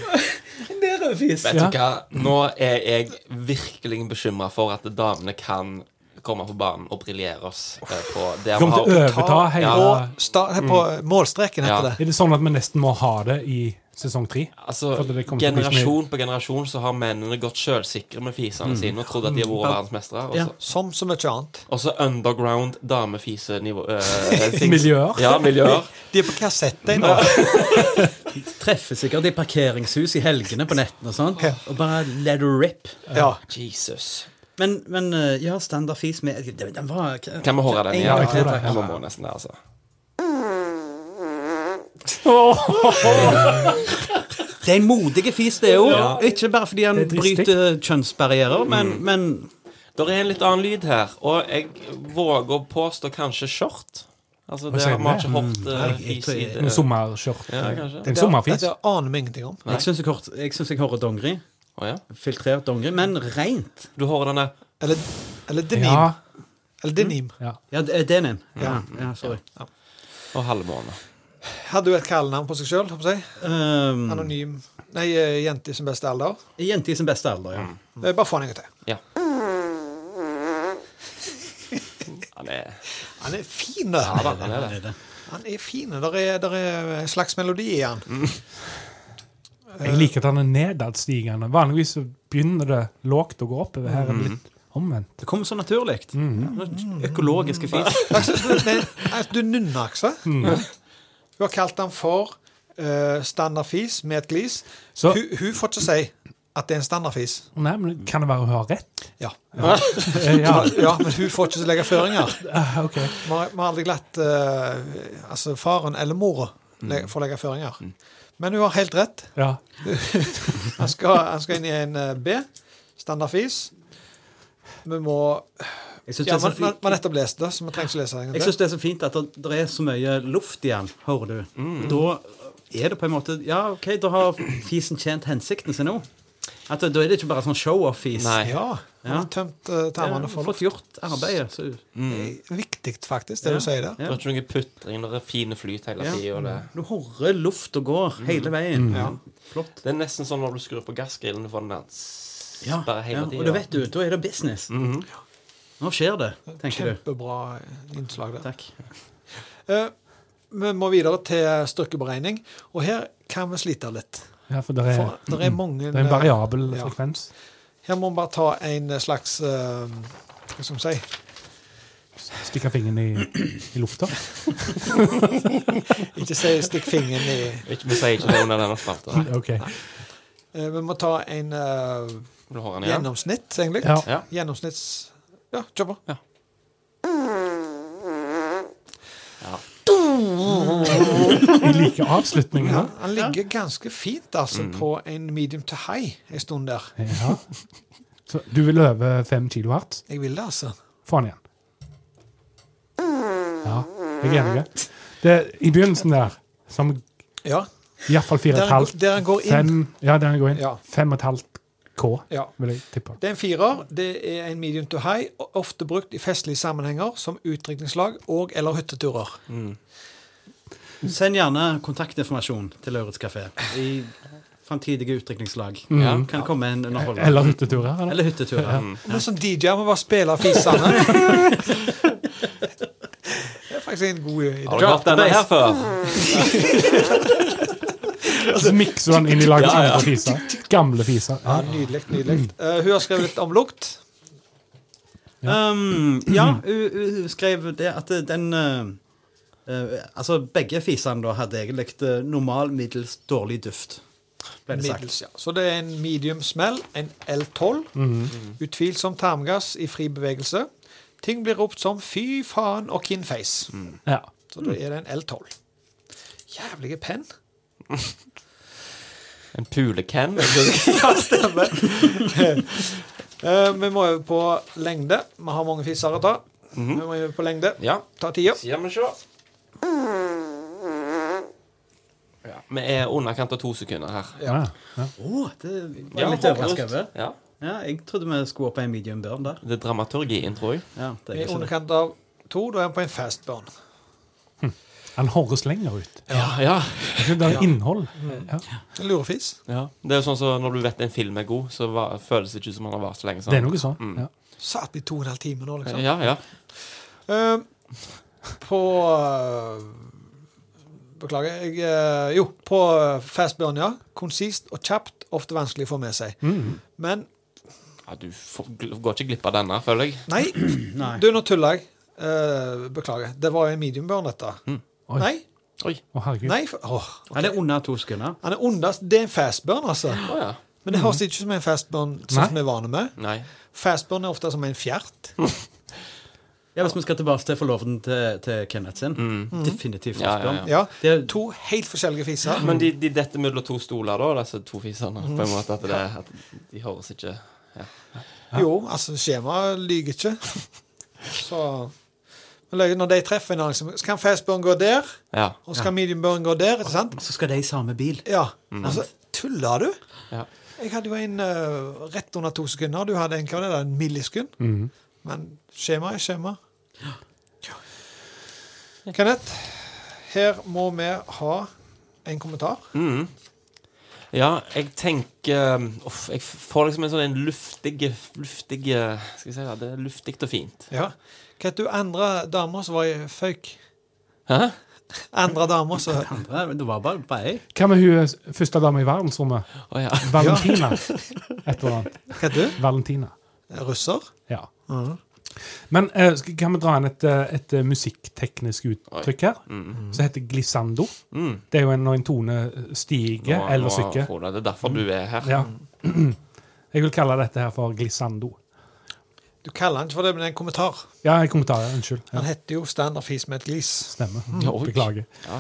Speaker 7: Nervefis.
Speaker 5: Vet du hva? Nå er jeg virkelig bekymra for at damene kan komme på banen og briljere oss eh, på det
Speaker 6: Kommer til å overta hele
Speaker 5: Ja.
Speaker 4: Og sta, her på målstreken heter
Speaker 5: Ja.
Speaker 4: det.
Speaker 6: Er det sånn at vi nesten må ha det i sesong tre?
Speaker 5: Altså,
Speaker 6: For at det kommer til å bli så mye-
Speaker 5: Generasjon på generasjon så har mennene gått sjølsikre med fisene
Speaker 6: Mm.
Speaker 5: sine og trodd at de har vært verdensmestere. Og så,
Speaker 4: Som så mye annet.
Speaker 5: og så underground damefisenivå eh, things.
Speaker 6: Miljøer.
Speaker 5: Ja, miljøer.
Speaker 4: De er på kassett i dag.
Speaker 7: Treffer sikkert i parkeringshus i helgene på nettene og sånn.
Speaker 4: Ja.
Speaker 7: Og bare let it rip.
Speaker 4: Ja.
Speaker 5: Jesus.
Speaker 7: Men, men eh, ja, standard fis med Den den var
Speaker 5: Kan vi høre den igjen?
Speaker 7: Ja, jeg tror
Speaker 5: Jeg må- må nesten det, altså.
Speaker 7: Det er en modig fis, det òg. Ikke bare fordi han
Speaker 6: Det er dristig.
Speaker 7: bryter kjønnsbarrierer, men, men
Speaker 5: Det er en litt annen lyd her, og jeg våger å påstå kanskje short. Altså,
Speaker 6: Hva
Speaker 5: det
Speaker 6: sier
Speaker 5: har vi har
Speaker 6: du?
Speaker 5: ikke hørt
Speaker 6: Mm.
Speaker 5: eh,
Speaker 6: Nei, jeg
Speaker 5: fis
Speaker 6: tror
Speaker 5: i
Speaker 6: jeg-
Speaker 5: det.
Speaker 6: Noen sommerskjørt.
Speaker 5: Ja, kanskje.
Speaker 6: Det er en sommerfis.
Speaker 4: Dette aner vi ingenting om.
Speaker 5: Nei.
Speaker 7: Jeg syns jeg, hørt- jeg, synes jeg hører dongeri. Filtrert dongeri, men rent.
Speaker 5: Du hører denne
Speaker 4: Eller, eller denim.
Speaker 7: Ja.
Speaker 4: Eller denim.
Speaker 6: Ja,
Speaker 7: d- denim. Ja,
Speaker 4: Mm.
Speaker 7: ja sorry.
Speaker 5: Og halvmåne.
Speaker 4: Hadde du et kallenavn på seg sjøl?
Speaker 7: Um,
Speaker 6: Mm.
Speaker 4: Anonym Nei, eh, jente i sin beste alder.
Speaker 7: Jente i sin beste alder, ja.
Speaker 6: Mm.
Speaker 4: Eh, Bare få han en gang til.
Speaker 5: Ja.
Speaker 4: han er Han er fin, da.
Speaker 5: Ja da, han er det.
Speaker 4: Han er fin. Der er, der er en slags melodi i han.
Speaker 6: Mm. Jeg liker at han er nedadstigende. Vanligvis så begynner det lågt å gå oppover. Her er det litt omvendt.
Speaker 7: Det kommer så naturlig. Mhm. Økologiske fis.
Speaker 4: Du nunner, Aksel.
Speaker 6: Mm.
Speaker 4: Hun har kalt han for eh, standardfis med et glis.
Speaker 6: Så-
Speaker 4: Hun, hun får ikke si at det er en standardfis.
Speaker 6: Nei, men Kan det være hun har rett?
Speaker 4: Ja.
Speaker 6: Ja, ja.
Speaker 4: ja, men hun får ikke legge føringer.
Speaker 6: Ah, ok.
Speaker 4: Vi har vi har aldri latt eh, altså faren eller mora
Speaker 6: Mm.
Speaker 4: le- få legge føringer. Men hun har helt rett.
Speaker 6: Ja.
Speaker 4: han, skal, han skal inn i en eh, B. Standardfis. Vi må
Speaker 7: Jeg synes
Speaker 4: ja,
Speaker 7: det er sånn
Speaker 4: man,
Speaker 7: så
Speaker 4: man,
Speaker 7: fint.
Speaker 4: man nettopp leste det, så vi trenger ikke lese det. en gang
Speaker 7: Jeg
Speaker 4: til.
Speaker 7: syns det er så fint at det, det er så mye luft i den, hører du.
Speaker 5: Mm.
Speaker 7: Da er det på en måte Ja, OK, da har fisen tjent hensikten sin nå. At Da da er det ikke bare sånn show-off-fis.
Speaker 5: Nei.
Speaker 4: Ja, han
Speaker 7: Ja.
Speaker 4: har tømt uh, tarmene for
Speaker 7: Fått gjort arbeidet. Så.
Speaker 4: Det er Viktig, faktisk, det du sier der.
Speaker 5: Det er ikke noe putring, det er fine flyt hele
Speaker 7: Ja.
Speaker 5: tida.
Speaker 7: Du hører lufta
Speaker 5: Mm.
Speaker 7: går hele veien.
Speaker 5: Ja.
Speaker 7: Flott.
Speaker 5: Det er nesten sånn når du skrur på gassgrillen, du får den der tss,
Speaker 7: Ja,
Speaker 5: bare
Speaker 7: ja,
Speaker 5: hele
Speaker 7: og
Speaker 5: tiden. Mm.
Speaker 7: da vet du, da er det business. Nå skjer det, tenker du.
Speaker 4: Kjempebra innslag der.
Speaker 7: Takk.
Speaker 4: Eh, vi må videre til styrkeberegning, og her kan vi slite litt.
Speaker 6: ja, for det er,
Speaker 4: For der er mange-
Speaker 6: det er en variabel
Speaker 4: Ja.
Speaker 6: frekvens.
Speaker 4: Her må vi bare ta en slags eh, Hva skal vi si?
Speaker 6: Stikke fingeren i, i lufta.
Speaker 4: Ikke si 'stikk fingeren i
Speaker 5: Ikke, vi sier ikke det under denne spalta.
Speaker 6: Ok.
Speaker 4: Eh, Vi må ta en eh,
Speaker 5: Vil du høre den igjen?
Speaker 4: gjennomsnitt, egentlig.
Speaker 6: Ja.
Speaker 5: Ja.
Speaker 4: Gjennomsnitts... Ja, kjør på.
Speaker 6: Jeg liker avslutningen.
Speaker 4: Ja,
Speaker 6: her.
Speaker 4: han ligger ganske fint altså, på en medium to high en stund der.
Speaker 6: Ja. Så du vil over fem kilohertz?
Speaker 4: Jeg vil det, altså.
Speaker 6: Få den igjen. Ja, jeg er enig. Det, I begynnelsen der, som
Speaker 4: Ja.
Speaker 6: iallfall fire
Speaker 4: Der han
Speaker 6: og et halvt
Speaker 4: går- der han går inn.
Speaker 6: fem- Ja, der han går inn.
Speaker 4: Ja.
Speaker 6: Fem og et halvt K,
Speaker 4: Ja.
Speaker 6: vil jeg tippe.
Speaker 4: Det er en firer. Det er en medium to high, og ofte brukt i festlige sammenhenger som utdrikningslag og- eller hytteturer.
Speaker 7: Send gjerne kontaktinformasjon til Laurits kafé i framtidige utdrikningslag.
Speaker 6: Mm.
Speaker 7: Kan komme en underholder.
Speaker 6: Eller hytteturer. Eller?
Speaker 7: Eller hytteturer.
Speaker 5: Mm.
Speaker 4: Det er sånn DJ må bare spille fisene. det er faktisk en god idé.
Speaker 5: Har du hørt denne her før?
Speaker 6: Så mikser du den inn i lagets
Speaker 5: Ja, ja.
Speaker 6: andre fiser. Gamle fiser.
Speaker 4: Ja,
Speaker 6: Ja.
Speaker 4: Nydelig. nydelig. Eh, hun har skrevet litt om lukt.
Speaker 7: Um, ja, hun hun skrev det at den eh, eh, Altså, begge fisene da hadde egentlig eh, normal, middels dårlig duft, ble det sagt.
Speaker 4: Middels, ja. Så det er en medium smell, en L12. Utvilsom tarmgass i fri bevegelse. Ting blir ropt som 'fy faen' og 'kin face'.
Speaker 6: Ja.
Speaker 4: Så da er det en L12. Jævlige penn.
Speaker 5: En pulecan?
Speaker 4: Ja, stemmer. Eh, vi må over på lengde. Vi har mange fiser å ta. Vi må over på lengde.
Speaker 5: Ja.
Speaker 4: Ta tida.
Speaker 5: Ja, men sjå. Ja, vi er underkant av to sekunder her.
Speaker 6: Ja. Ja.
Speaker 7: Å, det var jeg litt overraska over.
Speaker 5: Ja.
Speaker 7: Ja, jeg trodde vi skulle opp på en medium burn der.
Speaker 5: Det er dramaturgien, tror jeg.
Speaker 7: Ja, det er
Speaker 4: I
Speaker 7: ikke det.
Speaker 4: underkant av to. Da er vi på en fast burn.
Speaker 6: Han høres lenger ut.
Speaker 5: Ja, ja.
Speaker 6: Det er innhold.
Speaker 4: Mm.
Speaker 6: Ja.
Speaker 4: En lurefis.
Speaker 5: Det er jo sånn som når du vet en film er god, så va- føles det ikke som man har vært så lenge. Sånn.
Speaker 6: Det er noe sånn. Ja.
Speaker 4: Satt i to og en halv time nå, liksom.
Speaker 5: Ja, ja.
Speaker 4: Eh, på eh, Beklager. Jeg, eh, jo, på eh, fast burn, ja. Konsist og kjapt. Ofte vanskelig å få med seg.
Speaker 7: Mm.
Speaker 4: Men
Speaker 5: ja du får, gl- går ikke glipp av denne, føler jeg.
Speaker 4: nei,
Speaker 7: Nei.
Speaker 4: du, nå tuller jeg. Eh, beklager. Det var jo en medium burn, dette.
Speaker 7: Mm.
Speaker 6: Oi.
Speaker 4: Nei.
Speaker 6: Å, herregud.
Speaker 4: nei for, åh.
Speaker 7: Ja, det er under to sekunder.
Speaker 4: Han er ondest. Det er en fastburn, altså.
Speaker 5: Å ja.
Speaker 4: Men det høres ikke ut som en fastburn
Speaker 6: Nei.
Speaker 4: sånn som vi er vane med.
Speaker 5: Nei.
Speaker 4: Fastburn er ofte som en fjert.
Speaker 7: Ja, Hvis vi skal tilbake til forloveden til, til Kenneth sin. Definitivt
Speaker 5: Mm. Ja, ja,
Speaker 7: fast burn.
Speaker 4: Ja,
Speaker 7: Det er
Speaker 4: To helt forskjellige fiser.
Speaker 5: Men de, de detter mellom to stoler, da, disse to fisene. På en måte at, det, at de høres ikke
Speaker 4: Jo, altså, skjemaet lyver ikke. Så Eller Når de treffer en annen, så skal fastburn gå der,
Speaker 5: Ja.
Speaker 4: og skal mediumburn gå der, ikke sant?
Speaker 7: Og så skal de i samme bil.
Speaker 4: Ja.
Speaker 7: Mm.
Speaker 4: Altså, tuller du?
Speaker 5: Ja.
Speaker 4: Jeg hadde jo en eh, rett under to sekunder. Du hadde en, hva var det, da, en millisekund.
Speaker 6: Mhm.
Speaker 4: Men skjema er skjema. Ja. Kenneth, her må vi ha en kommentar.
Speaker 5: Mm. Ja, jeg tenker um, Uff, jeg får liksom en sånn en luftig, luftig Skal jeg si det? Det er luftig og fint.
Speaker 4: Ja. Hva het du andre dama som var i føyk?
Speaker 5: Hæ?
Speaker 4: Andre dama som
Speaker 7: Det var bare på ei.
Speaker 6: Hva med hun eh, første dame i verdensrommet?
Speaker 5: Å, ja.
Speaker 6: Valentina.
Speaker 4: Ja.
Speaker 6: Et eller annet.
Speaker 4: Hva heter du?
Speaker 6: Valentina.
Speaker 4: Russer?
Speaker 6: Ja.
Speaker 4: Mhm.
Speaker 6: Men eh, skal- kan vi dra inn et, eh, et eh, musikkteknisk uttrykk her,
Speaker 5: Mm.
Speaker 6: som heter glissando.
Speaker 5: Mm.
Speaker 6: Det er jo en- når en tone eh, stiger
Speaker 5: Nå-
Speaker 6: eller
Speaker 5: nå,
Speaker 6: synker.
Speaker 5: Frode, det er derfor du er her.
Speaker 6: Ja. Jeg vil kalle dette her for glissando.
Speaker 4: Du kaller han ikke for det, men det er en kommentar.
Speaker 6: Ja, en kommentar. ja, Unnskyld. Ja,
Speaker 4: Han heter jo Standardfis med et glis.
Speaker 6: stemmer.
Speaker 4: Mm.
Speaker 5: Ja, oi.
Speaker 6: Beklager.
Speaker 5: Ja.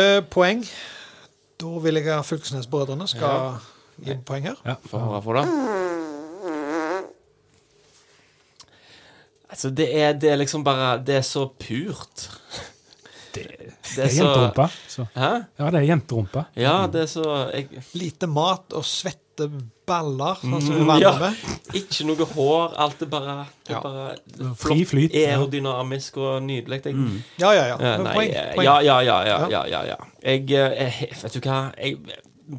Speaker 4: Eh, poeng. Da vil jeg ha Fylkesnes-brødrene skal gi poeng her.
Speaker 6: Ja.
Speaker 5: Få høre på det. Altså, det er, det er liksom bare Det er så purt.
Speaker 6: Det,
Speaker 5: er
Speaker 6: Det er jenterumpa. Så.
Speaker 5: Hæ?
Speaker 6: Ja, det er jenterumpa.
Speaker 5: Ja, det er så jeg,
Speaker 4: Lite mat og svette baller, sånn som vi
Speaker 5: Mm,
Speaker 4: vanner
Speaker 5: ja.
Speaker 4: med.
Speaker 5: Ikke noe hår. Alt er bare, det er bare
Speaker 6: Fri flyt,
Speaker 5: flott,
Speaker 6: ja. Mm.
Speaker 5: aerodynamisk og nydelig. Jeg.
Speaker 4: Ja, ja, ja.
Speaker 5: Ja,
Speaker 4: Men
Speaker 5: nei,
Speaker 4: poeng.
Speaker 5: eh,
Speaker 4: poeng.
Speaker 5: Ja, ja, ja, ja, ja, ja, ja. Jeg, eh, jeg Vet du hva? Jeg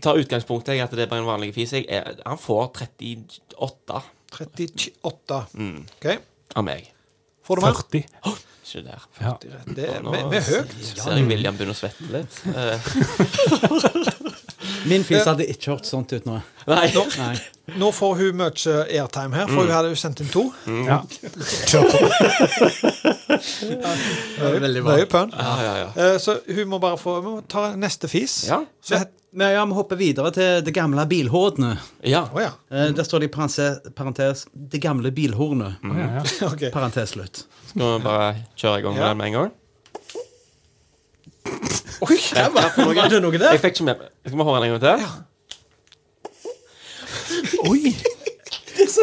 Speaker 5: tar utgangspunktet i at det er bare en vanlig fis. Jeg, er- han får 38
Speaker 4: 38
Speaker 5: mm,
Speaker 4: OK.
Speaker 5: av meg.
Speaker 4: Får du mer?
Speaker 6: 40.
Speaker 5: Se der.
Speaker 6: Ja.
Speaker 4: Det er,
Speaker 5: Nå
Speaker 4: vi, vi er høyt.
Speaker 5: ser jeg William begynner å svette litt. Eh,
Speaker 7: Min fis hadde ikke hørt sånt ut nå.
Speaker 5: Nei.
Speaker 7: Nei.
Speaker 4: Nå får hun mye airtime her,
Speaker 5: Mm.
Speaker 4: for hun hadde jo sendt inn to.
Speaker 6: Ja.
Speaker 7: Det var veldig bra.
Speaker 4: Mye pønn.
Speaker 5: Ja, ja, ja.
Speaker 4: Eh, Så hun må bare få vi må ta neste fis.
Speaker 5: Ja.
Speaker 4: Så het,
Speaker 7: Men ja, vi hopper videre til det gamle bilhornet.
Speaker 5: ja.
Speaker 4: å ja.
Speaker 7: Eh, Der står det i parentes, parentes 'det gamle bilhornet'.
Speaker 6: Ja, ja.
Speaker 5: Mm.
Speaker 4: OK.
Speaker 7: Parentes slutt.
Speaker 5: Skal vi bare kjøre i gang med
Speaker 4: Ja.
Speaker 5: den med en gang?
Speaker 4: Oi, der var
Speaker 7: Var det noe
Speaker 5: Jeg
Speaker 7: der?
Speaker 5: fikk ikke med Skal vi høre den en gang til?
Speaker 6: Oi!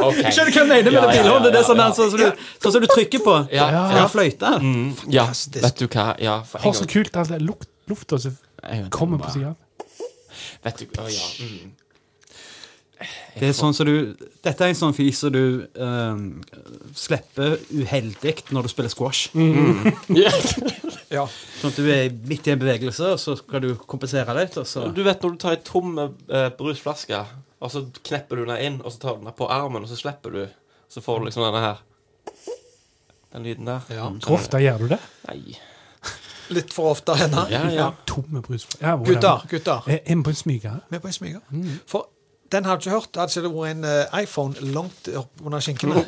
Speaker 5: Ok.
Speaker 7: Skjønner du hva jeg mener med
Speaker 5: Ja,
Speaker 7: det
Speaker 5: ja,
Speaker 7: bilhornet? Det er
Speaker 5: ja,
Speaker 7: sånn
Speaker 5: ja.
Speaker 7: der, sånn som du, sånn som du trykker på.
Speaker 5: Ja.
Speaker 7: Ja, fløyta.
Speaker 5: Mm, ja.
Speaker 4: Fantastisk.
Speaker 5: Vet du hva? Ja, for
Speaker 6: Å,
Speaker 5: en
Speaker 6: så
Speaker 5: gang.
Speaker 6: kult. Altså, lukt, lufta som
Speaker 5: En gang til
Speaker 6: kommer
Speaker 5: bare.
Speaker 6: på sida.
Speaker 5: Vet du Å, ja. Mm.
Speaker 7: Det er sånn som du Dette er en sånn fis som du ehm, slipper uheldig når du spiller squash.
Speaker 5: Mm.
Speaker 4: Ja.
Speaker 7: Sånn at du er midt i en bevegelse, og så skal du kompensere litt, og så
Speaker 5: Du vet når du tar en tom eh, brusflaske, og så knepper du den inn, og så tar du den på armen, og så slipper du. Så får du liksom denne her. Den lyden der.
Speaker 6: Hvor ofte gjør du det?
Speaker 5: Nei.
Speaker 4: Litt for ofte henne.
Speaker 5: Ja, ja.
Speaker 6: Tomme brus... Ja, hvordan?
Speaker 4: Gutter, gutter.
Speaker 6: Jeg er inne Eh, på en smyger. her.
Speaker 4: Vi er på en smyger. For den har du ikke hørt. Hadde ikke det vært en eh, iPhone langt opp under skinkene.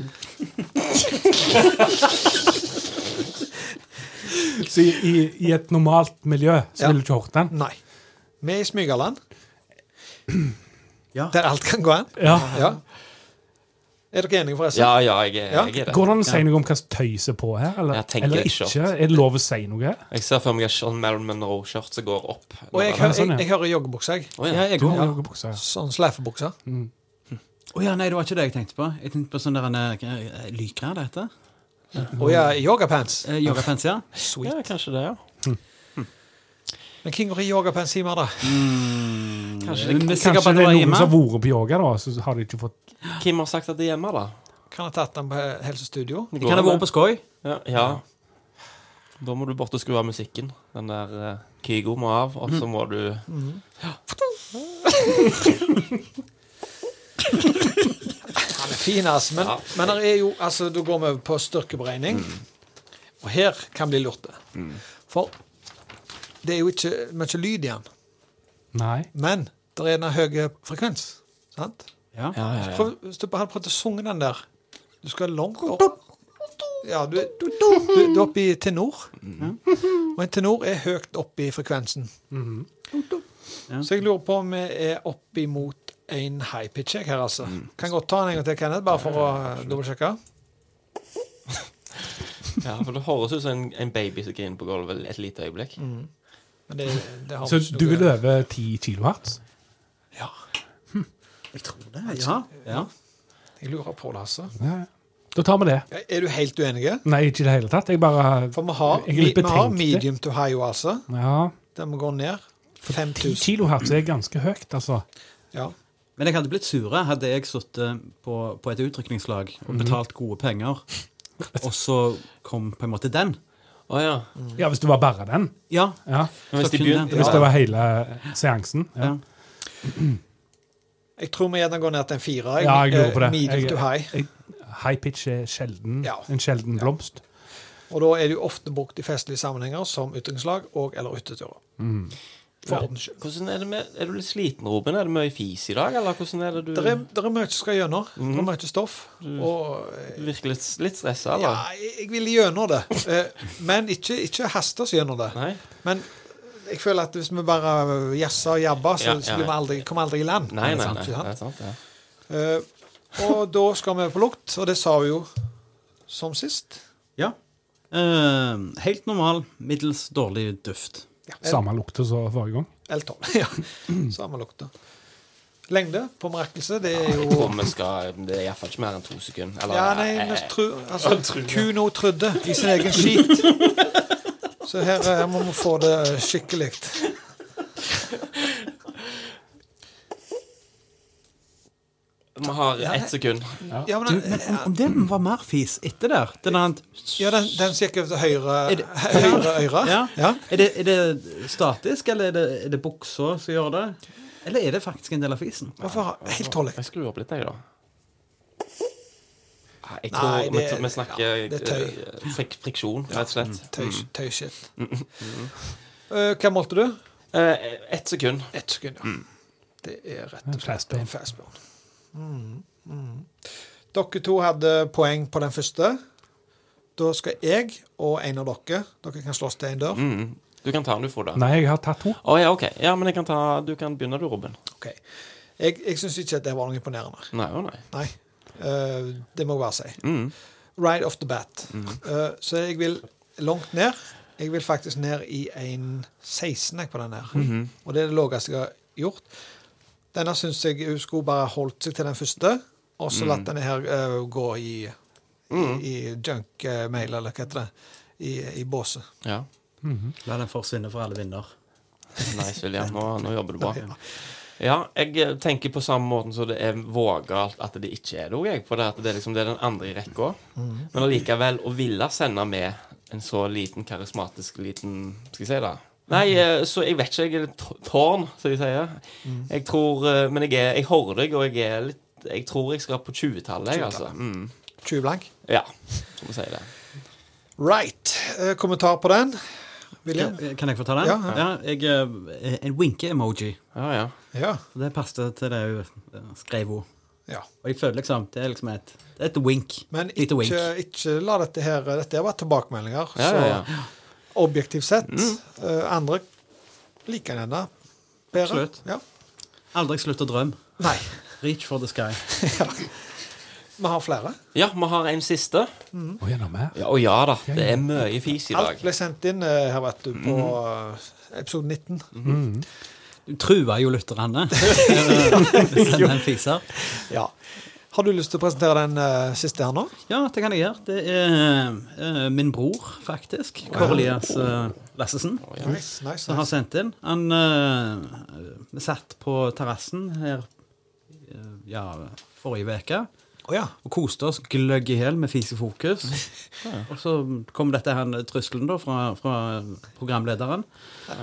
Speaker 6: Så i, i, I et normalt miljø så
Speaker 4: Ja.
Speaker 6: ville du ikke hørt den?
Speaker 4: Nei. Vi er i smygerland.
Speaker 7: Ja.
Speaker 4: Der alt kan gå an.
Speaker 6: Ja.
Speaker 4: Ja. Er dere enige, forresten?
Speaker 5: Ja, ja, jeg, er-
Speaker 4: Ja.
Speaker 5: jeg er det.
Speaker 6: Går det an å si noe om hva som tøyser på her? Eller,
Speaker 5: Jeg tenker
Speaker 6: eller
Speaker 5: ikke.
Speaker 6: ikke? Er det lov å si noe? her?
Speaker 5: Jeg ser for meg et Sean Marilyn Monroe-skjørt som går opp.
Speaker 4: Og jeg, hø- jeg, jeg hører joggebukse, jeg.
Speaker 5: Å,
Speaker 7: Ja,
Speaker 5: ja.
Speaker 7: jeg
Speaker 6: Du
Speaker 7: går.
Speaker 6: har
Speaker 7: Å ja.
Speaker 6: noe bukser.
Speaker 4: Sånn sleiferbukse.
Speaker 7: nei, det var ikke det jeg tenkte på. Jeg tenkte på sånn der en eh, Lykra, det heter?
Speaker 4: Og ja, yogapants.
Speaker 7: Eh, Yogapants, ja.
Speaker 5: ja,
Speaker 4: Sweet.
Speaker 5: kanskje det, ja.
Speaker 4: Men hvem går i yogapants hjemme, da?
Speaker 5: Kanskje
Speaker 7: Eh, Men
Speaker 5: det.
Speaker 7: vi er sikkert
Speaker 6: Kanskje
Speaker 7: på at
Speaker 6: det er
Speaker 7: var
Speaker 6: noen som
Speaker 7: hjemme.
Speaker 6: har vært på yoga, da, så har de ikke fått
Speaker 5: Kim har sagt at det er hjemme, da.
Speaker 4: Kan ha tatt den på eh, helsestudio.
Speaker 5: Det
Speaker 7: Jeg kan ha vært på Skøy.
Speaker 5: Ja, ja. Da må du bort og skru av musikken. Den der eh, Kygo må av, og så må du
Speaker 4: Mm. Han er fin, altså. Men, men det er jo, altså, da går vi over på styrkeberegning. Og her kan bli lurt. det. For det er jo ikke mye lyd i den.
Speaker 6: Nei.
Speaker 4: Men det er en høy frekvens. Sant?
Speaker 7: Ja.
Speaker 4: Prøv, hvis du bare hadde prøvd å synge den der Du skal langt opp. Ja, du, du, du, du er oppe i tenor.
Speaker 6: Mhm.
Speaker 4: Og en tenor er høyt oppe i frekvensen.
Speaker 6: Mhm.
Speaker 7: Ja.
Speaker 4: Så jeg lurer på om vi er opp imot en high pitch jeg, her, altså.
Speaker 6: Mm.
Speaker 4: Kan godt ta den en gang til, Kenneth, bare for å eh, dobbeltsjekke.
Speaker 5: Ja, for det høres ut som en, en baby som griner på gulvet et lite øyeblikk.
Speaker 4: Mm. Men det, det har
Speaker 6: Så
Speaker 4: vi ikke
Speaker 6: du
Speaker 4: noe-
Speaker 6: vil over 10 kilohertz?
Speaker 4: Ja.
Speaker 7: Jeg tror det. Ja. ja.
Speaker 4: Jeg lurer på det, altså.
Speaker 6: Ja. Da tar vi det.
Speaker 4: Er du helt uenige?
Speaker 6: Nei, ikke i det hele tatt. Jeg bare
Speaker 4: For vi har,
Speaker 6: jeg er
Speaker 4: vi,
Speaker 6: litt
Speaker 4: vi har
Speaker 6: betenkt.
Speaker 4: medium to high, altså.
Speaker 6: Ja.
Speaker 4: Den går ned.
Speaker 6: 10
Speaker 4: 5000.
Speaker 6: kilohertz er ganske høyt, altså.
Speaker 4: Ja.
Speaker 7: Men jeg hadde blitt sure hadde jeg sittet på, på et utrykningslag og betalt gode penger, og så kom på en måte den.
Speaker 5: Å ja.
Speaker 6: Ja, hvis det var bare den.
Speaker 7: Ja.
Speaker 6: Ja.
Speaker 7: Men hvis de begynte-
Speaker 6: Hvis det var hele seansen. Ja,
Speaker 4: Jeg tror vi gjerne går ned til en firer.
Speaker 6: ja jeg lurer på det.
Speaker 4: Eh, Medium
Speaker 6: Jeg-
Speaker 4: to high.
Speaker 6: jeg- High pitch er sjelden,
Speaker 4: Ja.
Speaker 6: en sjelden blomst.
Speaker 4: Og da er det jo ofte brukt i festlige sammenhenger som ytringslag og- eller ytterturer. For
Speaker 5: Ja.
Speaker 4: ordens skyld.
Speaker 5: Hvordan er, det med, er du litt sliten, Robin? Er det mye fis i dag, eller hvordan er det du
Speaker 4: Det er, der er mye som skal gjennom. Det er mye stoff. Og eh,
Speaker 5: Du virker litt, litt stressa,
Speaker 4: ja,
Speaker 5: eller?
Speaker 4: jeg jeg vil gjennom det. Eh, Men ikke, ikke hast oss gjennom det.
Speaker 5: Nei?
Speaker 4: Men jeg føler at hvis vi bare jazzer og jabber, så,
Speaker 5: Ja, ja,
Speaker 4: så blir vi
Speaker 5: ja.
Speaker 4: aldri, kommer vi aldri i land.
Speaker 5: Nei, nei,
Speaker 4: Sant,
Speaker 5: nei.
Speaker 4: ikke sant?
Speaker 5: Det er sant, ja.
Speaker 4: Eh, og da skal vi på lukt, og det sa vi jo som sist.
Speaker 7: Ja. Eh, helt normal, middels dårlig duft.
Speaker 6: Samme lukter som forrige gang.
Speaker 4: L12. ja. Samme lukta. Lengde på merkelse, det er
Speaker 5: Jeg
Speaker 4: jo
Speaker 5: tror vi skal Det er iallfall ikke mer enn to sekunder. Eller
Speaker 4: Ja, nei, vi
Speaker 5: eh,
Speaker 4: tru, altså, Kuno trudde i sin egen skit. Så her eh, må vi få det skikkelig.
Speaker 5: Vi har ett sekund.
Speaker 4: Ja, men,
Speaker 7: Du,
Speaker 4: den-
Speaker 7: men om, om det var mer fis etter der Den er,
Speaker 4: ja, den, den som gikk over til høyre,
Speaker 7: Er det-
Speaker 4: høyre øre.
Speaker 7: ja.
Speaker 4: Ja.
Speaker 7: Er, det, er det statisk, eller er det, er det buksa som gjør det? Eller er det faktisk en del av fisen?
Speaker 4: Hvorfor har- Helt tålig.
Speaker 5: Jeg skrur opp litt, jeg, da. Nei, Jeg
Speaker 4: Nei,
Speaker 5: tror vi,
Speaker 4: det-
Speaker 5: vi snakker
Speaker 4: ja, det er tøy. Mm,
Speaker 5: eh, frik, friksjon, rett og slett.
Speaker 4: Tøys- Tøyshit. Eh, hva målte du?
Speaker 5: Eh, Ett sekund.
Speaker 4: Ett sekund, ja. Det er rett og slett det er en fastball. Mm, mm. Dere to hadde poeng på den første. Da skal jeg og en av dere Dere kan slåss til én dør.
Speaker 5: Mm. Du kan ta den, du, Frode. Å
Speaker 6: Nei, jeg har tatt to.
Speaker 5: ja, OK. Ja, men jeg kan ta, du kan begynne, du, Robin.
Speaker 4: Ok. Jeg, jeg syns ikke at det var noe imponerende.
Speaker 5: Nei, å nei.
Speaker 4: Nei. Eh, det må jeg bare si.
Speaker 5: Mm.
Speaker 4: Right off the bat. Eh, så jeg vil langt ned. Jeg vil faktisk ned i en 16 jeg, på den her.
Speaker 5: Mm-hmm.
Speaker 4: Og det er det laveste jeg har gjort. Denne syns jeg hun skulle bare holdt seg til den første, og
Speaker 5: Mm.
Speaker 4: så latt denne her eh, gå i, i, i junk-mail, eller hva heter det, i, i båset.
Speaker 5: Ja.
Speaker 7: La den forsvinne for alle vinder.
Speaker 5: Nice, William. Nå, nå jobber du bra. Ja, jeg eh, tenker på samme måten som det er vågalt at det ikke er det òg, jeg. For det, at det, er liksom, det er den andre i rekka. Men allikevel å ville sende med en så liten, karismatisk liten Skal jeg si det? Nei, eh, så jeg vet ikke. Jeg er litt tå- tårn, som de sier. Jeg tror eh, Men jeg er jeg hører deg, og jeg er litt Jeg tror jeg skal på 20-tallet, jeg, altså. Mm.
Speaker 4: 20 blank.
Speaker 5: Ja, som vi sier det.
Speaker 4: Right. Eh, kommentar på den? William?
Speaker 7: Kan, kan jeg få ta den?
Speaker 4: Ja, ja.
Speaker 7: jeg, eh, en winke-emoji.
Speaker 5: Ja, ja.
Speaker 4: Ja.
Speaker 7: Det passet til det hun eh, skrev. hun.
Speaker 4: ja.
Speaker 7: Og jeg føler liksom Det er liksom et, det er et wink.
Speaker 4: Men
Speaker 7: Lite
Speaker 4: ikke,
Speaker 7: wink.
Speaker 4: ikke la dette her Dette var tilbakemeldinger.
Speaker 5: Ja, ja, ja.
Speaker 4: Så objektivt sett eh, Andre liker den enda bedre.
Speaker 7: Absolutt.
Speaker 4: Ja.
Speaker 7: Aldri slutt å drømme.
Speaker 4: Nei.
Speaker 7: Reach for the sky.
Speaker 4: Vi har flere.
Speaker 5: Ja, vi har en siste.
Speaker 4: Mm.
Speaker 6: Og gjennom her.
Speaker 5: Ja, og ja da. Det er mye fis i
Speaker 4: Alt
Speaker 5: dag.
Speaker 4: ble sendt inn eh, her, vet du, på eh, episode 19.
Speaker 7: Du truer jo lytterne. Eh, Send en fiser.
Speaker 4: Ja. Har du lyst til å presentere den eh, siste her nå?
Speaker 7: Ja, det kan jeg gjøre. Det er eh, min bror, faktisk. Kåre Elias eh, Lassesen.
Speaker 4: Nice, nice,
Speaker 7: Som har
Speaker 4: nice.
Speaker 7: sendt inn. Han eh, vi satt på terrassen her eh, ja, forrige uke.
Speaker 4: Å ja.
Speaker 7: og koste oss gløgg i hjel med fisefokus. Og så kom dette her trusselen da fra, fra programlederen.
Speaker 4: ja,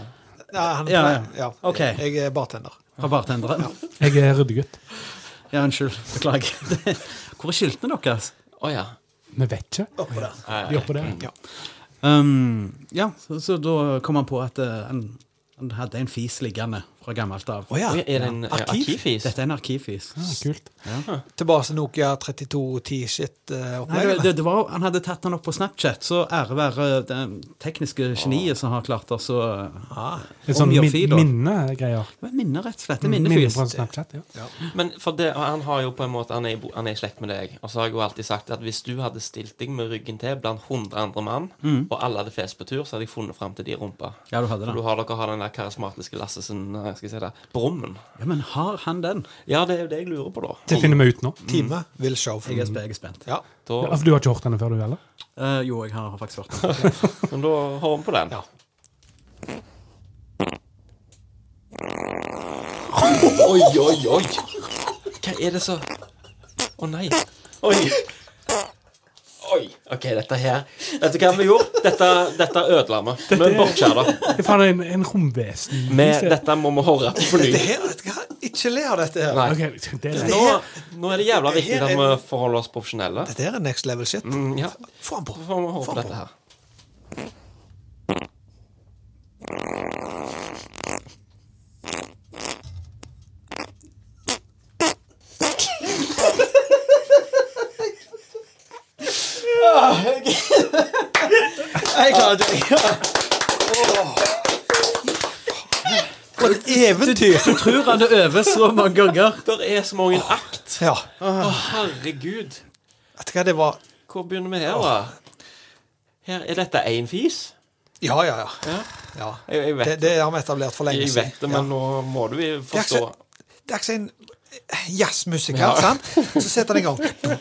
Speaker 4: han,
Speaker 7: Ja, ja.
Speaker 4: ja.
Speaker 7: Ok.
Speaker 4: Jeg er bartender.
Speaker 7: Fra bartenderen.
Speaker 6: Jeg er ryddegutt.
Speaker 7: Ja, unnskyld. Beklager. Det- Hvor er skiltene deres?
Speaker 5: Å ja.
Speaker 6: Vi vet ikke.
Speaker 4: Oppå der.
Speaker 6: Vi gjør på det.
Speaker 7: Um, ja, så, så da kom han på at eh, han, han hadde en fis liggende fra gammelt av.
Speaker 4: Å ja.
Speaker 5: Oi, Er det en eh,
Speaker 4: Arkiv?
Speaker 5: arkivfis?
Speaker 7: Dette er en arkivfis.
Speaker 6: Ja, kult.
Speaker 4: Tilbake til Nokia 3210-shit.
Speaker 7: Nei, det, det, det var, han hadde tatt den opp på Snapchat, så ære være eh, det tekniske geniet som har klart å ah,
Speaker 6: Litt sånn
Speaker 7: omgjøre
Speaker 6: min
Speaker 7: filer.
Speaker 6: minnegreier.
Speaker 7: Men minner, rett og slett. En
Speaker 6: Minne
Speaker 7: minnefis.
Speaker 6: fra Snapchat. ja.
Speaker 5: Men for det, han har jo på en måte Han er, i bo- han er i slekt med deg. Og så har jeg jo alltid sagt at hvis du hadde stilt deg med ryggen til blant 100 andre mann, og alle hadde fest på tur, så hadde jeg funnet fram til de rumpa.
Speaker 7: Ja, du
Speaker 5: For
Speaker 7: hadde det.
Speaker 5: du har dere har den der karismatiske Lassesen eh, skal jeg si det? Brummen.
Speaker 7: Ja, Men har han den?
Speaker 5: Ja, det er jo det jeg lurer på, da.
Speaker 6: Det finner vi ut nå.
Speaker 5: Time
Speaker 4: will show.
Speaker 7: Jeg er, sp- jeg er spent.
Speaker 4: Ja.
Speaker 5: Da,
Speaker 6: Ja, for du har ikke hørt denne før, du heller?
Speaker 7: Eh, jo, jeg har faktisk hørt den.
Speaker 5: Men da har vi på den. Oi, oi, oi. Hva er det så Å nei. Oi. Oi. OK, dette her Vet du hva vi gjorde? Dette, dette ødela vi. Vi bortskjæra.
Speaker 6: Det er faen en, en romvesen.
Speaker 5: Dette må vi høre på på ny.
Speaker 4: Dette her, vet du hva? Ikke le av dette her.
Speaker 5: Nei.
Speaker 6: Ok, det er
Speaker 5: Nå, nå er det jævla
Speaker 4: Det her
Speaker 5: viktig at
Speaker 4: er-
Speaker 5: vi forholder oss profesjonelle.
Speaker 4: Dette her er next level shit.
Speaker 5: Mm, ja.
Speaker 4: Få han på.
Speaker 5: Få han på
Speaker 4: Få han
Speaker 5: dette her.
Speaker 7: Jeg klarer det ikke.
Speaker 4: For et eventyr!
Speaker 7: Du tror han det øver så mange ganger.
Speaker 5: Der er så mange akt.
Speaker 4: Ja.
Speaker 5: Å, herregud.
Speaker 4: Vet du hva det var?
Speaker 5: Hvor begynner vi her, da? Her, er dette én fis?
Speaker 4: Ja, ja, ja. ja.
Speaker 5: Jeg, jeg
Speaker 4: Det,
Speaker 5: vet
Speaker 4: det har vi etablert for lenge
Speaker 5: Jeg
Speaker 4: siden.
Speaker 5: vet det, men nå må du jo forstå.
Speaker 4: Ja. Det er ikke en eh, jazzmusiker, sant? Så setter han i gang.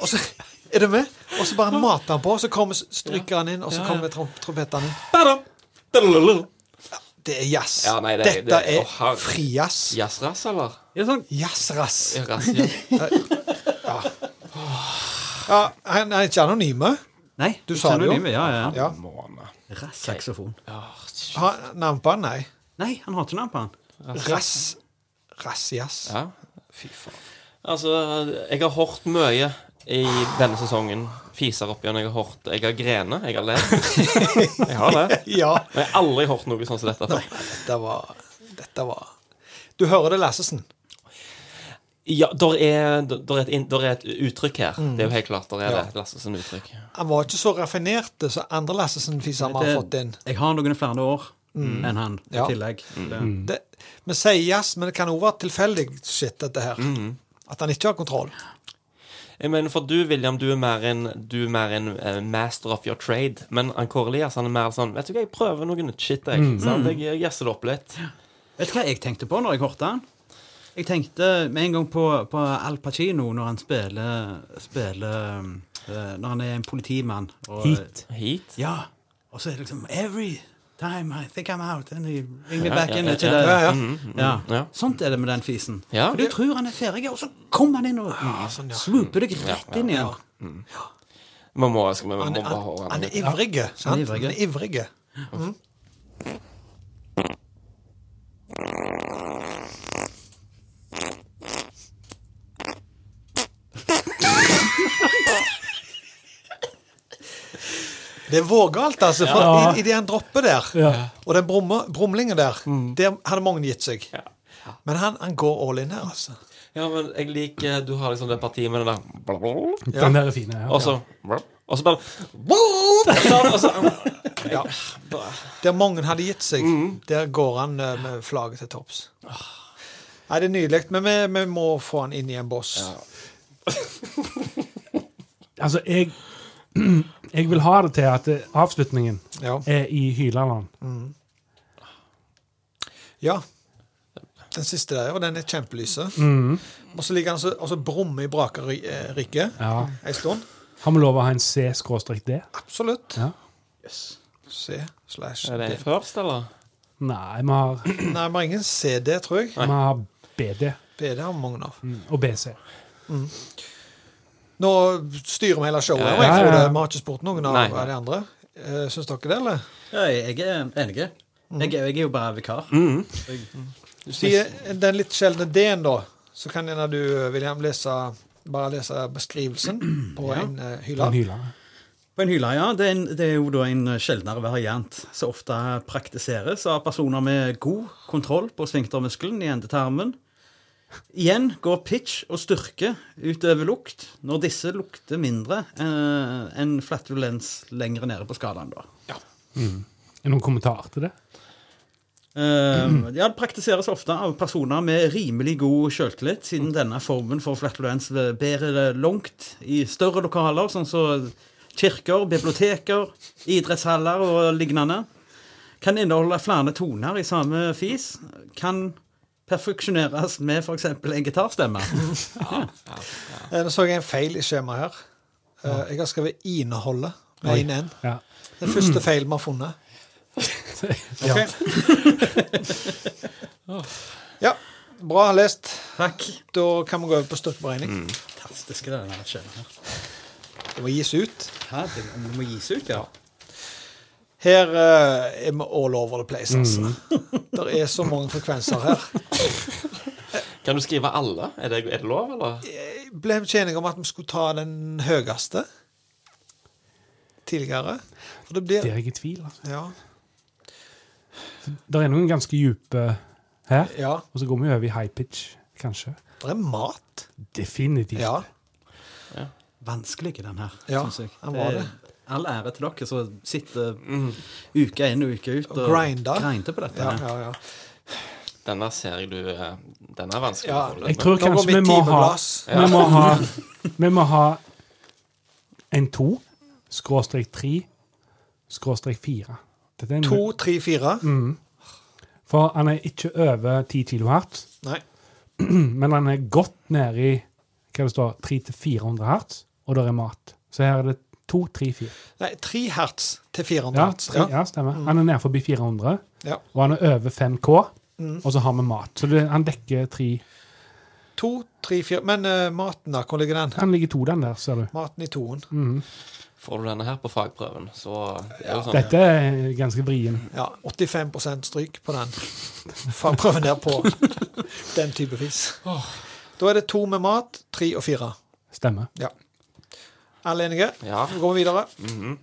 Speaker 4: Og så er det med, og så bare mater han på, og så kommer strykeren inn, og så kommer trom trompettene inn.
Speaker 5: Badam. Dadalala.
Speaker 4: Det er jazz.
Speaker 5: Ja, nei, det-
Speaker 4: Dette
Speaker 5: det- å,
Speaker 4: er
Speaker 5: herre-
Speaker 4: frijazz.
Speaker 5: Jazzrass, eller?
Speaker 7: Det er sånn
Speaker 4: Jazzrass.
Speaker 5: Ja, Rass, ja.
Speaker 4: Ja, han er ikke eh? anonyme.
Speaker 7: Nei,
Speaker 4: Du sa det jo.
Speaker 7: Kanonym, Ja, ja.
Speaker 4: Ja.
Speaker 7: Rass saksofon.
Speaker 4: Har han navn på han? Nei.
Speaker 7: Nei, han har ikke navn på han.
Speaker 4: Rass. Rass-jazz.
Speaker 5: ja. Fy faen. Altså, jeg har hørt mye i denne sesongen. Fiser opp igjen. Jeg har hørt Jeg har grener. Jeg har ledd. Jeg har det.
Speaker 4: Ja.
Speaker 5: Men jeg har aldri hørt noe sånn som dette før.
Speaker 4: Dette var Dette var Du hører det, Lassesen.
Speaker 5: Ja, der er, der, er et, inn- der er et uttrykk her. Det er jo helt klart der er det. Lassesen uttrykk.
Speaker 4: Han var ikke så raffinert som andre Lassesen-fiser vi har fått inn.
Speaker 7: Jeg har noen i flere år enn han i
Speaker 4: Ja.
Speaker 7: tillegg. Det-
Speaker 4: Det, vi sier jazz, men det kan òg være tilfeldig shit, dette her. At han ikke har kontroll.
Speaker 5: Jeg mener, Eh, for du, William, du er mer en, du er mer en eh, master of your trade. Men han Kåre Elias han er mer sånn Vet du hva, jeg prøver noe nytt shit, jeg. Sant? Jeg jazzer det opp litt.
Speaker 7: Vet du hva jeg tenkte på når jeg hørte han? Jeg tenkte med en gang på, på Al Pacino når han spiller, spiller eh, Når han er en politimann. Og,
Speaker 6: Heat.
Speaker 5: Hit.
Speaker 7: Ja. Og så er det liksom Every time I think I'm out And he bring me back
Speaker 5: ja,
Speaker 7: in.
Speaker 5: ja,
Speaker 7: ikke
Speaker 5: ja. Mm,
Speaker 7: det?
Speaker 4: Ja, ja.
Speaker 7: Ja.
Speaker 5: ja.
Speaker 7: Sånt er det med den fisen.
Speaker 5: Ja.
Speaker 7: For du tror han er ferdig, og så kommer han inn og swooper
Speaker 5: Mm.
Speaker 7: deg rett inn igjen.
Speaker 5: Vi må, skal vi, vi
Speaker 4: Han,
Speaker 5: må
Speaker 4: er-
Speaker 5: bare
Speaker 4: han,
Speaker 5: høre
Speaker 4: han
Speaker 5: han
Speaker 4: er ivrig. Sant?
Speaker 7: ivrig.
Speaker 4: Han er Mm. ivrig. Det er vågalt, altså. For
Speaker 6: Ja.
Speaker 4: i, i det han dropper der,
Speaker 6: Ja. Mm.
Speaker 4: og den brumme- brumlingen der, der hadde mange gitt seg. Men han, han går all in her, altså.
Speaker 5: Ja, men jeg liker Du har liksom det partiet med den der blablabla,
Speaker 6: Den der er fin. Ja.
Speaker 5: Og så Og så bare blablabla, og så,
Speaker 4: Ja. Der mange hadde gitt seg,
Speaker 5: Mm.
Speaker 4: der går han eh, med flagget til topps.
Speaker 5: Ah.
Speaker 4: Nei, det er nydelig, men vi, vi må få han inn i en boss.
Speaker 6: Altså, jeg Jeg vil ha det til at eh, avslutningen
Speaker 4: Ja.
Speaker 6: er i Hylaland.
Speaker 4: ja. Den siste der, og den er kjempelyse.
Speaker 6: Mm.
Speaker 4: Og så ligger han så- og så brummer i brakerriket
Speaker 6: Ja.
Speaker 4: ei stund.
Speaker 6: Har vi lov å ha en C-D?
Speaker 4: Absolutt.
Speaker 6: Ja.
Speaker 4: C slash
Speaker 5: Er
Speaker 4: D.
Speaker 5: det først, eller?
Speaker 6: Nei, vi har, vi
Speaker 4: Nei, vi har ingen CD, tror jeg.
Speaker 6: har BD
Speaker 4: BD har vi mange av.
Speaker 6: og BC.
Speaker 4: Nå styrer vi hele showet.
Speaker 5: Ja,
Speaker 4: og jeg
Speaker 6: ja,
Speaker 4: tror
Speaker 6: ja.
Speaker 4: det. Vi har ikke spurt noen av
Speaker 5: Nei.
Speaker 4: av de andre. Eh, Syns dere det, eller?
Speaker 7: Ja, jeg er enig. Jeg, jeg er jo bare vikar.
Speaker 4: Si eh, den litt sjeldne D-en, da. Så kan gjerne du, eh, William, lese, bare lese beskrivelsen på en uh, hylle.
Speaker 6: Den Hyland.
Speaker 7: På en hylle, ja. Det er, en, det er jo da en eh, sjeldnere variant som ofte praktiseres av personer med god kontroll på sfinktermuskelen i endetarmen. Igjen går pitch og styrke utover lukt når disse lukter mindre eh, enn flatulens lenger nede på skalaen, da.
Speaker 6: Er det noen kommentar til det?
Speaker 7: Eh, ja, det praktiseres ofte av personer med rimelig god sjøltillit, siden denne formen for flatulens bærer det langt i større lokaler, sånn som kirker, biblioteker, idrettshaller og lignende. Kan inneholde flere toner i samme fis. Kan perfeksjoneres med f.eks. en gitarstemme.
Speaker 4: Eh, Nå så jeg en feil i skjemaet her. Eh, Jeg har skrevet 'inneholdet' med
Speaker 7: Oi.
Speaker 4: en n.
Speaker 7: Ja.
Speaker 4: Den første feilen vi har funnet.
Speaker 7: Ja.
Speaker 4: Ja. ja. Bra lest.
Speaker 7: Takk.
Speaker 4: Da kan vi gå over på støtteberegning.
Speaker 7: Fantastisk, det der skjemaet her.
Speaker 4: Det må gis ut.
Speaker 7: Hæ, det, det må gis ut, ja.
Speaker 4: Her eh, er vi all over the place, altså. Det er så mange frekvenser her.
Speaker 5: Kan du skrive alle? Er det, er det lov, eller?
Speaker 4: Ble vi ikke enige om at vi skulle ta den høyeste tidligere? For det blir
Speaker 6: Der er jeg i tvil. Altså.
Speaker 4: Ja.
Speaker 6: Det er noen ganske dype her,
Speaker 4: Ja.
Speaker 6: og så går vi over i high pitch, kanskje.
Speaker 4: Det er mat.
Speaker 6: Definitivt.
Speaker 4: Ja.
Speaker 7: Vanskelig, den her,
Speaker 4: Ja,
Speaker 7: syns jeg.
Speaker 4: den var det.
Speaker 7: er All ære til dere som sitter uke inn og uke ut og,
Speaker 4: grinder.
Speaker 7: grinder på dette.
Speaker 4: Ja,
Speaker 7: her.
Speaker 4: ja, ja.
Speaker 5: Denne ser jeg du eh, Den er vanskelig
Speaker 4: Ja,
Speaker 5: å få
Speaker 6: Jeg tror
Speaker 4: Nå går
Speaker 6: kanskje
Speaker 4: vi
Speaker 6: vi må
Speaker 4: ti på
Speaker 6: ha
Speaker 4: glass.
Speaker 6: Vi må ha, vi må ha en to, skråstrek tre, skråstrek fire. Dette er en-
Speaker 4: To, tre, fire.
Speaker 6: Mm. For han er ikke over 10 kilohertz.
Speaker 4: Nei.
Speaker 6: Men han er godt nede i hva det står, 300-400 hertz, og der er mat. Så her er det 2, 3, 4.
Speaker 4: Nei, tre hertz til 400
Speaker 6: Ja,
Speaker 4: hertz.
Speaker 6: tre, ja stemmer.
Speaker 4: Mm.
Speaker 6: Han er nede forbi 400,
Speaker 4: Ja.
Speaker 6: og han er over 5K,
Speaker 4: Mm.
Speaker 6: og så har vi mat. Så det, han dekker tre
Speaker 4: To, tre, fire Men eh, maten, da? Hvor ligger den?
Speaker 6: Han ligger to, den der, ser du.
Speaker 4: Maten i toen.
Speaker 6: Mhm.
Speaker 5: Får du denne her på fagprøven, så det er jo sånn.
Speaker 6: Dette er ganske vrien.
Speaker 4: Ja, 85 stryk på den. Faen, prøv ned på den type fis. Da er det to med mat, tre og fire.
Speaker 6: Stemmer.
Speaker 4: Ja. Alle enige?
Speaker 5: Ja.
Speaker 4: Vi går videre.
Speaker 5: Mhm.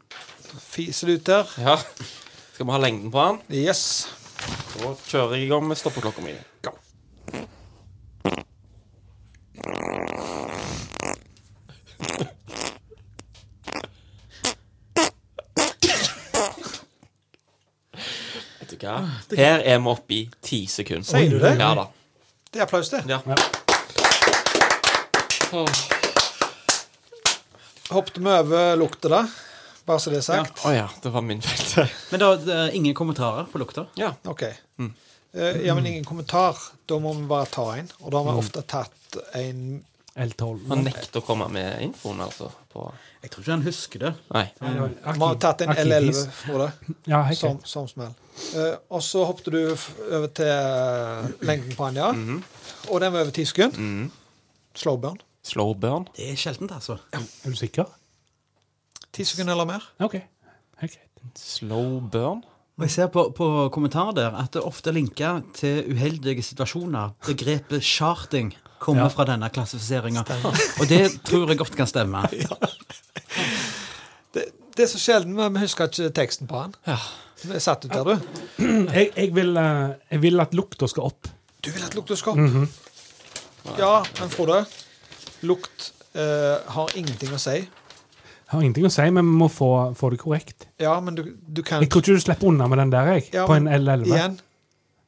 Speaker 4: Fiser det ut der.
Speaker 5: ja. Skal vi ha lengden på den?
Speaker 4: Yes.
Speaker 5: Da kjører jeg i gang med stoppeklokka mi.
Speaker 4: Go.
Speaker 5: Vet du hva? Her er vi oppe i ti sekunder.
Speaker 4: Sier du det?
Speaker 5: Ja da.
Speaker 4: Det er applaus, det.
Speaker 5: Ja.
Speaker 4: Hoppet vi over lukta, da? Bare så det er sagt.
Speaker 5: Å ja, det var min feil.
Speaker 7: Men da, det er ingen kommentarer på lukta?
Speaker 5: Ja.
Speaker 4: OK.
Speaker 5: Mm.
Speaker 4: Eh, ja, men ingen kommentar. Da må vi bare ta en. Og da har
Speaker 5: Mm.
Speaker 4: vi ofte tatt en
Speaker 5: Han
Speaker 6: L12.
Speaker 5: nekter å komme med infoen, altså. På
Speaker 7: Jeg tror ikke han husker det.
Speaker 5: Nei.
Speaker 4: Vi har tatt en L11 for det,
Speaker 6: Ja, helt
Speaker 4: som,
Speaker 6: greit.
Speaker 4: som smell. Eh, og så hoppet du f- over til eh, lengden på den, ja.
Speaker 6: Mhm.
Speaker 4: Og den var over ti sekunder.
Speaker 5: Mhm.
Speaker 4: Slowburn.
Speaker 5: Slow burn.
Speaker 7: Det er sjeldent, altså.
Speaker 6: Er du sikker?
Speaker 4: Ti sekunder eller mer.
Speaker 6: OK. Helt greit.
Speaker 5: Slow burn?
Speaker 7: Og jeg ser på, på kommentarer der at det ofte er linker til uheldige situasjoner. Begrepet charting kommer
Speaker 6: Ja.
Speaker 7: fra denne klassifiseringa. Og det tror jeg godt kan stemme.
Speaker 4: Det er så sjelden, men vi husker ikke teksten på den.
Speaker 5: Ja.
Speaker 4: Vi satt ut der, du.
Speaker 6: Jeg, jeg, vil, eh, jeg vil at lukta skal opp.
Speaker 4: Du vil ha et lukteskopp?
Speaker 6: Mhm.
Speaker 4: Ja, men Frode, lukt eh, har ingenting å si.
Speaker 6: Har ingenting å si, men vi må få, få det korrekt.
Speaker 4: Ja, men du, du kan
Speaker 6: Jeg tror ikke du slipper unna med den der, jeg.
Speaker 4: ja,
Speaker 6: på en
Speaker 4: men
Speaker 6: L11.
Speaker 4: Igjen,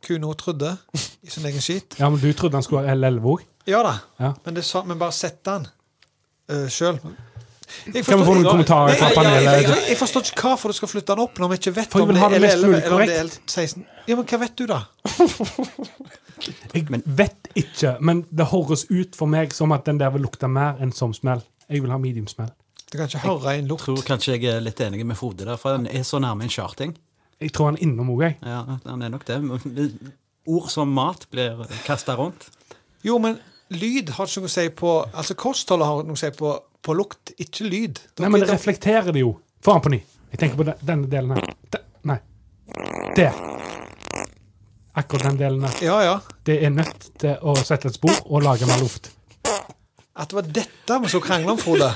Speaker 4: Kuno trodde i sin egen skit.
Speaker 6: Ja, men du trodde han skulle være L11 òg?
Speaker 4: Ja da,
Speaker 6: Ja.
Speaker 4: men, det sa, men bare sett den uh, sjøl.
Speaker 6: Kan vi få noen kommentarer fra
Speaker 4: Jeg,
Speaker 6: panelet?
Speaker 4: jeg, jeg forstår ikke hvorfor du skal flytte den opp når vi ikke vet
Speaker 6: For jeg
Speaker 4: om
Speaker 6: vil
Speaker 4: det
Speaker 6: ha
Speaker 4: er
Speaker 6: det mest
Speaker 4: L11
Speaker 6: mulig
Speaker 4: eller om det er
Speaker 6: korrekt.
Speaker 4: L16. Ja, men hva vet du, da?
Speaker 6: Jeg vet ikke, men det høres ut for meg som at den der vil lukte mer enn som smell. Jeg vil ha medium smell.
Speaker 4: Du kan ikke høre en lukt.
Speaker 7: Tror kanskje jeg er litt enig med Frode der, for han er så nærme en charting.
Speaker 6: Jeg tror han er innom òg, jeg.
Speaker 7: Ja, han er nok det. Men Ord som mat blir kasta rundt.
Speaker 4: Jo, men lyd har ikke noe å si på Altså, kostholdet har noe å si på, på lukt, ikke lyd. Dere-
Speaker 6: Nei, men det
Speaker 4: dere-
Speaker 6: reflekterer det jo. Få han på ny. Jeg tenker på den, denne delen her. De, nei. Der. Akkurat den delen her.
Speaker 4: Ja, ja.
Speaker 6: Det er nødt til å sette et spor og lage mer luft.
Speaker 4: At det var dette vi skulle krangle om, Frode.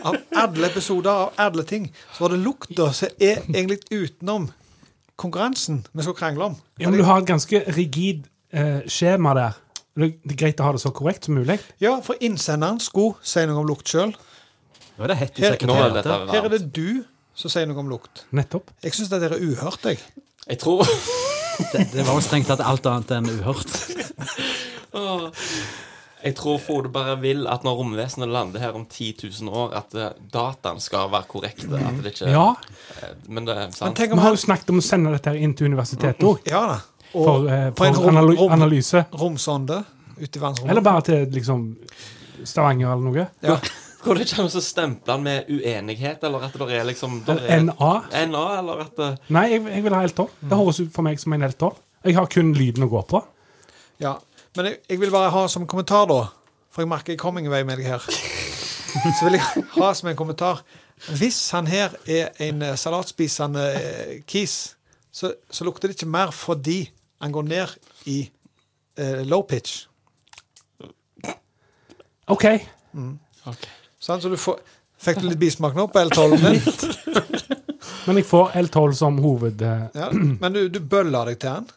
Speaker 4: Av alle episoder av alle ting, så var det lukta som er egentlig utenom konkurransen vi skulle krangle om.
Speaker 6: Ja, men du har et ganske rigid eh, skjema der. Det det er greit å ha det så korrekt som mulig.
Speaker 4: Ja, for innsenderen skulle si noe om lukt sjøl.
Speaker 7: Nå er det hett i
Speaker 4: Her-
Speaker 5: Nå er dette
Speaker 7: sekretariatet.
Speaker 4: Her er
Speaker 5: varmt.
Speaker 4: det du som sier noe om lukt.
Speaker 6: Nettopp.
Speaker 4: Jeg syns det der er uhørt, jeg.
Speaker 5: Jeg tror
Speaker 7: Det, det var jo strengt tatt alt annet enn uhørt.
Speaker 5: Jeg tror Frode bare vil at når romvesenet lander her om 10 000 år, at eh, dataen skal være korrekte. At det ikke
Speaker 6: Ja.
Speaker 5: Eh, Men det er sant.
Speaker 6: Vi har jo snakket om å sende dette her inn til universitetet òg.
Speaker 4: Ja da. Og
Speaker 6: For, eh,
Speaker 4: på en
Speaker 6: for
Speaker 4: rom-
Speaker 6: analy-
Speaker 4: rom-
Speaker 6: analyse.
Speaker 4: Romsonde ute i verdensrommet.
Speaker 6: Eller bare til liksom Stavanger eller noe.
Speaker 5: Går det ikke an å stemple den med uenighet, eller at det er liksom det
Speaker 6: Eller
Speaker 5: er,
Speaker 6: NA?
Speaker 5: NA, eller at eh, det,
Speaker 6: Nei, jeg, jeg vil ha helt 12. Det høres ut for meg som en helt 12. Jeg har kun lyden å gå på.
Speaker 4: Ja, Men jeg, jeg vil bare ha som kommentar, da. For jeg merker jeg kommer ingen vei med deg her. Så vil jeg ha som en kommentar Hvis han her er en eh, salatspisende eh, kis, så, så lukter det ikke mer fordi han går ned i eh, low pitch.
Speaker 6: OK.
Speaker 4: Sant? så du får, fikk du litt bismak nå på L12-en din?
Speaker 6: Men jeg får L12 som hoved... eh,
Speaker 4: Ja, men du, du bøller deg til han?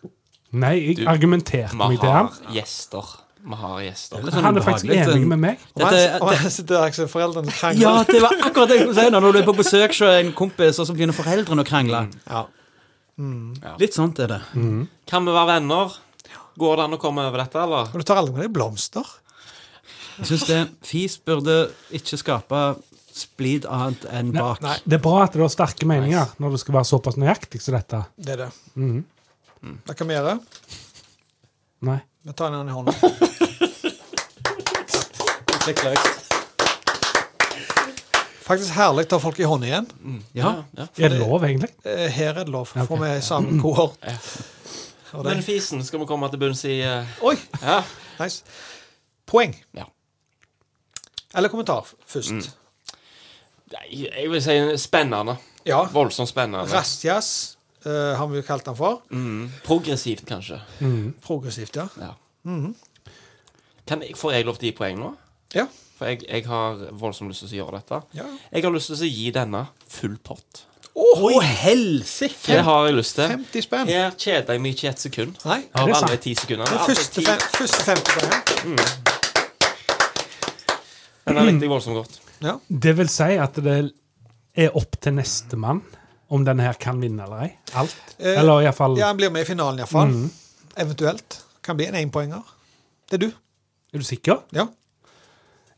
Speaker 6: Nei, jeg
Speaker 5: Du,
Speaker 6: argumenterte
Speaker 5: Vi
Speaker 6: meg til han.
Speaker 5: har gjester. Vi har gjester.
Speaker 6: Han er faktisk enig med meg.
Speaker 4: Og han- og han sitter der som foreldrene krangler.
Speaker 9: Ja, det var akkurat det jeg skulle si nå, når du er på besøk hos en kompis, og så begynner foreldrene å krangle.
Speaker 4: Mm, Ja. Mm.
Speaker 9: Litt sånt er det.
Speaker 5: Kan vi være venner? Går det an å komme over dette, eller?
Speaker 4: Men du tar aldri med deg blomster.
Speaker 9: Jeg syns det fis burde ikke skape splid annet enn bak.
Speaker 4: Nei.
Speaker 6: Det er bra at det er sterke meninger når det skal være såpass nøyaktig som dette.
Speaker 4: Det Mm. er det.
Speaker 6: Mhm.
Speaker 4: Hva kan vi gjøre?
Speaker 6: Nei.
Speaker 4: Vi tar den i hånda. Faktisk herlig å ha folk i hånd igjen.
Speaker 9: Ja, ja.
Speaker 4: For
Speaker 6: Er det lov, egentlig?
Speaker 4: Eh, Her er det lov, for vi er i samme kohort. Og
Speaker 5: Men
Speaker 4: det-
Speaker 5: fisen skal vi komme til bunns i. eh,
Speaker 4: Oi!
Speaker 5: Ja.
Speaker 4: Nice. Poeng.
Speaker 5: Ja. Mm.
Speaker 4: Eller kommentar først.
Speaker 5: Nei, Jeg vil si spennende.
Speaker 4: Ja.
Speaker 5: Voldsomt spennende.
Speaker 4: Rastjazz eh, har vi jo kalt den for.
Speaker 5: Mm. Progressivt, kanskje.
Speaker 4: Progressivt, ja.
Speaker 5: Ja.
Speaker 4: Mhm.
Speaker 5: Kan jeg, får jeg lov til å gi poeng nå?
Speaker 4: Ja.
Speaker 5: For jeg, jeg har voldsomt lyst til å gjøre dette.
Speaker 4: ja.
Speaker 5: Jeg har lyst til å gi denne full pott.
Speaker 9: Å, helsike!
Speaker 5: Det har jeg lyst til.
Speaker 4: 50 spenn.
Speaker 5: Her kjeder jeg meg ikke i ett sekund.
Speaker 4: Nei.
Speaker 5: Av
Speaker 6: det
Speaker 5: alle
Speaker 6: sant?
Speaker 5: ti sekundene.
Speaker 4: Den
Speaker 5: Alle
Speaker 4: første,
Speaker 5: ti-
Speaker 4: fem, første 50 poengen.
Speaker 5: Den er riktig voldsomt godt.
Speaker 4: Ja.
Speaker 6: Det vil si at det er opp til nestemann om denne her kan vinne eller ei. Alt.
Speaker 4: Eh,
Speaker 6: Eller iallfall
Speaker 4: ja, han blir med i finalen iallfall. fall Eventuelt. Kan bli en énpoenger. Det er du.
Speaker 6: Er du sikker?
Speaker 4: Ja.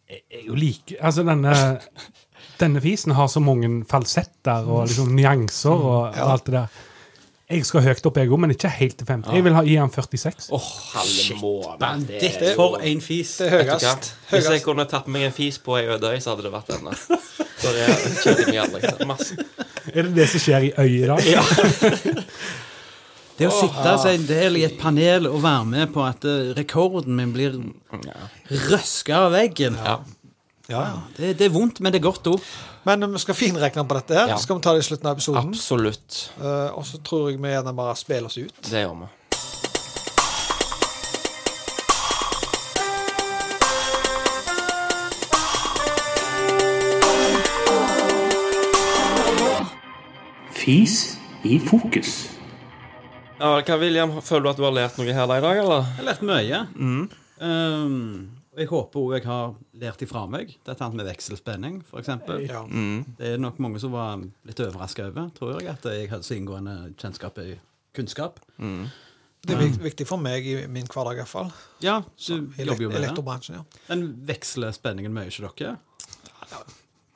Speaker 6: Jeg er jo like Altså, denne Denne fisen har så mange falsetter og liksom nyanser og, og alt det der. Jeg skal høyt opp, jeg òg, men ikke helt til 50. Jeg vil ha, gi han 46.
Speaker 5: Åh, halve måned. Det
Speaker 9: Ditt for en fis.
Speaker 4: Det er
Speaker 5: Vet du hva?
Speaker 4: høyest.
Speaker 5: Hvis jeg
Speaker 4: høyest.
Speaker 5: kunne tatt meg en fis på ei øde øy, så hadde det vært denne. Så det kjeder meg aldri. Masse.
Speaker 6: Er det det som skjer i øyet i dag?
Speaker 9: Det å sitte seg en del i et panel og være med på at eh, rekorden min blir røska av veggen
Speaker 4: Ja, ja.
Speaker 9: det, det er vondt, men det er godt òg.
Speaker 4: Men um, vi skal finregne på dette. her
Speaker 5: Ja.
Speaker 4: Skal vi ta det i slutten av episoden?
Speaker 5: Absolutt.
Speaker 4: Eh, og så tror jeg vi gjerne bare spiller oss ut.
Speaker 5: Det gjør vi.
Speaker 11: Fis i fokus.
Speaker 5: Ja, hva, William, Føler du at du har lært noe her da i dag, eller?
Speaker 9: Jeg har lært mye. Um, og jeg håper òg jeg har lært ifra meg dette her med vekselspenning, f.eks.
Speaker 4: Ja.
Speaker 9: Det er nok mange som var litt overraska over, tror jeg, at jeg hadde så inngående kjennskap i kunnskap.
Speaker 4: Det er vik- viktig for meg i min hverdag, iallfall.
Speaker 9: Ja, du
Speaker 4: I
Speaker 9: jobber jo med det.
Speaker 4: elektrobransjen. ja.
Speaker 9: Men veksler spenningen mye ikke dere?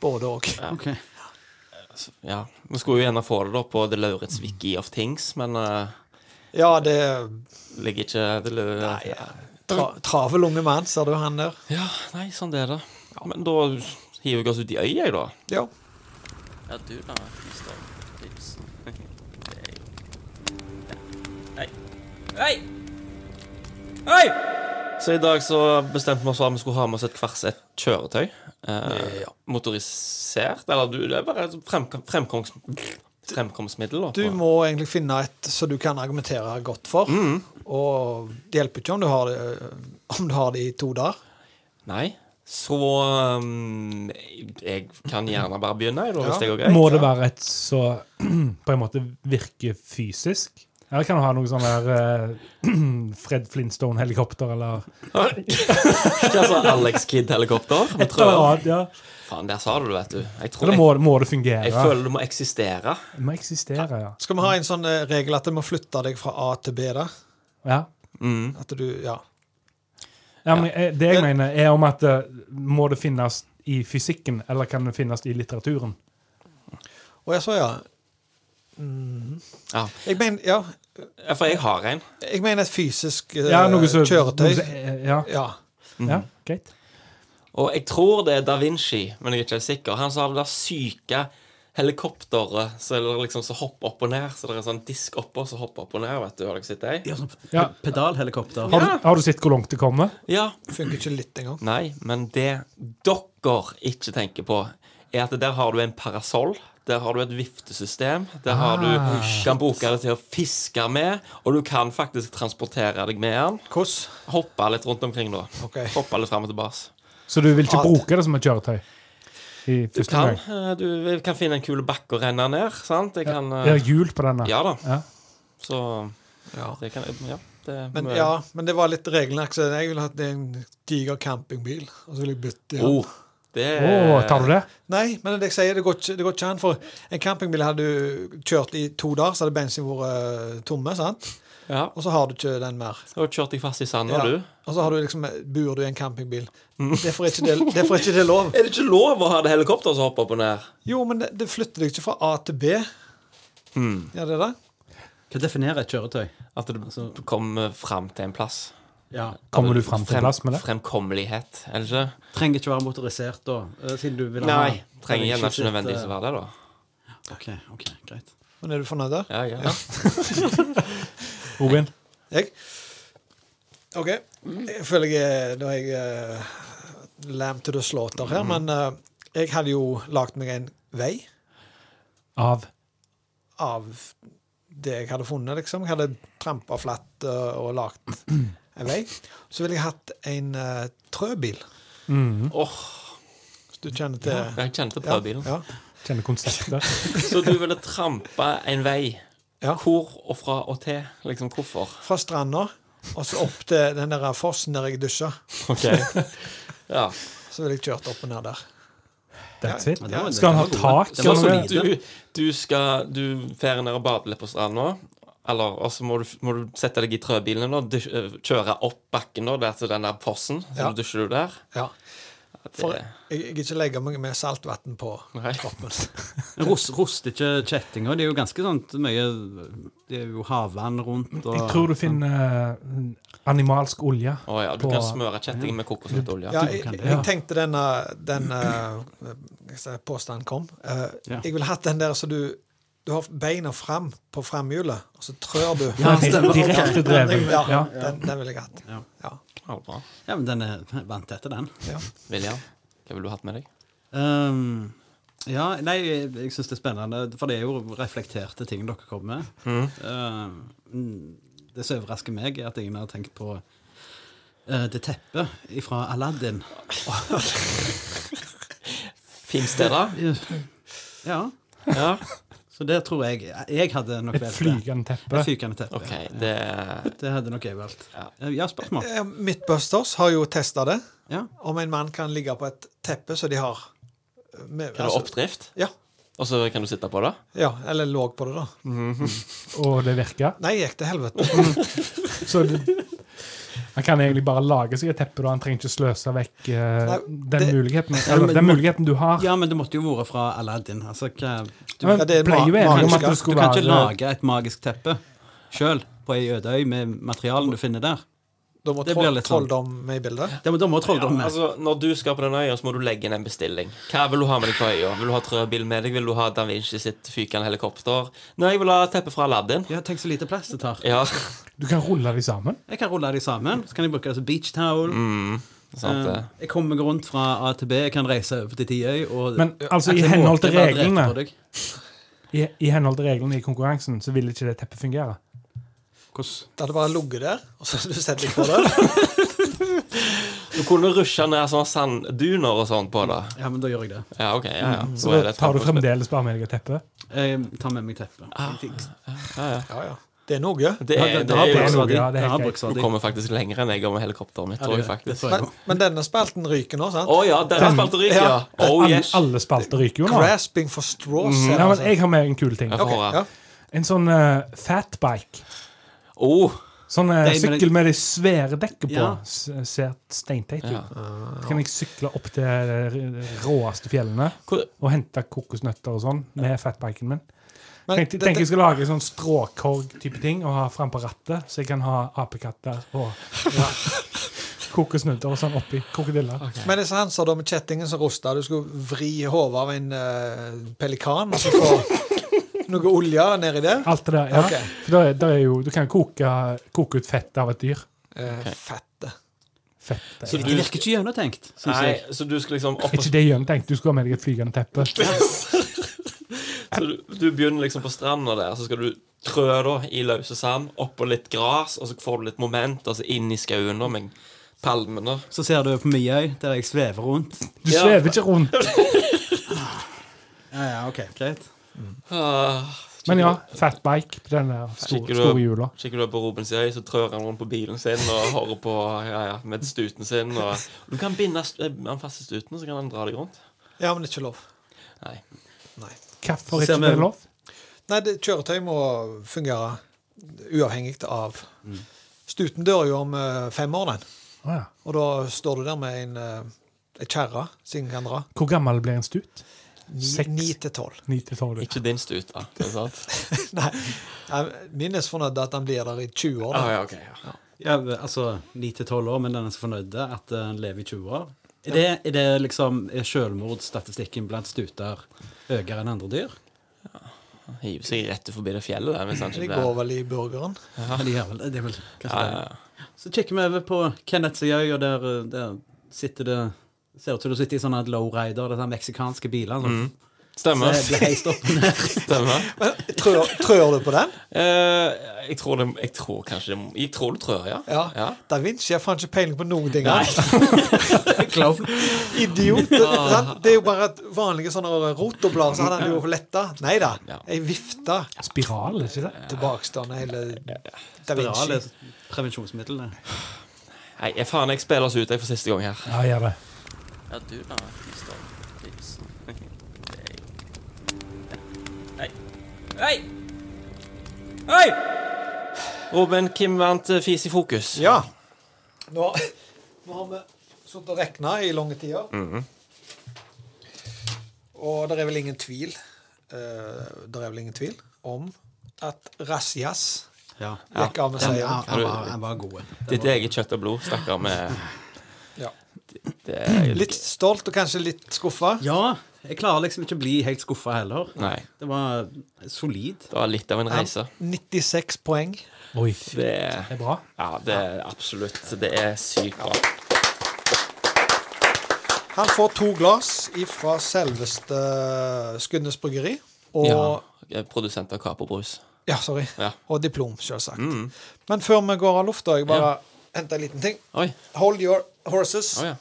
Speaker 4: Både òg.
Speaker 9: Ok.
Speaker 5: Ja, Vi skulle jo gjerne få det da på The Lauritz Wiki of Things, men eh,
Speaker 4: Ja, det er
Speaker 5: ligger ikke det lø... Nei,
Speaker 4: tra travel unge mann, ser du han der.
Speaker 5: ja, nei, sånn det er det. Men da hiver jeg oss ut i øya, jeg, da.
Speaker 4: Ja.
Speaker 8: Ja, du da, Mr. Ibsen. Det er jo... Hei! Hei! Hei!
Speaker 5: Så i dag så bestemte vi oss for at vi skulle ha med oss et kvers et kjøretøy. Eh, Motorisert. Eller du, det er bare et fremkom, fremkomst, fremkomstmiddel. Da,
Speaker 4: Du
Speaker 5: på-
Speaker 4: må egentlig finne et som du kan argumentere godt for. Og det hjelper ikke om du har det, eh, om du har det i to dager.
Speaker 5: Nei. Så um, jeg kan gjerne bare begynne, jeg, da, hvis
Speaker 4: Ja.
Speaker 5: det går greit.
Speaker 6: Må det være et så på en måte virke fysisk? Eller kan du ha noe sånn der eh, Fred Flintstone-helikopter, eller
Speaker 5: Ikke altså Alex Kidd-helikopter. med
Speaker 6: et eller
Speaker 5: trøya.
Speaker 6: annet? Ja.
Speaker 5: Faen, der sa du det, vet du. Jeg, tror,
Speaker 6: Eller
Speaker 5: jeg,
Speaker 6: må, må det fungere?
Speaker 5: jeg føler det må eksistere.
Speaker 6: Det må eksistere, ja.
Speaker 4: Skal vi ha en sånn eh, regel at du må flytte deg fra A til B, da?
Speaker 6: ja.
Speaker 4: At du, ja.
Speaker 6: Ja, men eh, det jeg mener, er om at eh, må det finnes i fysikken, eller kan det finnes i litteraturen?
Speaker 4: Å, jeg så, ja. Mhm.
Speaker 5: Ja.
Speaker 4: Jeg mener, ja.
Speaker 5: Ja, for jeg har en.
Speaker 4: Jeg mener et fysisk eh,
Speaker 5: Ja, noe som-
Speaker 4: kjøretøy.
Speaker 5: noe som- eh, ja.
Speaker 6: Ja, greit.
Speaker 5: Og jeg tror det er Da Vinci, men jeg er ikke helt sikker. Han som har det der syke helikopteret så er det liksom som hopper opp og ned. Så det er en sånn disk oppå som hopper opp og ned. Vet du har dere sett det?
Speaker 6: Ja.
Speaker 7: Pedalhelikopter.
Speaker 6: Har, du- har du sett hvor langt det kommer?
Speaker 5: Ja.
Speaker 4: Funker ikke litt engang.
Speaker 5: Nei, men det dere ikke tenker på, er at der har du en parasoll. Der har du et viftesystem. Der har du,
Speaker 6: Ah.
Speaker 5: kan bruke det til å fiske med. Og du kan faktisk transportere deg med den. Hoppe litt rundt omkring, da. Hoppe litt fram og tilbake.
Speaker 6: Så du vil ikke bruke det som et kjøretøy? I
Speaker 5: Du
Speaker 6: første
Speaker 5: kan,
Speaker 6: gang?
Speaker 5: eh, du kan finne en kul bakke og renne ned. sant? Jeg kan, eh,
Speaker 6: Er det hjul på denne?
Speaker 5: Ja da.
Speaker 6: Ja.
Speaker 5: Så det kan jeg- Ja. Det,
Speaker 4: Men, ja, men det var litt regelverk. så Jeg ville hatt en diger campingbil. Og så ville jeg bytte i den.
Speaker 5: Oh, det-
Speaker 6: Åh, tar du det?
Speaker 4: Nei, men det jeg sier, det går ikke, det går ikke an. For en campingbil hadde du kjørt i to dager, så hadde bensin vært eh, tomme. sant?
Speaker 5: Ja.
Speaker 4: Og så har du ikke den mer.
Speaker 5: Da kjørte jeg fast i sanden,
Speaker 4: Ja.
Speaker 5: du. Mm.
Speaker 4: Og så har du liksom, bor du i en campingbil. Derfor er ikke det, derfor er ikke det lov.
Speaker 5: Er det ikke lov å ha det helikopteret som hopper opp og ned?
Speaker 4: Jo, men det, det flytter deg ikke fra A til B.
Speaker 5: Mm.
Speaker 4: Gjør det det?
Speaker 7: Hva definerer et kjøretøy?
Speaker 5: At du du kommer fram til en plass.
Speaker 7: Ja.
Speaker 6: Kommer du fram til en
Speaker 5: Frem-
Speaker 6: plass med det?
Speaker 5: Fremkommelighet, er det ikke?
Speaker 7: Trenger ikke være motorisert, da. eh, Siden du vil ha
Speaker 5: Nei. Trenger gjerne ikke nødvendigvis
Speaker 9: eh,
Speaker 5: å være det, da.
Speaker 7: OK, ok, greit.
Speaker 4: Men er du fornøyd der?
Speaker 5: Ja, ja.
Speaker 6: Robin?
Speaker 4: Jeg? OK. Jeg føler jeg Da er jeg uh, lam til the slaughter her, men eh, jeg hadde jo lagd meg en vei
Speaker 6: Av
Speaker 4: av det jeg hadde funnet, liksom. Jeg hadde trampa flatt eh, og lagd en vei. Så ville jeg hatt en eh, trøbil.
Speaker 6: Mhm.
Speaker 4: Hvis du kjenner til
Speaker 5: Ja, jeg kjenner til trøbilen.
Speaker 4: Ja, ja.
Speaker 6: Kjenner konseptet.
Speaker 5: Så du ville trampe en vei.
Speaker 4: Ja.
Speaker 5: Hvor og fra og til? Liksom hvorfor?
Speaker 4: Fra stranda og så opp til den der fossen der jeg dusja.
Speaker 5: Ok. Ja.
Speaker 4: Så ville jeg kjørt opp og ned der.
Speaker 6: That's it.
Speaker 4: Ja, ja, det-
Speaker 6: Skal han ha
Speaker 4: det var
Speaker 6: tak?
Speaker 4: god.
Speaker 5: Det var
Speaker 6: eller
Speaker 5: sånn
Speaker 6: noe?
Speaker 5: du, du skal Du fer ned og bader litt på stranda. Eller, og så må du, må du sette deg i trøbilen og dusj- øh, kjøre opp bakken da, der til den der altså fossen. Så
Speaker 4: Ja.
Speaker 5: dusjer du der.
Speaker 4: Ja.
Speaker 5: Det-
Speaker 4: For jeg, jeg ikke legger meg med saltvann på kroppen.
Speaker 7: Rost, roster ikke kjettinger? Det er jo ganske sånn mye Det er jo havvann rundt og
Speaker 6: Jeg tror du finner eh, animalsk olje.
Speaker 5: Å ja, du
Speaker 6: på-
Speaker 5: kan smøre kjettingen med kokosnøttolje.
Speaker 4: Ja, jeg, jeg tenkte denne, den eh, jeg sa påstanden kom. Eh,
Speaker 6: Ja.
Speaker 4: Jeg ville hatt den der så du du har beina fram på framhjulet, og så trør du.
Speaker 7: Ja, stemmer. Direkte dreven.
Speaker 4: Ja,
Speaker 7: Ja.
Speaker 4: Den, den ville jeg hatt.
Speaker 7: Ja.
Speaker 4: Ja.
Speaker 5: bra.
Speaker 7: Ja, men den er vant etter den.
Speaker 4: Ja.
Speaker 5: William, hva ville du hatt med deg?
Speaker 7: Ehm, ja, nei, jeg, jeg syns det er spennende, for det er jo reflekterte ting dere kommer med. Ehm, mm, det som overrasker meg, er at ingen har tenkt på eh, det teppet fra Aladdin.
Speaker 5: Fins det, da?
Speaker 7: Ja.
Speaker 5: Ja.
Speaker 7: Så det tror jeg Jeg hadde nok
Speaker 6: Et
Speaker 7: valgt det.
Speaker 6: flygende teppe.
Speaker 7: Et flygende teppe.
Speaker 5: Ok,
Speaker 7: ja.
Speaker 5: det
Speaker 7: Det hadde nok jeg valgt. Eh, Ja, spørsmål?
Speaker 4: Eh, Mythbusters har jo testa det.
Speaker 7: Ja.
Speaker 4: Om en mann kan ligge på et teppe som de har eh, med, altså-
Speaker 5: Kan du ha oppdrift?
Speaker 4: Ja.
Speaker 5: Og så kan du sitte på det?
Speaker 4: Ja, eller lå på det, da.
Speaker 6: Og det virker.
Speaker 4: Nei, gikk til helvete.
Speaker 6: Så det, han kan egentlig bare lage seg et teppe, da. Han trenger ikke sløse vekk eh,
Speaker 4: Nei,
Speaker 6: den,
Speaker 4: det-
Speaker 6: muligheten,
Speaker 7: Ja,
Speaker 6: eller,
Speaker 7: men-
Speaker 6: den muligheten du har.
Speaker 7: Ja, men det måtte jo vært fra Aladdin. Altså, hva, du,
Speaker 6: Ja, men det er pleier jo ma- enige om at det
Speaker 7: du,
Speaker 6: skulle
Speaker 7: kan ikke
Speaker 6: være-
Speaker 7: lage et magisk teppe sjøl på ei øde øy med materialen du finner der.
Speaker 4: Da må
Speaker 7: Det blir
Speaker 4: troll,
Speaker 7: litt sånn.
Speaker 4: trolldom med i bildet.
Speaker 7: Da må, da må
Speaker 5: Ja,
Speaker 7: trolldom med.
Speaker 5: altså, når du skal på den øya, så må du legge inn en bestilling. Hva vil du ha med deg på øya? Vil du ha trøbil med deg? Vil du ha Da Vinci sitt fykende helikopter? Nei, jeg vil ha teppe fra Aladdin.
Speaker 7: Ja, tenk så lite plass det tar.
Speaker 5: Ja.
Speaker 6: Du kan rulle de sammen.
Speaker 7: Jeg kan rulle de sammen, så kan jeg bruke det som beach towel.
Speaker 5: Mm, sant det.
Speaker 7: Eh, jeg kommer meg rundt fra A til B, jeg kan reise over til Tiøy og
Speaker 6: Men altså, i
Speaker 7: Jeg
Speaker 6: henhold til
Speaker 7: våger bare å drepe
Speaker 6: reglene
Speaker 7: på deg.
Speaker 6: I, I henhold til reglene i konkurransen så vil ikke det teppet fungere.
Speaker 4: Det hadde bare ligget der, og så hadde du sett litt på det.
Speaker 5: Du kunne rushe ned sånne sandduner og sånn på det.
Speaker 7: Ja, men da gjør jeg det.
Speaker 5: Ja, ok, ja, ja.
Speaker 6: Så
Speaker 5: Da er
Speaker 6: da
Speaker 5: det et
Speaker 6: tar du
Speaker 5: fremkomstmiddel.
Speaker 6: fremdeles bare med deg et teppe.
Speaker 7: Jeg tar med meg teppet.
Speaker 5: Ja, ja.
Speaker 4: Ja, ja. Det er noe.
Speaker 5: Det
Speaker 7: Ja,
Speaker 5: er,
Speaker 7: det-
Speaker 5: Ah, eh, det
Speaker 7: det har
Speaker 5: er, jo-
Speaker 7: bruksverdi.
Speaker 6: ja, det er
Speaker 7: Det har
Speaker 6: helt greit.
Speaker 5: Du
Speaker 7: bruksverdi.
Speaker 5: kommer faktisk lenger enn jeg gjør med helikopteret mitt,
Speaker 7: Ja,
Speaker 5: tror
Speaker 7: det-
Speaker 5: jeg
Speaker 7: det
Speaker 5: faktisk.
Speaker 7: tror jeg
Speaker 5: Å
Speaker 4: Men, men denne spalten ryker nå, sant?
Speaker 5: ja, denne spalte ryker, ja. Oh
Speaker 6: Alle,
Speaker 5: yes.
Speaker 6: alle spalter ryker jo nå.
Speaker 4: Grasping for altså. straws.
Speaker 6: Mm.
Speaker 4: ser
Speaker 6: Ja,
Speaker 4: jeg,
Speaker 6: men jeg har med en kul ting.
Speaker 5: Jeg får
Speaker 4: altså.
Speaker 5: høre.
Speaker 4: ja.
Speaker 6: En sånn eh, fat fatbike.
Speaker 5: Oh,
Speaker 6: Sånn eh,
Speaker 4: De med de-
Speaker 6: sykkel med de svære dekkene på
Speaker 4: Ja.
Speaker 6: s- ser steinteit ut.
Speaker 4: Ja.
Speaker 6: Så kan jeg sykle opp til de r- råeste fjellene og hente kokosnøtter og sånn med fatbiken min.
Speaker 4: Men
Speaker 6: Tenk,
Speaker 4: dette-
Speaker 6: tenk jeg skal lage sånn stråkorg-type ting og ha fram på rattet, så jeg kan ha apekatter og ja, kokosnøtter og sånn oppi. Krokodiller.
Speaker 4: Men disse hanser da med kjettingen som rusta, du skulle vri hodet av en eh, pelikan og så få noe olje nedi der?
Speaker 6: Alt det der, ja.
Speaker 4: Ok.
Speaker 6: For da er, da er jo, du kan koke, koke ut fett av et dyr.
Speaker 4: Eh, Fettet.
Speaker 6: Fett,
Speaker 7: Så du- Det virker ikke gjennomtenkt, synes
Speaker 5: Nei,
Speaker 7: jeg.
Speaker 5: så du skal liksom opp
Speaker 6: Ikke det Jørn tenkte, du skulle ha med deg et flygende teppe.
Speaker 5: Så du, du begynner liksom på stranda der, så skal du trø da i løse sand, oppå litt gras, og så får du litt moment, altså inn i skauen da, med palmene.
Speaker 7: Så ser du på Miøy, der jeg svever rundt.
Speaker 6: Du svever ikke rundt.
Speaker 7: Ja, ja, ok, greit.
Speaker 5: Ah,
Speaker 6: Men ja, fatbike på den der store,
Speaker 5: Kikker
Speaker 6: store hjula.
Speaker 5: du, kikker du på Robens øy, så trør han rundt på bilen sin og hører på ja, ja, med stuten sin. Og, du kan binde st- eh, han fast i stuten, så kan han dra deg rundt.
Speaker 4: Ja, men det er ikke lov.
Speaker 5: Nei.
Speaker 4: Nei.
Speaker 6: Hvorfor ikke det er lov?
Speaker 4: Nei, det, kjøretøy må fungere uavhengig av
Speaker 5: Mm.
Speaker 4: Stuten dør jo om eh, fem år, den.
Speaker 6: Å ja.
Speaker 4: Og da står du der med en uh, kjerre som kan dra.
Speaker 6: Hvor gammel blir en stut?
Speaker 4: Ni-
Speaker 6: Seks?
Speaker 4: Ni til tolv.
Speaker 6: Ni til tolv, ja.
Speaker 5: Ikke din stut, da. Det er sant?
Speaker 4: Nei, jeg- min er så fornøyd at han blir der i 20 år. da.
Speaker 5: Ah, ja, ok, ja.
Speaker 7: Ja, altså 9-12 år, men den er så fornøyd at eh, han lever i 20 år. Er det, er det liksom er selvmordsstatistikken blant stuter høyere enn andre dyr?
Speaker 5: Han hiver seg rett forbi det fjellet der. Hvis han
Speaker 4: De
Speaker 5: ikke
Speaker 4: går
Speaker 5: blir...
Speaker 4: vel i burgeren.
Speaker 7: Ja, de gjør vel det. det. Er vel kanskje
Speaker 5: Ja,
Speaker 7: det.
Speaker 5: ja,
Speaker 7: Så kikker vi over på Kenneths øy, og der, eh, der sitter det Ser ut som du sitter i sånne lowrider, disse meksikanske bilene. som-
Speaker 5: Mm. Stemmer.
Speaker 7: som blir heist opp og ned.
Speaker 5: Stemmer.
Speaker 4: Trør, trør du på den?
Speaker 5: Eh, jeg tror det Jeg tror kanskje det må- Jeg tror du trør, ja.
Speaker 4: Ja. Da Vinci har faen ikke peiling på noen ting.
Speaker 5: Nei.
Speaker 7: Klovn.
Speaker 4: Idiot. Det, sant? det er jo bare et vanlige sånne rotorblader, så hadde han jo letta. Nei da, ei vifte.
Speaker 6: Spiral, ikke det?
Speaker 4: Tilbakestående hele Da
Speaker 7: Spiral er
Speaker 4: Vinci.
Speaker 7: prevensjonsmiddel, det.
Speaker 5: Nei, jeg, faen, jeg spiller oss ut jeg for siste gang her.
Speaker 6: Ja, gjør det.
Speaker 8: Ja, du da, Kristian. Ibsen. Nei. Nei! Hei!
Speaker 5: Robin, hvem vant eh, Fis i fokus?
Speaker 4: Ja. Nå, nå har vi sittet og regna i lange tider,
Speaker 5: Mhm.
Speaker 4: og det er vel ingen tvil eh, Det er vel ingen tvil om at Razzias
Speaker 7: Ja.
Speaker 4: gikk av med
Speaker 7: Den-
Speaker 4: seieren.
Speaker 7: han- han var- han var god.
Speaker 5: Ditt eget kjøtt og blod, eh, stakkar med
Speaker 4: Ja.
Speaker 5: Det, det er
Speaker 4: Litt stolt og kanskje litt skuffa.
Speaker 7: Ja. Jeg klarer liksom ikke å bli helt skuffa heller.
Speaker 5: Nei.
Speaker 7: Det var solid.
Speaker 5: Det var litt av en reise.
Speaker 4: 96 poeng.
Speaker 6: Oi.
Speaker 5: Det er
Speaker 6: bra.
Speaker 5: Ja, det er absolutt. Det er sykt bra.
Speaker 4: Han får to glass ifra selveste Skudenes bryggeri. Og,
Speaker 5: Ja,
Speaker 4: ja.
Speaker 5: jeg er eh, Produsent av Kaperbrus.
Speaker 4: sorry.
Speaker 5: Ja.
Speaker 4: og diplom, selvsagt. Men før vi går av lufta, jeg bare henter en liten ting.
Speaker 5: Oi.
Speaker 4: Hold your horses.
Speaker 5: Å, ja.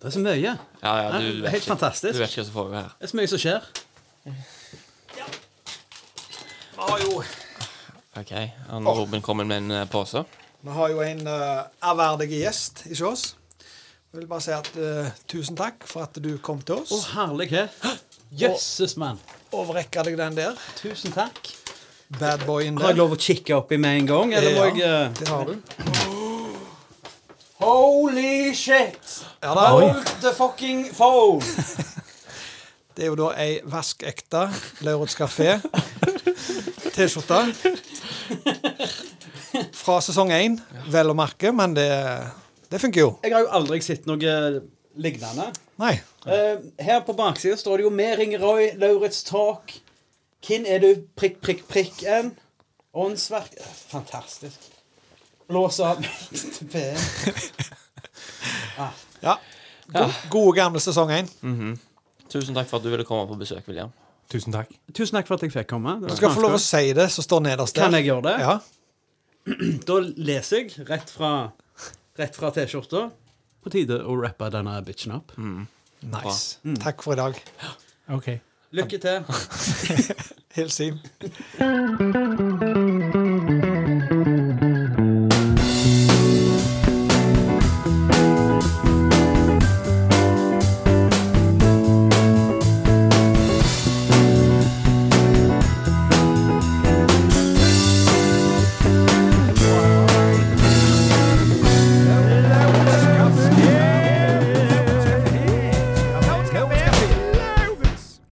Speaker 7: Det er så mye.
Speaker 5: Ja, ja, du
Speaker 7: Helt
Speaker 5: vet ikke-
Speaker 7: fantastisk.
Speaker 5: Du vet ikke hva som foregår her.
Speaker 7: Det er så mye som skjer.
Speaker 4: Vi har jo,
Speaker 5: Ok, han Robin kommer med en eh, pose.
Speaker 4: vi har jo en uh, ærverdig gjest hos oss. Jeg vil bare si at eh, tusen takk for at du kom til
Speaker 7: Å,
Speaker 4: oss.
Speaker 7: herlighet. Jøsses, mann.
Speaker 4: Overrekker deg den der.
Speaker 7: Tusen takk.
Speaker 4: Bad boyen
Speaker 7: Har jeg
Speaker 4: der.
Speaker 7: lov å kikke oppi med en gang, eller må
Speaker 4: Ja,
Speaker 7: jeg eh,
Speaker 4: Det har du.
Speaker 7: Holy shit!
Speaker 4: Ja, da.
Speaker 7: Hold the fucking phone!
Speaker 4: Det er jo da ei vaskekte Lauritz kafé T-skjorte. Fra sesong én, vel å merke, men det, det funker jo.
Speaker 7: Jeg har jo aldri sett noe lignende.
Speaker 4: Nei.
Speaker 7: Eh, her på baksida står det jo 'Med Ringerøy, Lauritz Talk'. Hvem er du? Prikk, prikk, prikk en. Åndsverk Eh, Fantastisk. Blås av P1.
Speaker 4: Ja. Go Gode, gamle sesong én.
Speaker 5: Mhm. Tusen takk for at du ville komme på besøk, William.
Speaker 6: Tusen takk.
Speaker 7: Tusen takk for at jeg fikk komme.
Speaker 4: Du skal få lov å si det som står nederst der.
Speaker 7: Kan jeg gjøre det?
Speaker 4: Ja.
Speaker 7: Da leser jeg rett fra, rett fra T-skjorta. På tide å rappe denne bitchen opp.
Speaker 4: Nice.
Speaker 7: Mm.
Speaker 4: Takk for i dag.
Speaker 6: OK.
Speaker 7: Lykke til.
Speaker 4: Hils Siv.
Speaker 2: Thank you.